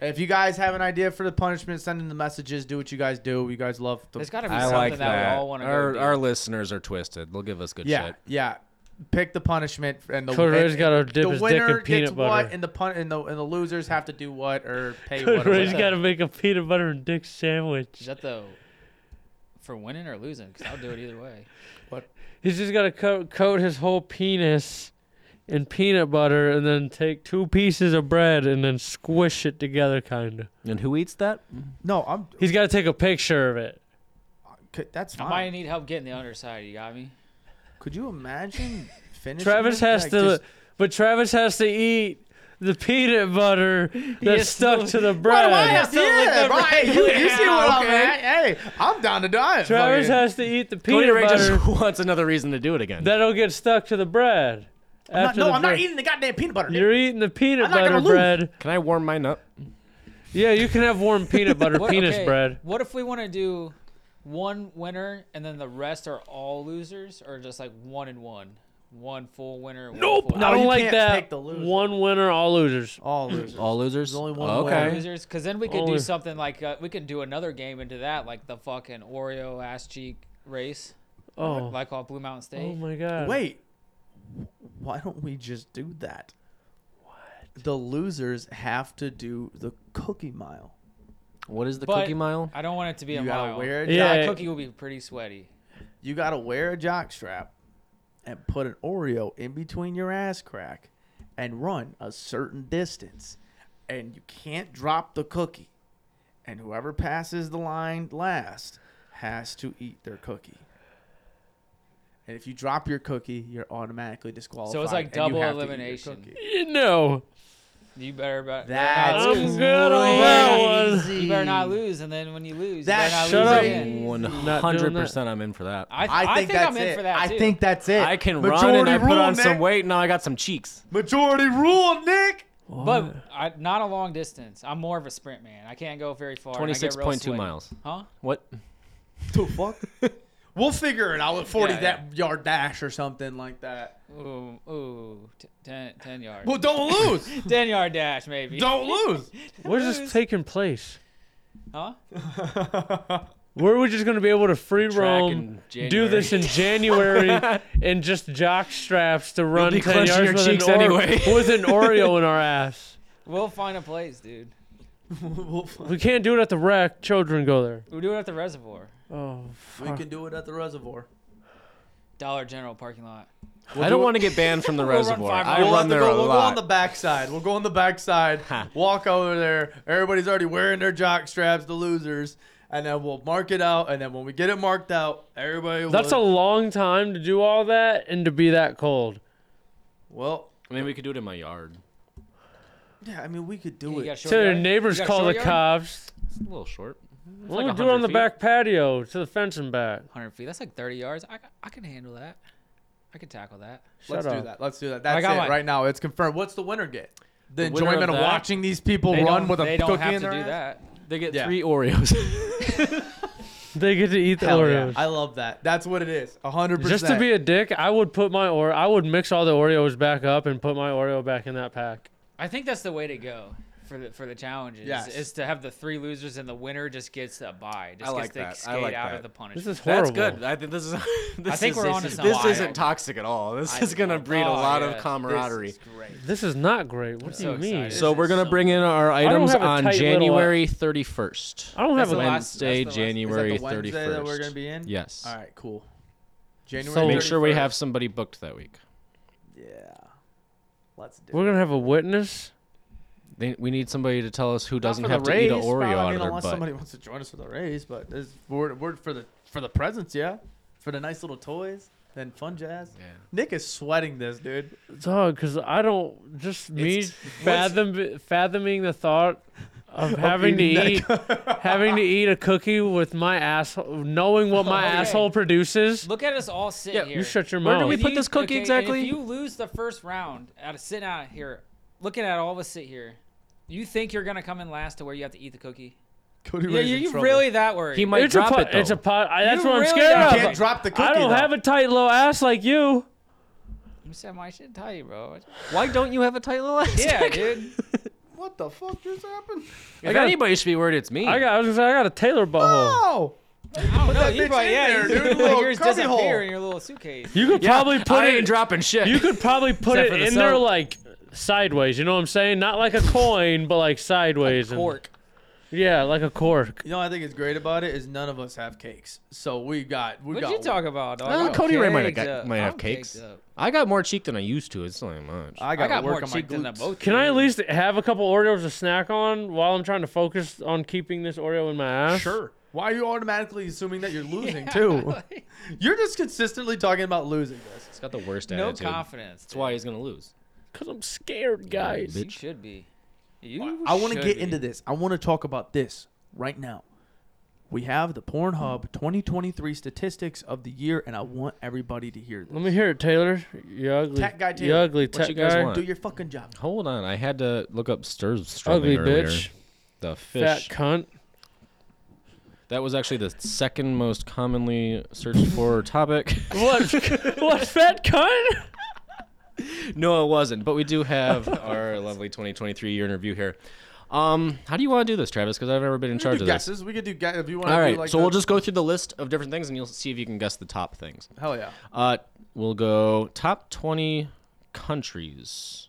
Speaker 2: If you guys have an idea for the punishment, send in the messages. Do what you guys do. You guys love the.
Speaker 3: There's got to be
Speaker 5: I
Speaker 3: something
Speaker 5: like
Speaker 3: that.
Speaker 5: that.
Speaker 3: we all want to
Speaker 5: our
Speaker 3: go do.
Speaker 5: our listeners are twisted. They'll give us good
Speaker 2: yeah,
Speaker 5: shit.
Speaker 2: yeah. Pick the punishment and the
Speaker 1: Cody
Speaker 2: and-
Speaker 1: Ray's gotta dip
Speaker 2: the
Speaker 1: his dick in
Speaker 2: winner
Speaker 1: peanut
Speaker 2: gets
Speaker 1: butter.
Speaker 2: what, and the pun and the and the losers have to do what or pay what. Or
Speaker 1: He's
Speaker 2: whatever.
Speaker 1: got to make a peanut butter and dick sandwich.
Speaker 3: Is that the for winning or losing? Because I'll do it either way.
Speaker 1: He's just got to coat, coat his whole penis in peanut butter and then take two pieces of bread and then squish it together, kind of.
Speaker 5: And who eats that?
Speaker 2: No, I'm
Speaker 1: He's got to take a picture of it.
Speaker 2: Could, that's
Speaker 3: I
Speaker 2: fine.
Speaker 3: might need help getting the underside. You got me.
Speaker 2: Could you imagine finishing?
Speaker 1: Travis
Speaker 2: it?
Speaker 1: has
Speaker 2: Like,
Speaker 1: to,
Speaker 2: just-
Speaker 1: but Travis has to eat the peanut butter that's
Speaker 3: has
Speaker 1: stuck
Speaker 3: to-
Speaker 1: to the bread.
Speaker 2: yeah, right. You, you see what I'm at? Hey, I'm down to die.
Speaker 1: Travis
Speaker 2: Fucking-
Speaker 1: has to eat the
Speaker 5: Cody
Speaker 1: peanut
Speaker 5: Ray
Speaker 1: butter
Speaker 5: just wants another reason to do it again.
Speaker 1: that'll get stuck to the bread.
Speaker 2: I'm not,
Speaker 1: after
Speaker 2: no,
Speaker 1: the
Speaker 2: I'm
Speaker 1: bread.
Speaker 2: not eating the goddamn peanut butter.
Speaker 1: You're eating the peanut
Speaker 2: I'm not gonna
Speaker 1: butter
Speaker 2: lose.
Speaker 1: bread.
Speaker 5: Can I warm mine up?
Speaker 1: Yeah, you can have warm peanut butter
Speaker 3: What-
Speaker 1: penis
Speaker 3: okay,
Speaker 1: bread.
Speaker 3: What if we want to do one winner and then the rest are all losers, or just like one and one, one full winner? and One full
Speaker 1: I don't
Speaker 2: you
Speaker 1: like
Speaker 2: can't
Speaker 1: that.
Speaker 2: pick the loser.
Speaker 1: One winner, all losers.
Speaker 2: All losers.
Speaker 5: All losers. There's
Speaker 2: only one
Speaker 5: Okay.
Speaker 2: winner.
Speaker 3: losers, because then we could
Speaker 1: Only-
Speaker 3: do something like uh, we could do another game into that, like the fucking Oreo ass cheek race,
Speaker 1: Oh,
Speaker 3: like off Blue Mountain State.
Speaker 1: oh my god.
Speaker 2: Wait, why don't we just do that? What? The losers have to do the cookie mile.
Speaker 5: What is the
Speaker 3: But-
Speaker 5: cookie mile?
Speaker 3: I don't want it to be a
Speaker 2: you gotta
Speaker 3: mile.
Speaker 2: wear a
Speaker 3: Yeah,
Speaker 1: Yeah.
Speaker 3: cookie will be pretty sweaty.
Speaker 2: You gotta wear a jock strap and put an Oreo in between your ass crack and run a certain distance. And you can't drop the cookie. And whoever passes the line last has to eat their cookie. And if you drop your cookie, you're automatically disqualified.
Speaker 3: So it's like
Speaker 2: and you
Speaker 3: double
Speaker 2: have to eat your
Speaker 3: elimination.
Speaker 2: cookie.
Speaker 1: You know,
Speaker 3: You better about
Speaker 2: That's
Speaker 1: I'm good on that one.
Speaker 3: You better not lose, and then when you lose,
Speaker 2: That-
Speaker 3: you better not
Speaker 1: Shut
Speaker 3: lose
Speaker 1: up.
Speaker 3: again.
Speaker 5: One
Speaker 1: Not doing
Speaker 5: hundred percent.
Speaker 1: that.
Speaker 5: I'm in for that. I,
Speaker 3: I, th- I think, I'm in
Speaker 2: it.
Speaker 3: for that.
Speaker 2: I
Speaker 3: too.
Speaker 2: think that's it.
Speaker 5: can run and I put
Speaker 2: rule,
Speaker 5: on
Speaker 2: Nick.
Speaker 5: some weight. Now I got some cheeks.
Speaker 2: Majority rule, Nick.
Speaker 3: But I, not a long distance. I'm more of a sprint man. I can't go very far. and I get real
Speaker 5: Twenty-six point two
Speaker 3: sweaty.
Speaker 5: miles.
Speaker 3: Huh?
Speaker 5: What?
Speaker 2: The fuck? we'll figure it out. with Forty
Speaker 3: Yeah,
Speaker 2: that yard dash or something like that.
Speaker 3: Ooh, ooh, t- ten, ten yard,
Speaker 2: Well, don't lose.
Speaker 3: ten yard dash maybe.
Speaker 2: don't lose.
Speaker 1: where's this taking place?
Speaker 3: Huh?
Speaker 1: Where are we just gonna be able to free
Speaker 5: Track
Speaker 1: roam,
Speaker 5: in
Speaker 1: do this in January, and just jock straps to run
Speaker 5: be
Speaker 1: ten
Speaker 5: clenching
Speaker 1: yards
Speaker 5: your
Speaker 1: with,
Speaker 5: cheeks
Speaker 1: an Ore-
Speaker 5: anyway.
Speaker 1: with an Oreo in our ass?
Speaker 3: We'll find a place, dude.
Speaker 2: We'll-
Speaker 1: We can't do it at the rec. Children go there.
Speaker 3: We'll do it at the reservoir,
Speaker 1: Oh,
Speaker 2: we can do it at the reservoir.
Speaker 3: Dollar General parking lot.
Speaker 5: I don't want to get banned from the
Speaker 3: run
Speaker 5: reservoir.
Speaker 3: five
Speaker 5: I
Speaker 3: miles.
Speaker 2: We'll, have
Speaker 5: run
Speaker 2: to
Speaker 5: there
Speaker 2: go,
Speaker 5: a
Speaker 2: we'll go on
Speaker 5: lot.
Speaker 2: the backside. We'll go on the backside. walk over there. Everybody's already wearing their jock straps, the losers. And then we'll mark it out. And then when we get it marked out, everybody
Speaker 1: that's a
Speaker 2: will.
Speaker 1: long time to do all that and to be that cold.
Speaker 2: Well,
Speaker 5: I mean, we could do it in my yard.
Speaker 2: yeah, I mean, we could
Speaker 3: You
Speaker 2: do
Speaker 3: got
Speaker 2: it.
Speaker 3: a short
Speaker 1: So your
Speaker 3: yard?
Speaker 1: neighbors
Speaker 3: You got a
Speaker 1: call the
Speaker 3: short yard?
Speaker 1: cops.
Speaker 5: It's a little short. It's
Speaker 1: Well, we
Speaker 5: like
Speaker 1: do it on the
Speaker 5: 100 feet.
Speaker 1: back patio to the fence and back.
Speaker 3: 100 feet. That's like 30 yards. I, I can handle that. I can tackle that.
Speaker 2: Let's
Speaker 1: Shut
Speaker 2: do
Speaker 1: up.
Speaker 2: that. Let's do that. That's
Speaker 3: got
Speaker 2: it
Speaker 3: mine.
Speaker 2: right now. It's confirmed. What's the winner get? The,
Speaker 5: The winner
Speaker 2: enjoyment
Speaker 5: of
Speaker 2: of,
Speaker 5: that-
Speaker 2: watching these people
Speaker 3: They
Speaker 2: run
Speaker 3: don't,
Speaker 2: with a
Speaker 3: they
Speaker 2: cookie
Speaker 3: don't have
Speaker 2: in
Speaker 3: to
Speaker 2: their
Speaker 3: do
Speaker 2: ass?
Speaker 3: that.
Speaker 5: They get
Speaker 2: Yeah.
Speaker 5: three Oreos.
Speaker 1: They get to eat the
Speaker 2: Hell yeah.
Speaker 1: Oreos.
Speaker 2: I love that. That's what it is. A hundred percent.
Speaker 1: Just to be a dick, I would put my or I would mix all the Oreos back up and put my Oreo back in that pack.
Speaker 3: I think that's the way to go for the for the challenges.
Speaker 2: Yes.
Speaker 3: Is to have the three losers and the winner just gets a bye. Just
Speaker 5: I
Speaker 3: gets
Speaker 5: like
Speaker 3: to
Speaker 5: that. I
Speaker 3: skate
Speaker 5: like
Speaker 3: out
Speaker 5: that.
Speaker 3: of the
Speaker 1: This
Speaker 3: punishment.
Speaker 1: is horrible.
Speaker 5: That's good. I think this is. This
Speaker 3: I think
Speaker 5: is,
Speaker 3: we're
Speaker 5: this
Speaker 3: onto
Speaker 5: is-
Speaker 3: something.
Speaker 5: This
Speaker 3: Wild.
Speaker 5: isn't toxic at all. This is gonna
Speaker 3: love-
Speaker 5: breed a
Speaker 3: oh,
Speaker 5: lot
Speaker 3: yeah.
Speaker 5: of camaraderie.
Speaker 3: This is great.
Speaker 1: This is not great. What do
Speaker 3: so
Speaker 1: you mean?
Speaker 3: excited.
Speaker 5: So
Speaker 3: This
Speaker 5: we're
Speaker 3: is
Speaker 5: gonna
Speaker 3: so
Speaker 5: bring in our
Speaker 1: don't
Speaker 5: items
Speaker 1: have a
Speaker 5: on
Speaker 1: tight little, uh,
Speaker 5: January 31st.
Speaker 1: I don't
Speaker 3: That's
Speaker 1: have a
Speaker 3: the last- that's
Speaker 5: Wednesday,
Speaker 3: the last- is that the
Speaker 5: January 31st.
Speaker 2: Wednesday that we're gonna be in.
Speaker 5: Yes.
Speaker 2: All right. Cool. January.
Speaker 1: So-
Speaker 5: Make sure we
Speaker 2: 31st.
Speaker 5: have somebody booked that week.
Speaker 2: Yeah. Let's do.
Speaker 1: We're gonna have a witness.
Speaker 5: They, we need somebody to tell us who
Speaker 2: Not
Speaker 5: doesn't
Speaker 2: for the
Speaker 5: have to
Speaker 2: raise,
Speaker 5: eat an Oreo
Speaker 2: probably. I
Speaker 5: out
Speaker 2: mean,
Speaker 5: of their
Speaker 2: unless
Speaker 5: butt.
Speaker 2: somebody wants to join us for the raise, but this, we're, we're for the for the presents, yeah, for the nice little toys, then fun jazz.
Speaker 5: Yeah.
Speaker 2: Nick is sweating this, dude.
Speaker 1: Dog, because I don't just me
Speaker 2: It's-
Speaker 1: fathom fathoming the thought of having to eat
Speaker 2: eating
Speaker 1: having to eat a cookie with my asshole, knowing what my
Speaker 3: Okay.
Speaker 1: asshole produces.
Speaker 3: Look at us all sitting
Speaker 5: Yeah, you
Speaker 3: here.
Speaker 1: You shut your
Speaker 5: Where
Speaker 1: mouth.
Speaker 5: do we
Speaker 3: If
Speaker 5: put
Speaker 3: you-
Speaker 5: this cookie
Speaker 3: okay, and
Speaker 5: exactly?
Speaker 3: If you lose the first round out of sitting out here, looking at all of us sit here, you think you're gonna come in last to where you have to eat the cookie?
Speaker 2: Cody
Speaker 3: Yeah,
Speaker 2: Ray's
Speaker 3: you,
Speaker 2: in
Speaker 3: you
Speaker 2: trouble.
Speaker 3: really that worried?
Speaker 5: He might
Speaker 1: it's
Speaker 5: drop
Speaker 1: a pot,
Speaker 5: it though.
Speaker 1: It's a pot. I, that's
Speaker 3: You
Speaker 1: what I'm
Speaker 3: really
Speaker 1: scared
Speaker 3: don't-
Speaker 1: of.
Speaker 3: You
Speaker 2: can't drop the cookie.
Speaker 1: I don't
Speaker 2: though.
Speaker 1: have a tight little ass like you.
Speaker 3: You said my shit tight, bro.
Speaker 5: Why don't you have a tight little ass?
Speaker 3: Yeah, dude.
Speaker 2: What the fuck just happened?
Speaker 5: If
Speaker 1: got-
Speaker 5: anybody should be worried, it's me.
Speaker 1: I got. I was gonna say I got a Taylor butthole.
Speaker 2: Oh,
Speaker 3: I don't know.
Speaker 2: that
Speaker 3: You
Speaker 2: bitch
Speaker 3: probably
Speaker 2: in
Speaker 3: yeah.
Speaker 2: there,
Speaker 3: you-
Speaker 2: dude.
Speaker 3: like,
Speaker 2: Little
Speaker 3: yours
Speaker 2: cubby
Speaker 3: disappear
Speaker 2: hole.
Speaker 3: in your little suitcase.
Speaker 1: You could
Speaker 5: Yeah,
Speaker 1: probably put
Speaker 5: I
Speaker 1: it.
Speaker 5: ain't dropping shit.
Speaker 1: you could probably put
Speaker 5: Except
Speaker 1: it
Speaker 5: for the
Speaker 1: in there
Speaker 5: soap.
Speaker 1: like sideways. You know what I'm saying? Not like a coin, but like sideways. and-
Speaker 3: Cork.
Speaker 1: yeah, like a cork.
Speaker 2: You know, what I think it's great about it is none of us have cakes, so we got we
Speaker 3: What'd
Speaker 2: got.
Speaker 3: you talk about? Dog?
Speaker 5: Uh,
Speaker 3: I'm
Speaker 5: Cody Ray might have,
Speaker 3: caked
Speaker 5: got,
Speaker 3: up.
Speaker 5: might have
Speaker 3: I'm
Speaker 5: cakes.
Speaker 3: caked up.
Speaker 5: I got more cheek than I used to. It's not much.
Speaker 2: I
Speaker 3: I
Speaker 2: got,
Speaker 3: got
Speaker 2: work
Speaker 3: more
Speaker 2: on my
Speaker 3: cheek than the
Speaker 2: glutes.
Speaker 3: both.
Speaker 1: Can I at
Speaker 3: dudes.
Speaker 1: least have a couple Oreos to snack on while I'm trying to focus on keeping this Oreo in my ass?
Speaker 2: Sure. Why are you automatically assuming that you're losing too? you're just consistently talking about losing this.
Speaker 5: He's got the worst
Speaker 3: No
Speaker 5: attitude.
Speaker 3: confidence.
Speaker 5: That's why he's gonna lose.
Speaker 1: Cause I'm scared, guys.
Speaker 5: Bitch.
Speaker 3: You should be. You
Speaker 2: I want to
Speaker 3: should
Speaker 2: get
Speaker 3: be.
Speaker 2: into this. I want to talk about this right now. We have the Pornhub 2023 statistics of the year, and I want everybody to hear this.
Speaker 1: Let me hear it, Taylor. You ugly.
Speaker 2: Tech guy
Speaker 1: You
Speaker 2: Taylor.
Speaker 1: ugly
Speaker 5: What
Speaker 1: tech
Speaker 5: you guys
Speaker 1: guy.
Speaker 5: want?
Speaker 2: Do your fucking job.
Speaker 5: Hold on, I had to look up Sturz
Speaker 1: Ugly
Speaker 5: earlier.
Speaker 1: bitch.
Speaker 5: The
Speaker 1: Fat
Speaker 5: fish.
Speaker 1: cunt.
Speaker 5: That was actually the second most commonly searched for topic.
Speaker 1: What? what fat cunt?
Speaker 5: no, it wasn't. But we do have our lovely 2023 year in review here. Um, how do you want to do this, Travis? Because I've never been in
Speaker 2: We could
Speaker 5: charge
Speaker 2: do
Speaker 5: of this.
Speaker 2: guesses. We could do guesses if you want to
Speaker 5: All right,
Speaker 2: do like
Speaker 5: so we'll
Speaker 2: the-
Speaker 5: just go through the list of different things, and you'll see if you can guess the top things.
Speaker 2: hell yeah.
Speaker 5: Uh, we'll go top 20 countries.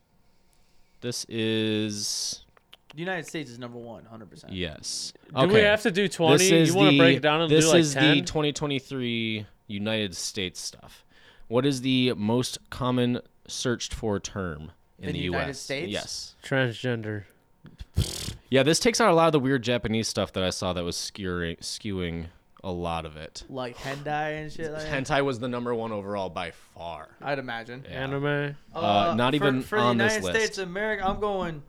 Speaker 5: This is
Speaker 2: The United States is number one, 100%.
Speaker 5: yes.
Speaker 1: Do we have to do 20? You want to break it down and
Speaker 5: this
Speaker 1: do like
Speaker 5: is
Speaker 1: 10?
Speaker 5: the 2023 United States stuff. What is the most common searched for term in,
Speaker 2: In
Speaker 5: the
Speaker 2: the United
Speaker 5: US?
Speaker 2: States?
Speaker 5: Yes.
Speaker 1: Transgender.
Speaker 5: Yeah, this takes out a lot of the weird Japanese stuff that I saw that was skewing skewing a lot of it.
Speaker 2: Like Hendai and shit like that.
Speaker 5: Hentai was the number one overall by far.
Speaker 2: I'd imagine.
Speaker 5: Yeah.
Speaker 1: Anime.
Speaker 5: Uh, not
Speaker 2: for-
Speaker 5: even
Speaker 2: for
Speaker 5: on
Speaker 2: the
Speaker 5: this
Speaker 2: United
Speaker 5: list.
Speaker 2: States of America. I'm going.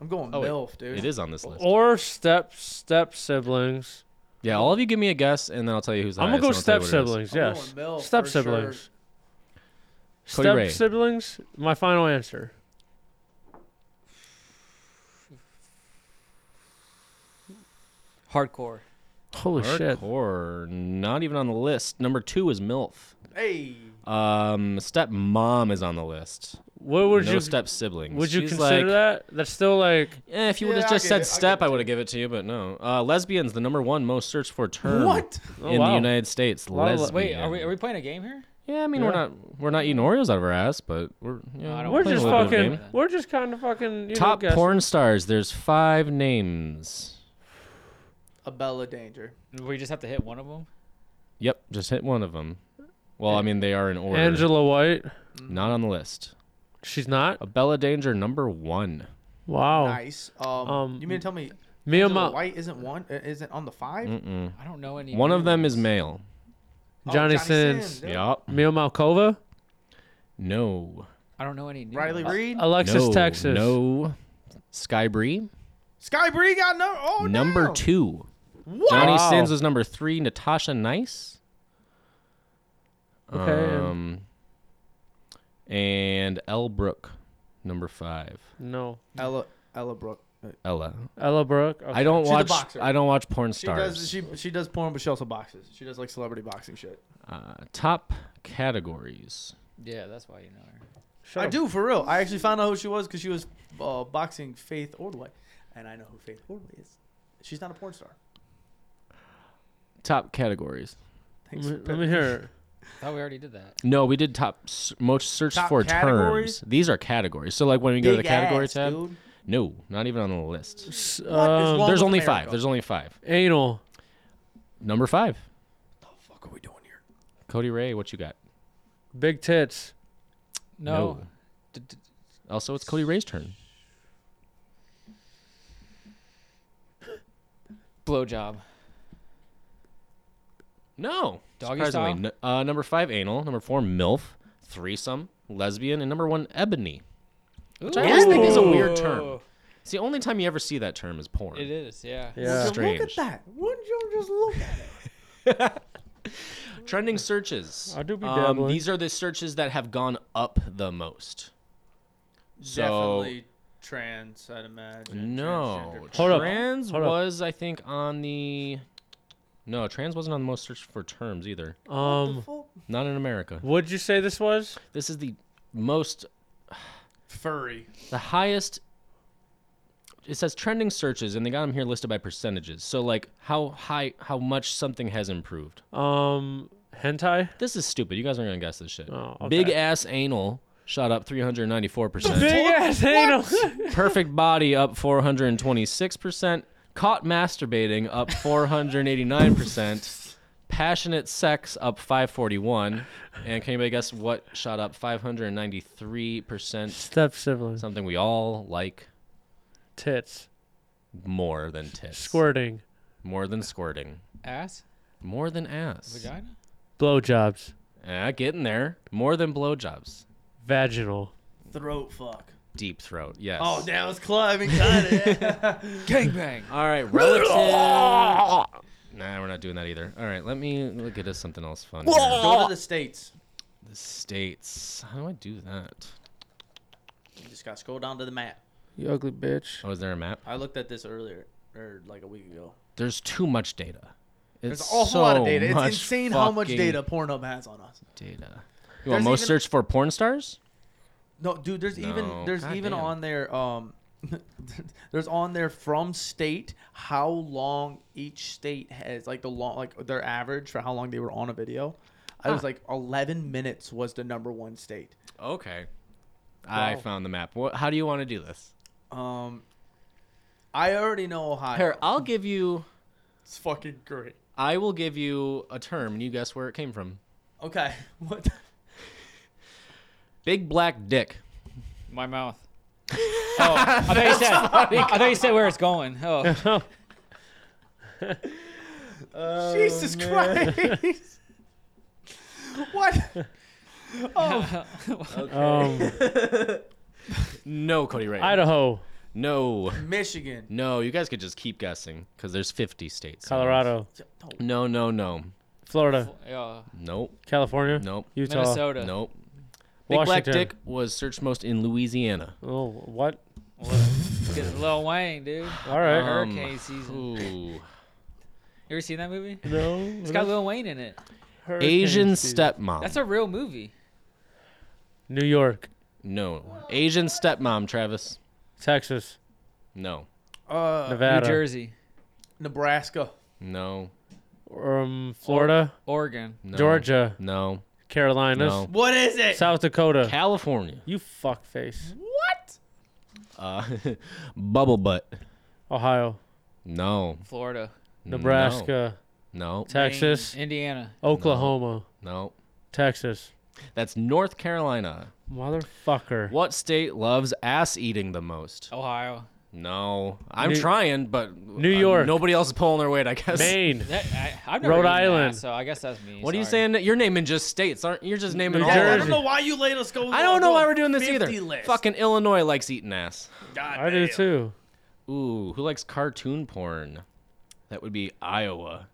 Speaker 2: I'm going
Speaker 5: Oh, wait.
Speaker 2: MILF, dude.
Speaker 5: It is on this list.
Speaker 1: Or step step siblings.
Speaker 5: Yeah, all of you give me a guess, and then I'll tell you who's. the
Speaker 1: I'm gonna go
Speaker 5: highest, and I'll
Speaker 1: step
Speaker 5: tell you what it is.
Speaker 1: siblings.
Speaker 2: I'm going
Speaker 1: Yes.
Speaker 2: Mel
Speaker 1: Step
Speaker 2: for sure.
Speaker 1: siblings.
Speaker 5: Cody
Speaker 1: Step
Speaker 5: Ray.
Speaker 1: siblings. My final answer.
Speaker 6: Hardcore.
Speaker 1: Holy shit.
Speaker 5: Hardcore, not even on the list. Number two is MILF.
Speaker 2: Hey,
Speaker 5: Um, stepmom is on the list.
Speaker 1: What would
Speaker 5: no
Speaker 1: you
Speaker 5: step siblings.
Speaker 1: would you
Speaker 5: She's
Speaker 1: consider
Speaker 5: like,
Speaker 1: that? That's still like
Speaker 5: Eh, if you
Speaker 2: Yeah,
Speaker 5: would have
Speaker 2: I'll
Speaker 5: just
Speaker 2: give
Speaker 5: said
Speaker 2: it- I'll
Speaker 5: step,
Speaker 2: give it
Speaker 5: I
Speaker 2: to
Speaker 5: would have given it to you, but no. Uh, lesbians, the number one most searched for term
Speaker 2: what?
Speaker 1: Oh,
Speaker 5: in the
Speaker 1: wow.
Speaker 5: United States.
Speaker 1: Wow, wow.
Speaker 5: Lesbian.
Speaker 3: Wait, are we, are we playing a game here?
Speaker 5: Yeah, I mean we're
Speaker 1: Yeah.
Speaker 5: not we're not eating Oreos out of our ass, but we're you know,
Speaker 3: I don't
Speaker 1: we're
Speaker 5: playing a
Speaker 1: just
Speaker 5: little bit of
Speaker 1: fucking
Speaker 5: game.
Speaker 1: we're just kind of fucking you
Speaker 5: top
Speaker 1: know, guessing.
Speaker 5: porn stars. There's five names.
Speaker 2: A Bella Danger.
Speaker 3: We just have to hit one of them.
Speaker 5: Yep, just hit one of them. Well, I mean they are in order.
Speaker 1: Angela White.
Speaker 5: Not on the list.
Speaker 1: She's not.
Speaker 5: Abella Danger number one. Oh.
Speaker 1: Wow.
Speaker 2: Nice. Um,
Speaker 1: Um,
Speaker 2: you mean to tell me
Speaker 1: Mia
Speaker 2: Angela
Speaker 1: Mount.
Speaker 2: White isn't one? uh, Isn't on the five?
Speaker 5: Mm-mm.
Speaker 3: I don't know any.
Speaker 5: One
Speaker 3: new
Speaker 5: of them is
Speaker 3: ones.
Speaker 5: male.
Speaker 2: Oh,
Speaker 1: Johnny Sins.
Speaker 2: dude.
Speaker 5: Yup.
Speaker 1: Mia Malkova.
Speaker 5: No.
Speaker 3: I don't know any. New
Speaker 2: Riley
Speaker 5: Uh,
Speaker 3: ones.
Speaker 2: Reed.
Speaker 1: Alexis
Speaker 5: no,
Speaker 1: Texas.
Speaker 5: No. Sky Bree.
Speaker 2: Sky Bree got no. Oh,
Speaker 5: number
Speaker 2: damn.
Speaker 5: two.
Speaker 2: What?
Speaker 5: Johnny
Speaker 1: Wow.
Speaker 5: Sins was number three. Natasha Nice.
Speaker 1: Okay, and-
Speaker 5: Um, and Elle Brooke, number five.
Speaker 1: No.
Speaker 2: Ella Ella Brooke. Uh,
Speaker 5: Ella.
Speaker 1: Ella Brooke. Okay.
Speaker 5: I don't
Speaker 2: She's a
Speaker 5: watch.
Speaker 2: boxer.
Speaker 5: I don't watch porn
Speaker 2: She
Speaker 5: stars.
Speaker 2: does. She she does porn, but she also boxes. She does like celebrity boxing shit.
Speaker 5: uh, top categories.
Speaker 3: Yeah, that's why you know her.
Speaker 1: Shut
Speaker 2: I
Speaker 1: up.
Speaker 2: do for real. I actually found out who she was because she was uh, boxing Faith Ordway, and I know who Faith Ordway is. She's not a porn star.
Speaker 5: Top categories.
Speaker 2: Thanks.
Speaker 1: Let me-
Speaker 2: for-
Speaker 1: let me hear it.
Speaker 3: Thought we already did that.
Speaker 5: No, we did top s- most searched
Speaker 2: Top
Speaker 5: for
Speaker 2: categories?
Speaker 5: terms. These are categories. So like when we go to the
Speaker 2: Big
Speaker 5: category
Speaker 2: ass,
Speaker 5: tab.
Speaker 2: dude.
Speaker 5: No, not even on the list.
Speaker 1: S-
Speaker 2: What is
Speaker 1: um,
Speaker 2: wrong-
Speaker 5: There's
Speaker 2: with
Speaker 5: only
Speaker 2: America.
Speaker 5: five. There's only five.
Speaker 1: anal.
Speaker 5: Number five.
Speaker 2: Fuck, are we doing here?
Speaker 5: Cody Ray, what you got?
Speaker 1: Big tits.
Speaker 3: No.
Speaker 5: No.
Speaker 3: D- d-
Speaker 5: Also, it's Cody Ray's turn.
Speaker 3: Blowjob.
Speaker 5: No.
Speaker 3: Doggy
Speaker 5: Surprisingly. N- uh, number five, anal. Number four, MILF. Threesome. Lesbian. And number one, ebony. Which I always think is a weird term. It's the only time you ever see that term is porn.
Speaker 3: It is, yeah.
Speaker 1: Yeah.
Speaker 2: Would you Look
Speaker 5: Strange.
Speaker 2: at that. Wouldn't you just look at it?
Speaker 5: Trending searches.
Speaker 1: I do be
Speaker 5: um,
Speaker 1: dabbling.
Speaker 5: These are the searches that have gone up the most. So-
Speaker 2: Definitely trans, I'd imagine.
Speaker 5: No.
Speaker 2: Transgender.
Speaker 1: Hold up.
Speaker 5: Trans
Speaker 1: Hold up.
Speaker 5: was, I think, on the. No, trans wasn't on the most searched for terms either.
Speaker 2: What the
Speaker 1: Um,
Speaker 2: fuck?
Speaker 5: Not in America.
Speaker 1: what'd you say this was?
Speaker 5: This is the most
Speaker 2: Furry.
Speaker 5: the highest it says trending searches and they got them here listed by percentages so like how high how much something has improved
Speaker 1: Um, hentai.
Speaker 5: this is stupid you guys aren't gonna guess this shit
Speaker 1: Oh, okay.
Speaker 5: big ass anal shot up 394%
Speaker 1: Big ass anal.
Speaker 5: perfect body up 426% caught masturbating up 489% passionate sex up 541 and can anybody guess what shot up 593%
Speaker 1: Step siblings.
Speaker 5: something we all like
Speaker 1: Tits.
Speaker 5: more than tits
Speaker 1: Squirting.
Speaker 5: More than squirting.
Speaker 3: Ass?
Speaker 5: More than ass.
Speaker 3: Vagina?
Speaker 1: Blowjobs.
Speaker 5: Yeah, getting there. More than blowjobs.
Speaker 1: Vaginal.
Speaker 2: Throat fuck.
Speaker 5: Deep throat. Yes.
Speaker 2: Oh, that was club. I mean, got it.
Speaker 3: Gangbang.
Speaker 5: All right, relative. nah, we're not doing that either. All right, let me look at something else fun. here.
Speaker 2: Go to the states.
Speaker 5: The states. How do I do that?
Speaker 2: You just got to scroll down to the map.
Speaker 1: You ugly bitch.
Speaker 5: Oh, is there a map?
Speaker 2: I looked at this earlier, or like a week ago.
Speaker 5: There's too much data. It's
Speaker 2: There's an awful
Speaker 5: so
Speaker 2: lot of data.
Speaker 5: much
Speaker 2: It's insane how much
Speaker 5: fucking
Speaker 2: data Pornhub has on us.
Speaker 5: Data. You
Speaker 2: There's
Speaker 5: want most
Speaker 2: even-
Speaker 5: search for porn stars?
Speaker 2: No, dude. There's even
Speaker 5: No.
Speaker 2: there's
Speaker 5: God
Speaker 2: even
Speaker 5: damn.
Speaker 2: on there um, there's on there from state how long each state has like the long like their average for how long they were on a video. I was
Speaker 5: Huh.
Speaker 2: like 11 minutes was the number one state.
Speaker 5: Okay. I
Speaker 2: Wow.
Speaker 5: found the map. What, how do you want to do this?
Speaker 2: Um, I already know Ohio.
Speaker 5: Here, I'll give you.
Speaker 2: It's fucking great.
Speaker 5: I will give you a term, and you guess where it came from.
Speaker 2: Okay, what? the-
Speaker 5: Big black dick.
Speaker 3: My mouth. Oh, I thought you said. I thought you said where it's going. Oh,
Speaker 5: Oh,
Speaker 2: Jesus Christ! what?
Speaker 1: Um,
Speaker 5: No, Cody Ray.
Speaker 1: Idaho,
Speaker 5: No.
Speaker 2: Michigan.
Speaker 5: No, you guys could just keep guessing because there's 50 states.
Speaker 1: Colorado,
Speaker 2: No,
Speaker 5: No, no, no.
Speaker 1: Florida,
Speaker 3: yeah.
Speaker 5: Nope.
Speaker 1: California,
Speaker 5: Nope.
Speaker 1: Utah,
Speaker 3: Minnesota.
Speaker 5: Nope. Big Black
Speaker 1: Washington.
Speaker 5: Dick was searched most in Louisiana.
Speaker 1: Oh, what?
Speaker 3: Get Lil Wayne, dude.
Speaker 1: All right.
Speaker 3: Uh,
Speaker 5: Um,
Speaker 3: Hurricane season.
Speaker 5: Ooh.
Speaker 3: You ever seen that movie?
Speaker 1: no.
Speaker 3: It's got Lil Wayne in
Speaker 5: Um,
Speaker 3: it.
Speaker 1: Hurricane
Speaker 5: Asian
Speaker 1: season.
Speaker 5: stepmom.
Speaker 3: That's a real movie.
Speaker 1: New York,
Speaker 5: no. Asian stepmom, Travis.
Speaker 1: Texas,
Speaker 5: No.
Speaker 2: Uh,
Speaker 1: Nevada,
Speaker 3: New Jersey,
Speaker 2: Nebraska.
Speaker 5: No.
Speaker 1: um, Florida,
Speaker 3: Oregon.
Speaker 5: no.
Speaker 1: Georgia,
Speaker 5: No.
Speaker 1: Carolinas,
Speaker 5: No.
Speaker 2: What is it?
Speaker 1: South Dakota.
Speaker 5: California.
Speaker 1: you fuckface.
Speaker 2: what?
Speaker 5: Uh, bubble butt.
Speaker 1: Ohio,
Speaker 5: No.
Speaker 3: Florida,
Speaker 1: Nebraska,
Speaker 5: No.
Speaker 1: Texas,
Speaker 3: Indiana.
Speaker 1: Oklahoma,
Speaker 5: No.
Speaker 1: Texas.
Speaker 5: That's North Carolina.
Speaker 1: Motherfucker.
Speaker 5: What state loves ass eating the most?
Speaker 3: Ohio.
Speaker 5: No, I'm
Speaker 1: New-
Speaker 5: trying, but
Speaker 1: New
Speaker 5: uh,
Speaker 1: York.
Speaker 5: nobody else is pulling their weight, I guess.
Speaker 1: Maine,
Speaker 3: That, I, I've never
Speaker 1: Rhode
Speaker 3: eaten that,
Speaker 1: Island.
Speaker 3: so I guess that's me.
Speaker 5: What are you
Speaker 3: sorry.
Speaker 5: saying? That you're naming just states, aren't you? are just naming
Speaker 1: New
Speaker 5: all. of
Speaker 2: Oh, I
Speaker 5: them.
Speaker 2: don't know why you made us go.
Speaker 5: I don't know
Speaker 2: go
Speaker 5: why we're doing this
Speaker 2: 50
Speaker 5: either.
Speaker 2: List.
Speaker 5: Fucking Illinois likes eating ass.
Speaker 2: God
Speaker 1: I do
Speaker 2: damn.
Speaker 1: too.
Speaker 5: Ooh, who likes cartoon porn? That would be Iowa.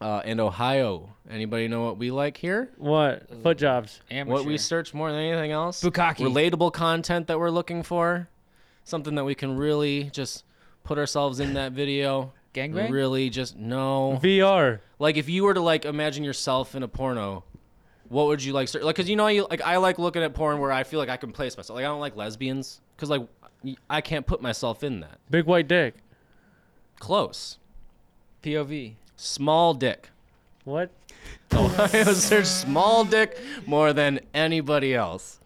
Speaker 5: Uh, and Ohio. Anybody know what we like here?
Speaker 1: What? Foot jobs.
Speaker 3: Amateur.
Speaker 5: What we search more than anything else?
Speaker 3: Bukkake.
Speaker 5: Relatable content that we're looking for. Something that we can really just put ourselves in that video.
Speaker 3: Gangbang?
Speaker 5: Really just no.
Speaker 1: VR.
Speaker 5: Like if you were to like imagine yourself in a porno, what would you like? ser- Like, cause you know, you, like I like looking at porn where I feel like I can place myself. Like I don't like lesbians, cause like y- I can't put myself in that.
Speaker 1: Big white dick.
Speaker 5: Close,
Speaker 3: POV.
Speaker 5: small dick.
Speaker 1: What?
Speaker 5: Ohio search small dick more than anybody else.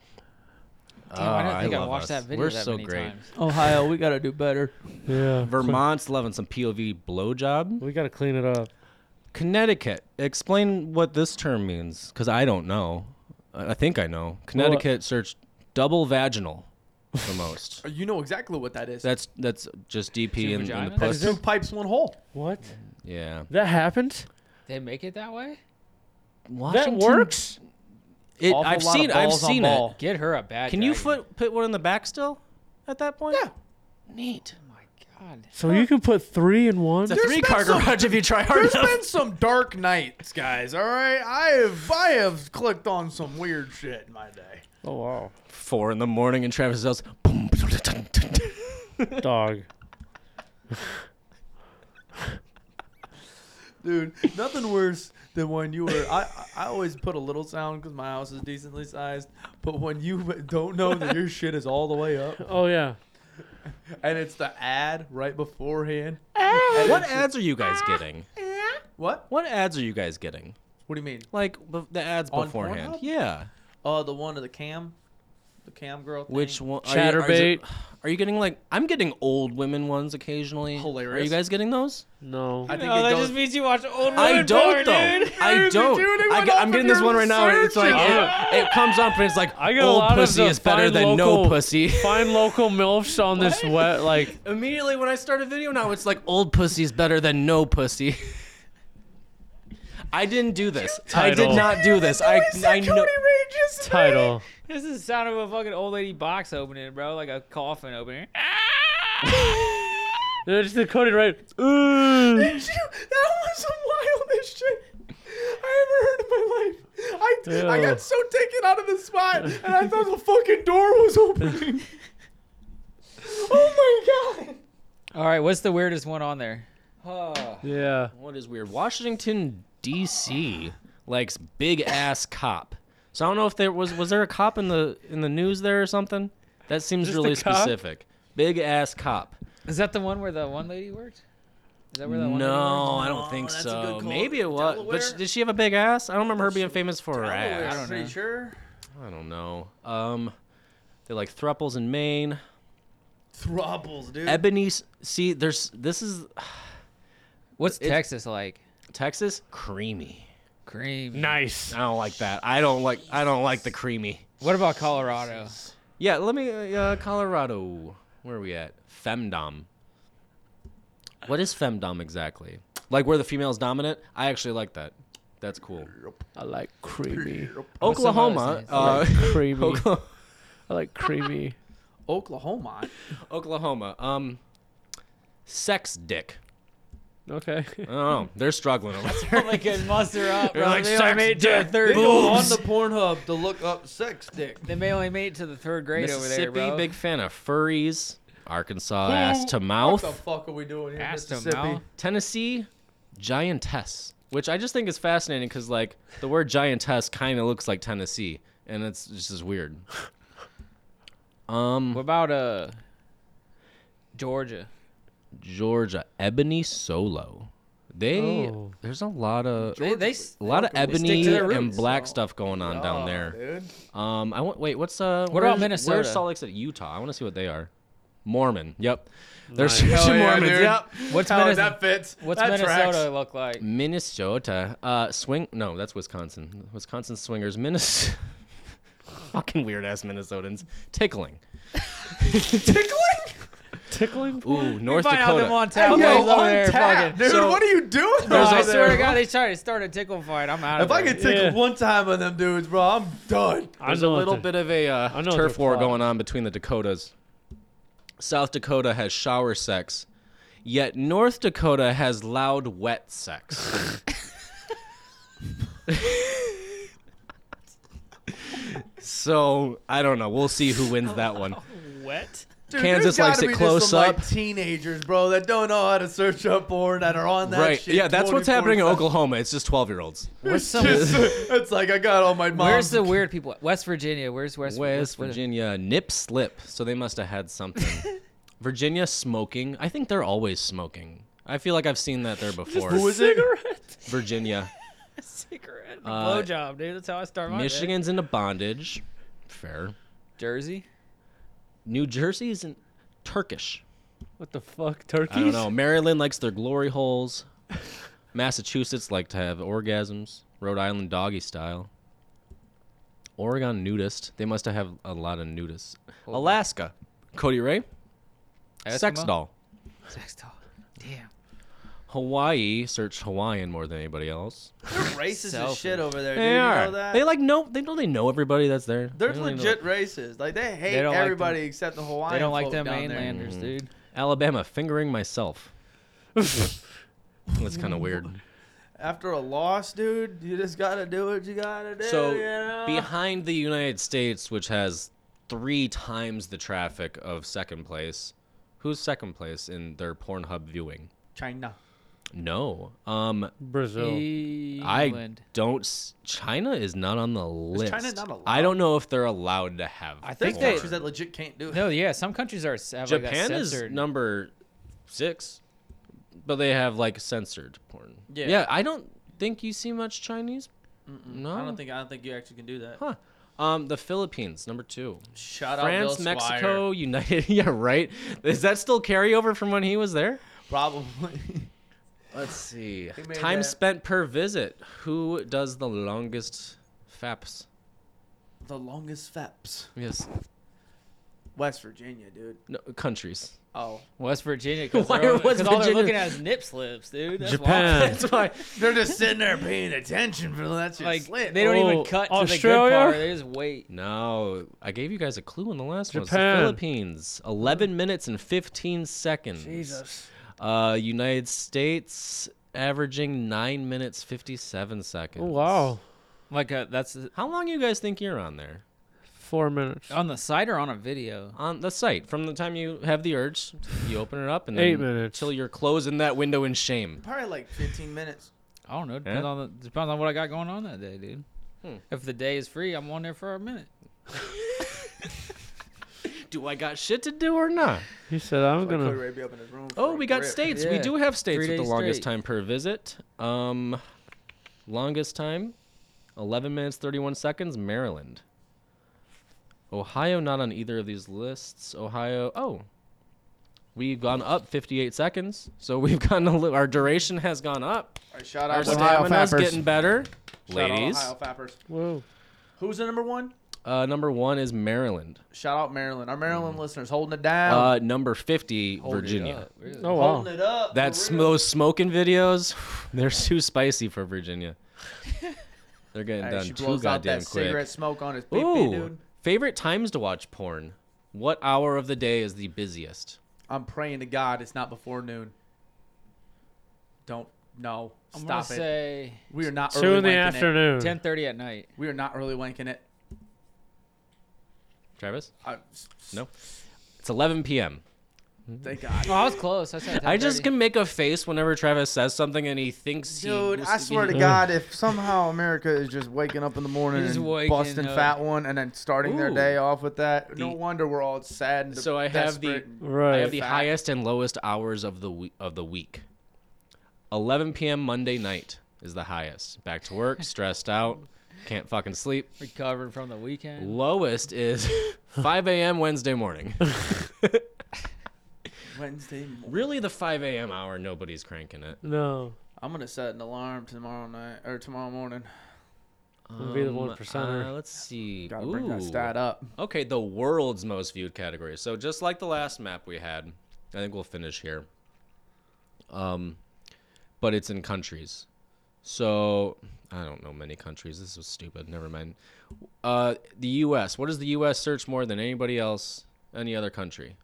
Speaker 3: Damn, I don't think I,
Speaker 5: Ah, love
Speaker 3: watched
Speaker 5: us.
Speaker 3: that video
Speaker 5: We're
Speaker 3: that
Speaker 5: so
Speaker 3: many
Speaker 5: great.
Speaker 3: times.
Speaker 2: Ohio, we gotta do better.
Speaker 1: Yeah.
Speaker 5: Vermont's loving some POV blowjob.
Speaker 1: We gotta clean it up.
Speaker 5: Connecticut. Explain what this term means, because I don't know. I I think I know. Connecticut searched double vaginal the most.
Speaker 2: You know exactly what that is.
Speaker 5: That's that's just
Speaker 3: Two
Speaker 5: DP and, and the
Speaker 3: vaginas?
Speaker 5: puss.
Speaker 2: two pipes, one hole.
Speaker 1: What?
Speaker 5: Yeah.
Speaker 1: That happened?
Speaker 3: They make it that way?
Speaker 1: That works?
Speaker 5: It,
Speaker 2: Awful
Speaker 5: I've
Speaker 2: lot of
Speaker 5: seen. I've
Speaker 2: balls on
Speaker 5: seen
Speaker 2: ball.
Speaker 5: it.
Speaker 3: Get her a bad
Speaker 5: Can you
Speaker 3: dragon.
Speaker 5: foot put one in the back still? At that point.
Speaker 2: Yeah.
Speaker 5: Neat.
Speaker 3: Oh my god.
Speaker 1: So you can put three in one?
Speaker 5: It's a
Speaker 2: There's
Speaker 5: three
Speaker 2: been
Speaker 5: car
Speaker 2: some-
Speaker 5: garage if you try hard
Speaker 2: There's
Speaker 5: enough.
Speaker 2: been some dark nights, guys. All right, I have I have clicked on some weird shit in my day.
Speaker 1: Oh wow.
Speaker 5: Four in the morning in Travis's house. Boom.
Speaker 1: Dog.
Speaker 2: Dude, nothing worse than when you were. I, I always put a little sound because my house is decently sized, but when you don't know that your shit is all the way up
Speaker 1: Oh yeah.
Speaker 2: and it's the ad right beforehand.
Speaker 5: what ads are you guys getting?
Speaker 2: What?
Speaker 5: What ads are you guys getting?
Speaker 2: What do you mean?
Speaker 5: Like bef- the ads
Speaker 2: On
Speaker 5: beforehand.
Speaker 2: Pornhub?
Speaker 5: Yeah.
Speaker 2: Oh, the one of the cam? the cam girl. Thing.
Speaker 5: Which one? are you- are you-
Speaker 1: Chatterbait.
Speaker 5: Are you getting like? I'm getting old women ones occasionally. Are you
Speaker 2: Hilarious.
Speaker 5: guys getting those?
Speaker 1: No.
Speaker 2: I think
Speaker 5: Oh,
Speaker 3: No,
Speaker 2: it
Speaker 3: that
Speaker 2: goes.
Speaker 3: just means you watch old women
Speaker 5: I don't
Speaker 3: porn,
Speaker 5: though.
Speaker 3: dude.
Speaker 5: I don't. I
Speaker 2: anyone
Speaker 5: am getting this one right now. and It's like
Speaker 1: searches?
Speaker 5: it, it comes up and it's like
Speaker 1: I got a
Speaker 5: old
Speaker 1: lot
Speaker 5: pussy
Speaker 1: of the
Speaker 5: is better
Speaker 1: fine
Speaker 5: than no
Speaker 1: local-
Speaker 5: pussy.
Speaker 1: Find local milfs on this wet like
Speaker 5: Immediately when I start a video now, it's like old pussy is better than no pussy. I didn't do this. I did
Speaker 1: Title.
Speaker 5: not do this. I I know.
Speaker 1: title.
Speaker 3: This is the sound of a fucking old lady box opening, bro, like a coffin opening.
Speaker 1: No, just the coded right. Ooh.
Speaker 2: that was some wildest shit I ever heard in my life. I, I
Speaker 1: Ew.
Speaker 2: got so taken out of the spot, and I thought the fucking door was opening. oh my god.
Speaker 3: All right, what's the weirdest one on there?
Speaker 1: Yeah.
Speaker 5: What is weird? Washington D.C. likes big ass cop. So I don't know if there was was there a cop in the in the news there or something. That seems
Speaker 1: Just a
Speaker 5: really
Speaker 1: cop?
Speaker 5: specific. Big ass cop.
Speaker 3: Is that the one where the one lady worked? Is that where that one lady worked?
Speaker 5: No, I don't think
Speaker 2: Oh, that's a good call.
Speaker 5: so. Maybe it was. But sh-
Speaker 2: Delaware?
Speaker 5: did she have a big ass? I don't remember her being famous for her
Speaker 2: Delaware,
Speaker 5: ass.
Speaker 3: don't
Speaker 2: pretty
Speaker 3: know.
Speaker 2: sure.
Speaker 5: I don't know. Um, they like thruples in Maine.
Speaker 2: Thropples, dude.
Speaker 5: Ebony. s- See, there's this is
Speaker 3: What's
Speaker 5: It's-
Speaker 3: Texas like?
Speaker 5: Texas creamy.
Speaker 3: Cream.
Speaker 1: Nice.
Speaker 5: I don't like that. I don't like. I don't like the creamy.
Speaker 3: What about Colorado?
Speaker 5: Yeah, let me. Uh, Colorado. Where are we at? Femdom. What is femdom exactly? Like where the female's dominant? I actually like that. That's cool.
Speaker 1: I like creamy.
Speaker 3: What's some
Speaker 5: Oklahoma.
Speaker 3: others?
Speaker 5: Uh,
Speaker 1: Creamy.
Speaker 5: Oklahoma.
Speaker 1: I like creamy.
Speaker 2: Oklahoma.
Speaker 5: Oklahoma. Um, sex dick.
Speaker 1: Okay.
Speaker 5: Oh, they're struggling. over there.
Speaker 3: They can muster up.
Speaker 5: They're
Speaker 3: bro.
Speaker 5: like,
Speaker 3: they only
Speaker 5: "Sex,
Speaker 3: made it to a
Speaker 5: dick,
Speaker 3: third.
Speaker 5: boobs."
Speaker 2: On the Pornhub to look up sex dick.
Speaker 3: They may only made it to the third grade over there,
Speaker 5: Mississippi,
Speaker 3: bro.
Speaker 5: big fan of furries. Arkansas, ass to
Speaker 2: What the
Speaker 5: mouth.
Speaker 2: fuck are we doing here,
Speaker 3: Ass to
Speaker 2: Mississippi?
Speaker 3: mouth.
Speaker 5: Tennessee, giantess, which I just think is fascinating because like the word giantess kind of looks like Tennessee, and it's just is weird. Um,
Speaker 3: What about uh Georgia?
Speaker 5: Georgia, ebony solo. They
Speaker 1: Oh.
Speaker 5: there's a lot of
Speaker 3: They, they s-
Speaker 5: a lot of
Speaker 3: They stick to
Speaker 5: ebony
Speaker 3: their
Speaker 5: and
Speaker 3: roots.
Speaker 5: black stuff going on down there.
Speaker 2: Oh, Dude.
Speaker 5: Um, I want. Wait, what's uh?
Speaker 3: What
Speaker 5: where's-
Speaker 3: about Minnesota?
Speaker 5: Where's Salt Lake City, Utah? I want to see what they are. Mormon. Yep. There's
Speaker 1: Nice.
Speaker 5: Church of
Speaker 2: Hell yeah,
Speaker 5: Mormons.
Speaker 2: dude.
Speaker 5: Yep.
Speaker 3: What's
Speaker 2: Oh,
Speaker 3: Minnesota?
Speaker 2: that fits.
Speaker 3: What's
Speaker 2: that
Speaker 3: Minnesota
Speaker 2: Tracks.
Speaker 3: look like?
Speaker 5: Minnesota. Uh, swing. No, that's Wisconsin. Wisconsin swingers. Minnesota. Fucking weird ass Minnesotans. Tickling.
Speaker 1: Tickling.
Speaker 5: Ooh, North
Speaker 3: Find out them
Speaker 5: Dakota.
Speaker 3: on tap.
Speaker 2: Yo,
Speaker 3: over there
Speaker 2: on tap,
Speaker 3: fucking.
Speaker 2: dude.
Speaker 5: So-
Speaker 2: what are you doing?
Speaker 3: Bro,
Speaker 5: There's
Speaker 3: I
Speaker 5: a-
Speaker 3: swear to God, they tried to start a tickle fight. I'm out
Speaker 2: If
Speaker 3: of
Speaker 2: I
Speaker 3: it.
Speaker 2: could take
Speaker 1: Yeah.
Speaker 2: one time on them dudes, bro, I'm done.
Speaker 1: I
Speaker 5: There's a
Speaker 1: know what
Speaker 5: little
Speaker 1: the-
Speaker 5: bit of a
Speaker 1: I
Speaker 5: uh,
Speaker 1: know
Speaker 5: turf
Speaker 1: their
Speaker 5: war
Speaker 1: plot.
Speaker 5: going on between the Dakotas. South Dakota has shower sex, yet North Dakota has loud, wet sex. so I don't know. We'll see who wins that one.
Speaker 3: Wet?
Speaker 2: Dude, there's
Speaker 5: Kansas
Speaker 2: gotta
Speaker 5: likes it
Speaker 2: be just
Speaker 5: close
Speaker 2: some,
Speaker 5: up.
Speaker 2: Like, teenagers, bro, that don't know how to search up porn that are on that
Speaker 5: right?
Speaker 2: shit.
Speaker 5: yeah, that's what's happening in
Speaker 2: 24/7.
Speaker 5: Oklahoma. It's just twelve-year-olds.
Speaker 3: What's some?
Speaker 2: Just- it's like I got all my mom's.
Speaker 3: Where's the weird people? West Virginia. Where's West?
Speaker 5: West
Speaker 3: what-
Speaker 5: Virginia nip slip, so they must have had something. Virginia smoking. I think they're always smoking. I feel like I've seen that there before.
Speaker 2: Who is it?
Speaker 5: Virginia.
Speaker 3: Cigarette.
Speaker 5: Uh,
Speaker 3: blowjob, dude. That's how I start my day.
Speaker 5: Michigan's into bondage. Fair.
Speaker 3: Jersey.
Speaker 5: New Jersey isn't Turkish.
Speaker 1: What the fuck? Turkeys?
Speaker 5: I don't know. Maryland likes their glory holes. Massachusetts like to have orgasms. Rhode Island doggy style. Oregon nudist. They must have a lot of nudists.
Speaker 2: Oh.
Speaker 5: Alaska. Cody Ray. Sex
Speaker 3: Eskimo?
Speaker 5: doll.
Speaker 3: Sex doll. Damn.
Speaker 5: Hawaii search Hawaiian more than anybody else.
Speaker 2: Racist as
Speaker 3: Selfish.
Speaker 2: shit over there. dude.
Speaker 5: They
Speaker 2: You
Speaker 5: are.
Speaker 2: know that?
Speaker 5: They like know. They don't. They know everybody that's there.
Speaker 2: They're
Speaker 5: They don't
Speaker 2: legit racist. Like they hate
Speaker 3: They don't like
Speaker 2: everybody except the Hawaiian.
Speaker 3: They don't like
Speaker 2: folk
Speaker 3: them
Speaker 2: down there.
Speaker 3: mainlanders,
Speaker 5: Mm-hmm.
Speaker 3: dude.
Speaker 5: know. Alabama fingering myself. that's kind of weird.
Speaker 2: After a loss, dude, you just gotta do what you gotta do.
Speaker 5: So
Speaker 2: you know?
Speaker 5: behind the United States, which has three times the traffic of second place, who's second place in their Pornhub viewing?
Speaker 2: China.
Speaker 5: No. Um,
Speaker 1: Brazil.
Speaker 3: England.
Speaker 5: I don't. s- China is not on the list.
Speaker 2: China not
Speaker 5: I don't know if they're allowed to have.
Speaker 3: I
Speaker 2: There's
Speaker 3: think they-
Speaker 2: countries that legit can't do it.
Speaker 3: No, yeah. Some countries are s- have like a
Speaker 5: Japan is
Speaker 3: censored.
Speaker 5: number six, but they have like censored porn.
Speaker 2: Yeah.
Speaker 5: Yeah, I don't think you see much Chinese. No,
Speaker 2: I don't think I don't think you actually can do that.
Speaker 5: Huh. Um, the Philippines, number two.
Speaker 3: Shut up,
Speaker 5: France,
Speaker 3: Bill
Speaker 5: Mexico, United. yeah, right. Is that still carryover from when he was there?
Speaker 2: Probably.
Speaker 5: Let's see.
Speaker 2: They made
Speaker 5: Time
Speaker 2: that-
Speaker 5: spent per visit. Who does the longest FAPS?
Speaker 2: the longest FEPS.
Speaker 5: Yes.
Speaker 2: West Virginia, dude.
Speaker 5: No, countries.
Speaker 2: Oh.
Speaker 3: West Virginia. Cause
Speaker 5: Why
Speaker 3: they're
Speaker 5: are
Speaker 3: all-
Speaker 5: West
Speaker 3: 'cause all they're
Speaker 5: Virginia-
Speaker 3: looking at is nip slips, dude. That's
Speaker 1: Japan.
Speaker 3: Why.
Speaker 5: That's why.
Speaker 2: They're just sitting there paying attention for that shit.
Speaker 3: Like
Speaker 2: slit.
Speaker 3: they don't
Speaker 1: Oh,
Speaker 3: even cut to the
Speaker 1: Australia?
Speaker 3: good part. They just wait.
Speaker 5: No, I gave you guys a clue in the last one. It's the
Speaker 1: Japan.
Speaker 5: Philippines. 11 minutes and 15 seconds. Uh, United States averaging 9 minutes 57 seconds.
Speaker 1: Oh, wow.
Speaker 3: Like a, that's
Speaker 5: How long you guys think you're on there?
Speaker 1: Four minutes.
Speaker 3: on the site or on a video.
Speaker 5: On the site, from the time you have the urge, you open it up and then
Speaker 1: Eight minutes.
Speaker 5: till you're closing that window in shame.
Speaker 2: Probably like 15 minutes.
Speaker 3: I don't know. Depends
Speaker 5: Yeah.
Speaker 3: on the, depends on what I got going on that day, dude. If the day is free, I'm on there for a minute.
Speaker 5: Do I got shit to do or not?
Speaker 1: He said, I'm
Speaker 2: Like Cody
Speaker 1: gonna.
Speaker 2: Ray be up in his room for
Speaker 5: Oh,
Speaker 2: a
Speaker 5: we got
Speaker 2: grip.
Speaker 5: states. We
Speaker 3: Yeah.
Speaker 5: do have states
Speaker 3: Three
Speaker 5: with the
Speaker 3: days
Speaker 5: longest
Speaker 3: straight.
Speaker 5: time per visit. Um, longest time, 11 minutes 31 seconds. Maryland. Ohio not on either of these lists. Ohio. Oh, we've gone up 58 seconds. So we've gotten a little. Our duration has gone up.
Speaker 2: All right, shout
Speaker 5: Our
Speaker 2: out
Speaker 5: stamina's
Speaker 2: Ohio Fappers.
Speaker 5: getting better.
Speaker 2: Shout out
Speaker 5: Ladies,
Speaker 2: Ohio Fappers.
Speaker 1: Whoa.
Speaker 2: Who's the number one?
Speaker 5: uh, number one is Maryland.
Speaker 2: Shout out Maryland. Our Maryland listeners holding it down.
Speaker 5: Uh, number 50, Virginia.
Speaker 1: Oh wow.
Speaker 2: holding it up. for
Speaker 5: That's
Speaker 2: real.
Speaker 5: those smoking videos. They're too spicy for Virginia. They're getting
Speaker 2: Hey,
Speaker 5: done
Speaker 2: she
Speaker 5: too
Speaker 2: blows out
Speaker 5: goddamn
Speaker 2: that
Speaker 5: quick.
Speaker 2: cigarette smoke on his pee
Speaker 5: Ooh,
Speaker 2: dude.
Speaker 5: favorite times to watch porn. What hour of the day is the busiest?
Speaker 2: I'm praying to God it's not before noon. Don't no.
Speaker 3: I'm
Speaker 2: stop
Speaker 3: gonna
Speaker 2: it.
Speaker 3: say
Speaker 2: we are not
Speaker 1: Two
Speaker 2: early
Speaker 1: in the
Speaker 2: wanking It.
Speaker 1: afternoon.
Speaker 3: 10:30 at night.
Speaker 2: We are not early wanking it.
Speaker 5: Travis?
Speaker 2: I,
Speaker 5: No. It's 11 p.m.
Speaker 2: Thank God.
Speaker 3: Oh, I was close. I said.
Speaker 5: I just
Speaker 3: 10:30.
Speaker 5: can make a face whenever Travis says something and he thinks he.
Speaker 2: Dude,
Speaker 5: was-
Speaker 2: I swear to
Speaker 5: he-
Speaker 2: God, if somehow America is just waking up in the morning
Speaker 3: Just
Speaker 2: and
Speaker 3: waking
Speaker 2: busting
Speaker 3: up.
Speaker 2: fat one and then starting their
Speaker 5: Ooh.
Speaker 2: day off with that, no
Speaker 5: The-
Speaker 2: wonder we're all sad and
Speaker 5: So I have the-
Speaker 2: desperate and-
Speaker 5: I
Speaker 1: Right.
Speaker 5: have the
Speaker 2: Fact.
Speaker 5: highest and lowest hours of the we- of the week. 11 p.m. Monday night is the highest. Back to work, stressed out, can't fucking sleep.
Speaker 3: recovering from the weekend.
Speaker 5: Lowest is 5 a.m. Wednesday morning.
Speaker 2: Wednesday. Morning.
Speaker 5: really, the 5 a.m. hour, nobody's cranking it.
Speaker 1: No.
Speaker 2: I'm gonna set an alarm tomorrow night or tomorrow morning.
Speaker 1: It'll be the one percenter.
Speaker 5: uh, let's see.
Speaker 2: Gotta bring
Speaker 5: Ooh.
Speaker 2: that stat up.
Speaker 5: Okay, the world's most viewed category. So just like the last map we had, I think we'll finish here. Um, but it's in countries. So I don't know many countries. This was stupid. Never mind. Uh, the U.S. What does the U.S. search more than anybody else? Any other country?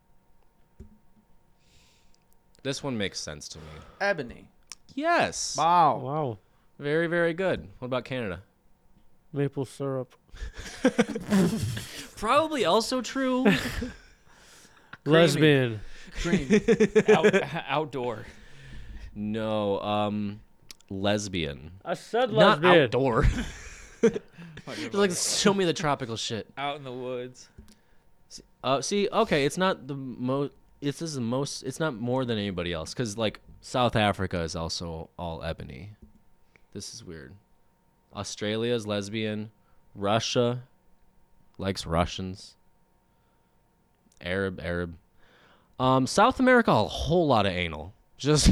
Speaker 5: This one makes sense to me.
Speaker 2: Ebony.
Speaker 5: Yes.
Speaker 2: Wow.
Speaker 1: Wow.
Speaker 5: Very, very good. What about Canada?
Speaker 1: Maple syrup.
Speaker 5: Probably also true.
Speaker 1: Lesbian.
Speaker 3: Out, outdoor.
Speaker 5: no. Um, lesbian.
Speaker 1: I said
Speaker 5: not
Speaker 1: lesbian.
Speaker 5: outdoor. Just like show me the tropical shit.
Speaker 3: Out in the woods.
Speaker 5: Uh, see, okay, it's not the most. It's is the most. It's not more than anybody else because like South Africa is also all ebony. This is weird. Australia is lesbian. Russia likes Russians. Arab, Arab. Um, South America a whole lot of anal, just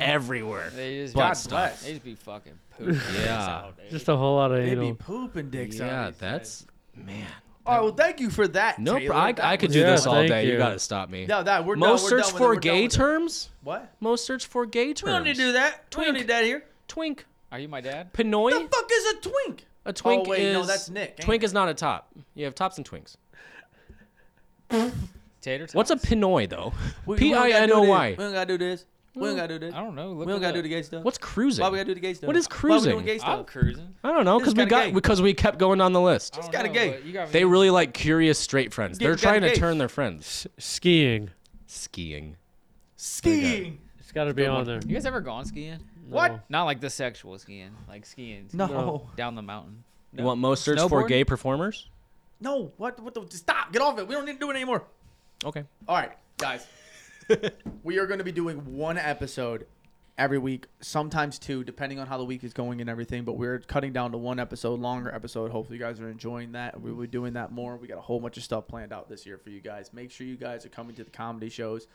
Speaker 5: everywhere.
Speaker 3: They just
Speaker 2: God
Speaker 3: be,
Speaker 2: bless.
Speaker 3: They just be fucking pooping.
Speaker 5: Yeah.
Speaker 1: Just a whole lot of
Speaker 2: They be
Speaker 1: anal.
Speaker 2: pooping dicks out.
Speaker 5: Yeah,
Speaker 2: these guys.
Speaker 5: that's man.
Speaker 2: All right. Well, thank you for that.
Speaker 5: No,
Speaker 2: Taylor.
Speaker 5: pro- I,
Speaker 2: That
Speaker 5: I could
Speaker 2: was-
Speaker 5: do
Speaker 1: Yeah,
Speaker 5: this all
Speaker 1: thank
Speaker 5: day. You.
Speaker 1: you.
Speaker 5: gotta stop me.
Speaker 2: No, that we're
Speaker 5: Most
Speaker 2: done, we're done
Speaker 5: search
Speaker 2: with it,
Speaker 5: for
Speaker 2: we're done
Speaker 5: gay
Speaker 2: with it.
Speaker 5: terms.
Speaker 2: What?
Speaker 5: Most search for gay terms.
Speaker 2: We don't need to do that. We don't need that here.
Speaker 5: Twink.
Speaker 3: Are you my dad?
Speaker 5: Pinoy.
Speaker 2: The fuck is a twink?
Speaker 5: a twink
Speaker 2: oh wait,
Speaker 5: is.
Speaker 2: no, that's Nick. ain't
Speaker 5: Twink
Speaker 2: it?
Speaker 5: is not a top. You have tops and twinks.
Speaker 3: Tater tots?
Speaker 5: What's a Pinoy though?
Speaker 2: We- we
Speaker 5: P
Speaker 2: don't
Speaker 5: I
Speaker 2: gotta do this.
Speaker 5: N O
Speaker 2: We
Speaker 5: Y. Mm.
Speaker 2: don't gotta do this. We don't gotta do this.
Speaker 3: I don't know.
Speaker 2: We
Speaker 3: Look
Speaker 2: don't
Speaker 3: it
Speaker 2: gotta do
Speaker 3: up.
Speaker 2: the gay stuff.
Speaker 5: What's cruising?
Speaker 2: Why we gotta do the gay stuff?
Speaker 5: What is
Speaker 2: Why we
Speaker 5: cruising?
Speaker 2: doing gay
Speaker 3: I'm
Speaker 2: stuff?
Speaker 3: cruising.
Speaker 5: I don't know
Speaker 2: This is
Speaker 5: because we
Speaker 2: kinda
Speaker 5: got
Speaker 2: gay.
Speaker 5: because we kept going down the list.
Speaker 3: I don't
Speaker 2: kinda
Speaker 3: know,
Speaker 2: gay.
Speaker 3: but You got me.
Speaker 5: They really like curious straight friends.
Speaker 2: Yeah,
Speaker 5: They're
Speaker 2: it's kinda
Speaker 5: trying to
Speaker 2: gay.
Speaker 5: turn their friends.
Speaker 1: Skiing.
Speaker 5: Skiing.
Speaker 2: Skiing.
Speaker 1: It's got to be on there.
Speaker 3: you guys ever gone skiing?
Speaker 2: What?
Speaker 3: Not like the sexual skiing, like skiing,
Speaker 2: No. no.
Speaker 1: No.
Speaker 3: down the mountain.
Speaker 5: You want most search for
Speaker 3: Snowboard?
Speaker 5: gay performers?
Speaker 2: What? What the? Stop. Get off it. We don't need to do it anymore.
Speaker 5: Okay.
Speaker 2: All right, guys. we are going to be doing one episode every week, sometimes two, depending on how the week is going and everything. But we're cutting down to one episode, longer episode. Hopefully, you guys are enjoying that. We will be doing that more. We got a whole bunch of stuff planned out this year for you guys. Make sure you guys are coming to the comedy shows.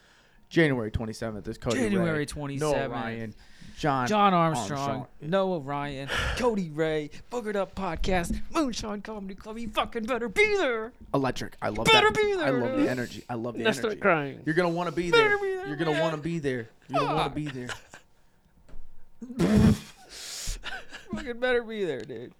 Speaker 2: January 27th is Cody Ray,
Speaker 6: January
Speaker 2: Noah
Speaker 6: 27th.
Speaker 2: Ryan, John,
Speaker 6: John Armstrong,
Speaker 2: Armstrong.
Speaker 6: Noah Ryan, Cody Ray, Boogered Up Podcast, Moonshine Comedy Club. You fucking better be there.
Speaker 2: Electric. I love
Speaker 6: Better
Speaker 2: that.
Speaker 6: be there,
Speaker 2: I love
Speaker 6: dude.
Speaker 2: the energy. I love the
Speaker 1: I
Speaker 2: energy.
Speaker 1: start crying.
Speaker 2: You're gonna want to be there.
Speaker 6: Better be there, Ah.
Speaker 2: You're gonna
Speaker 6: man.
Speaker 2: want to be there. You're gonna want
Speaker 6: Fuck.
Speaker 2: to be there.
Speaker 6: Fucking better be there, dude.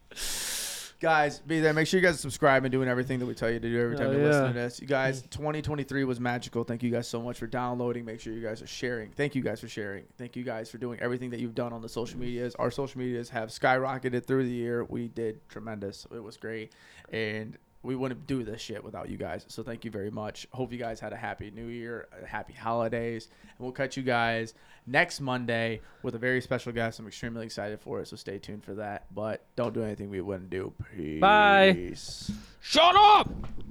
Speaker 2: guys, be there. Make sure you guys subscribe and doing everything that we tell you to do every time
Speaker 1: Oh,
Speaker 2: you listen
Speaker 1: yeah. Mm.
Speaker 2: to this. You guys, 2023 was magical. Thank you guys so much for downloading. Make sure you guys are sharing. Thank you guys for sharing. Thank you guys for doing everything that you've done on the social medias. Our social medias have skyrocketed through the year. We did tremendous. It was great. And we wouldn't do this shit without you guys. So thank you very much. Hope you guys had a happy new year, a happy holidays. And we'll catch you guys next Monday with a very special guest. I'm extremely excited for it. So stay tuned for that. But don't do anything we wouldn't do. Peace.
Speaker 1: Bye.
Speaker 2: Peace.
Speaker 6: Shut up!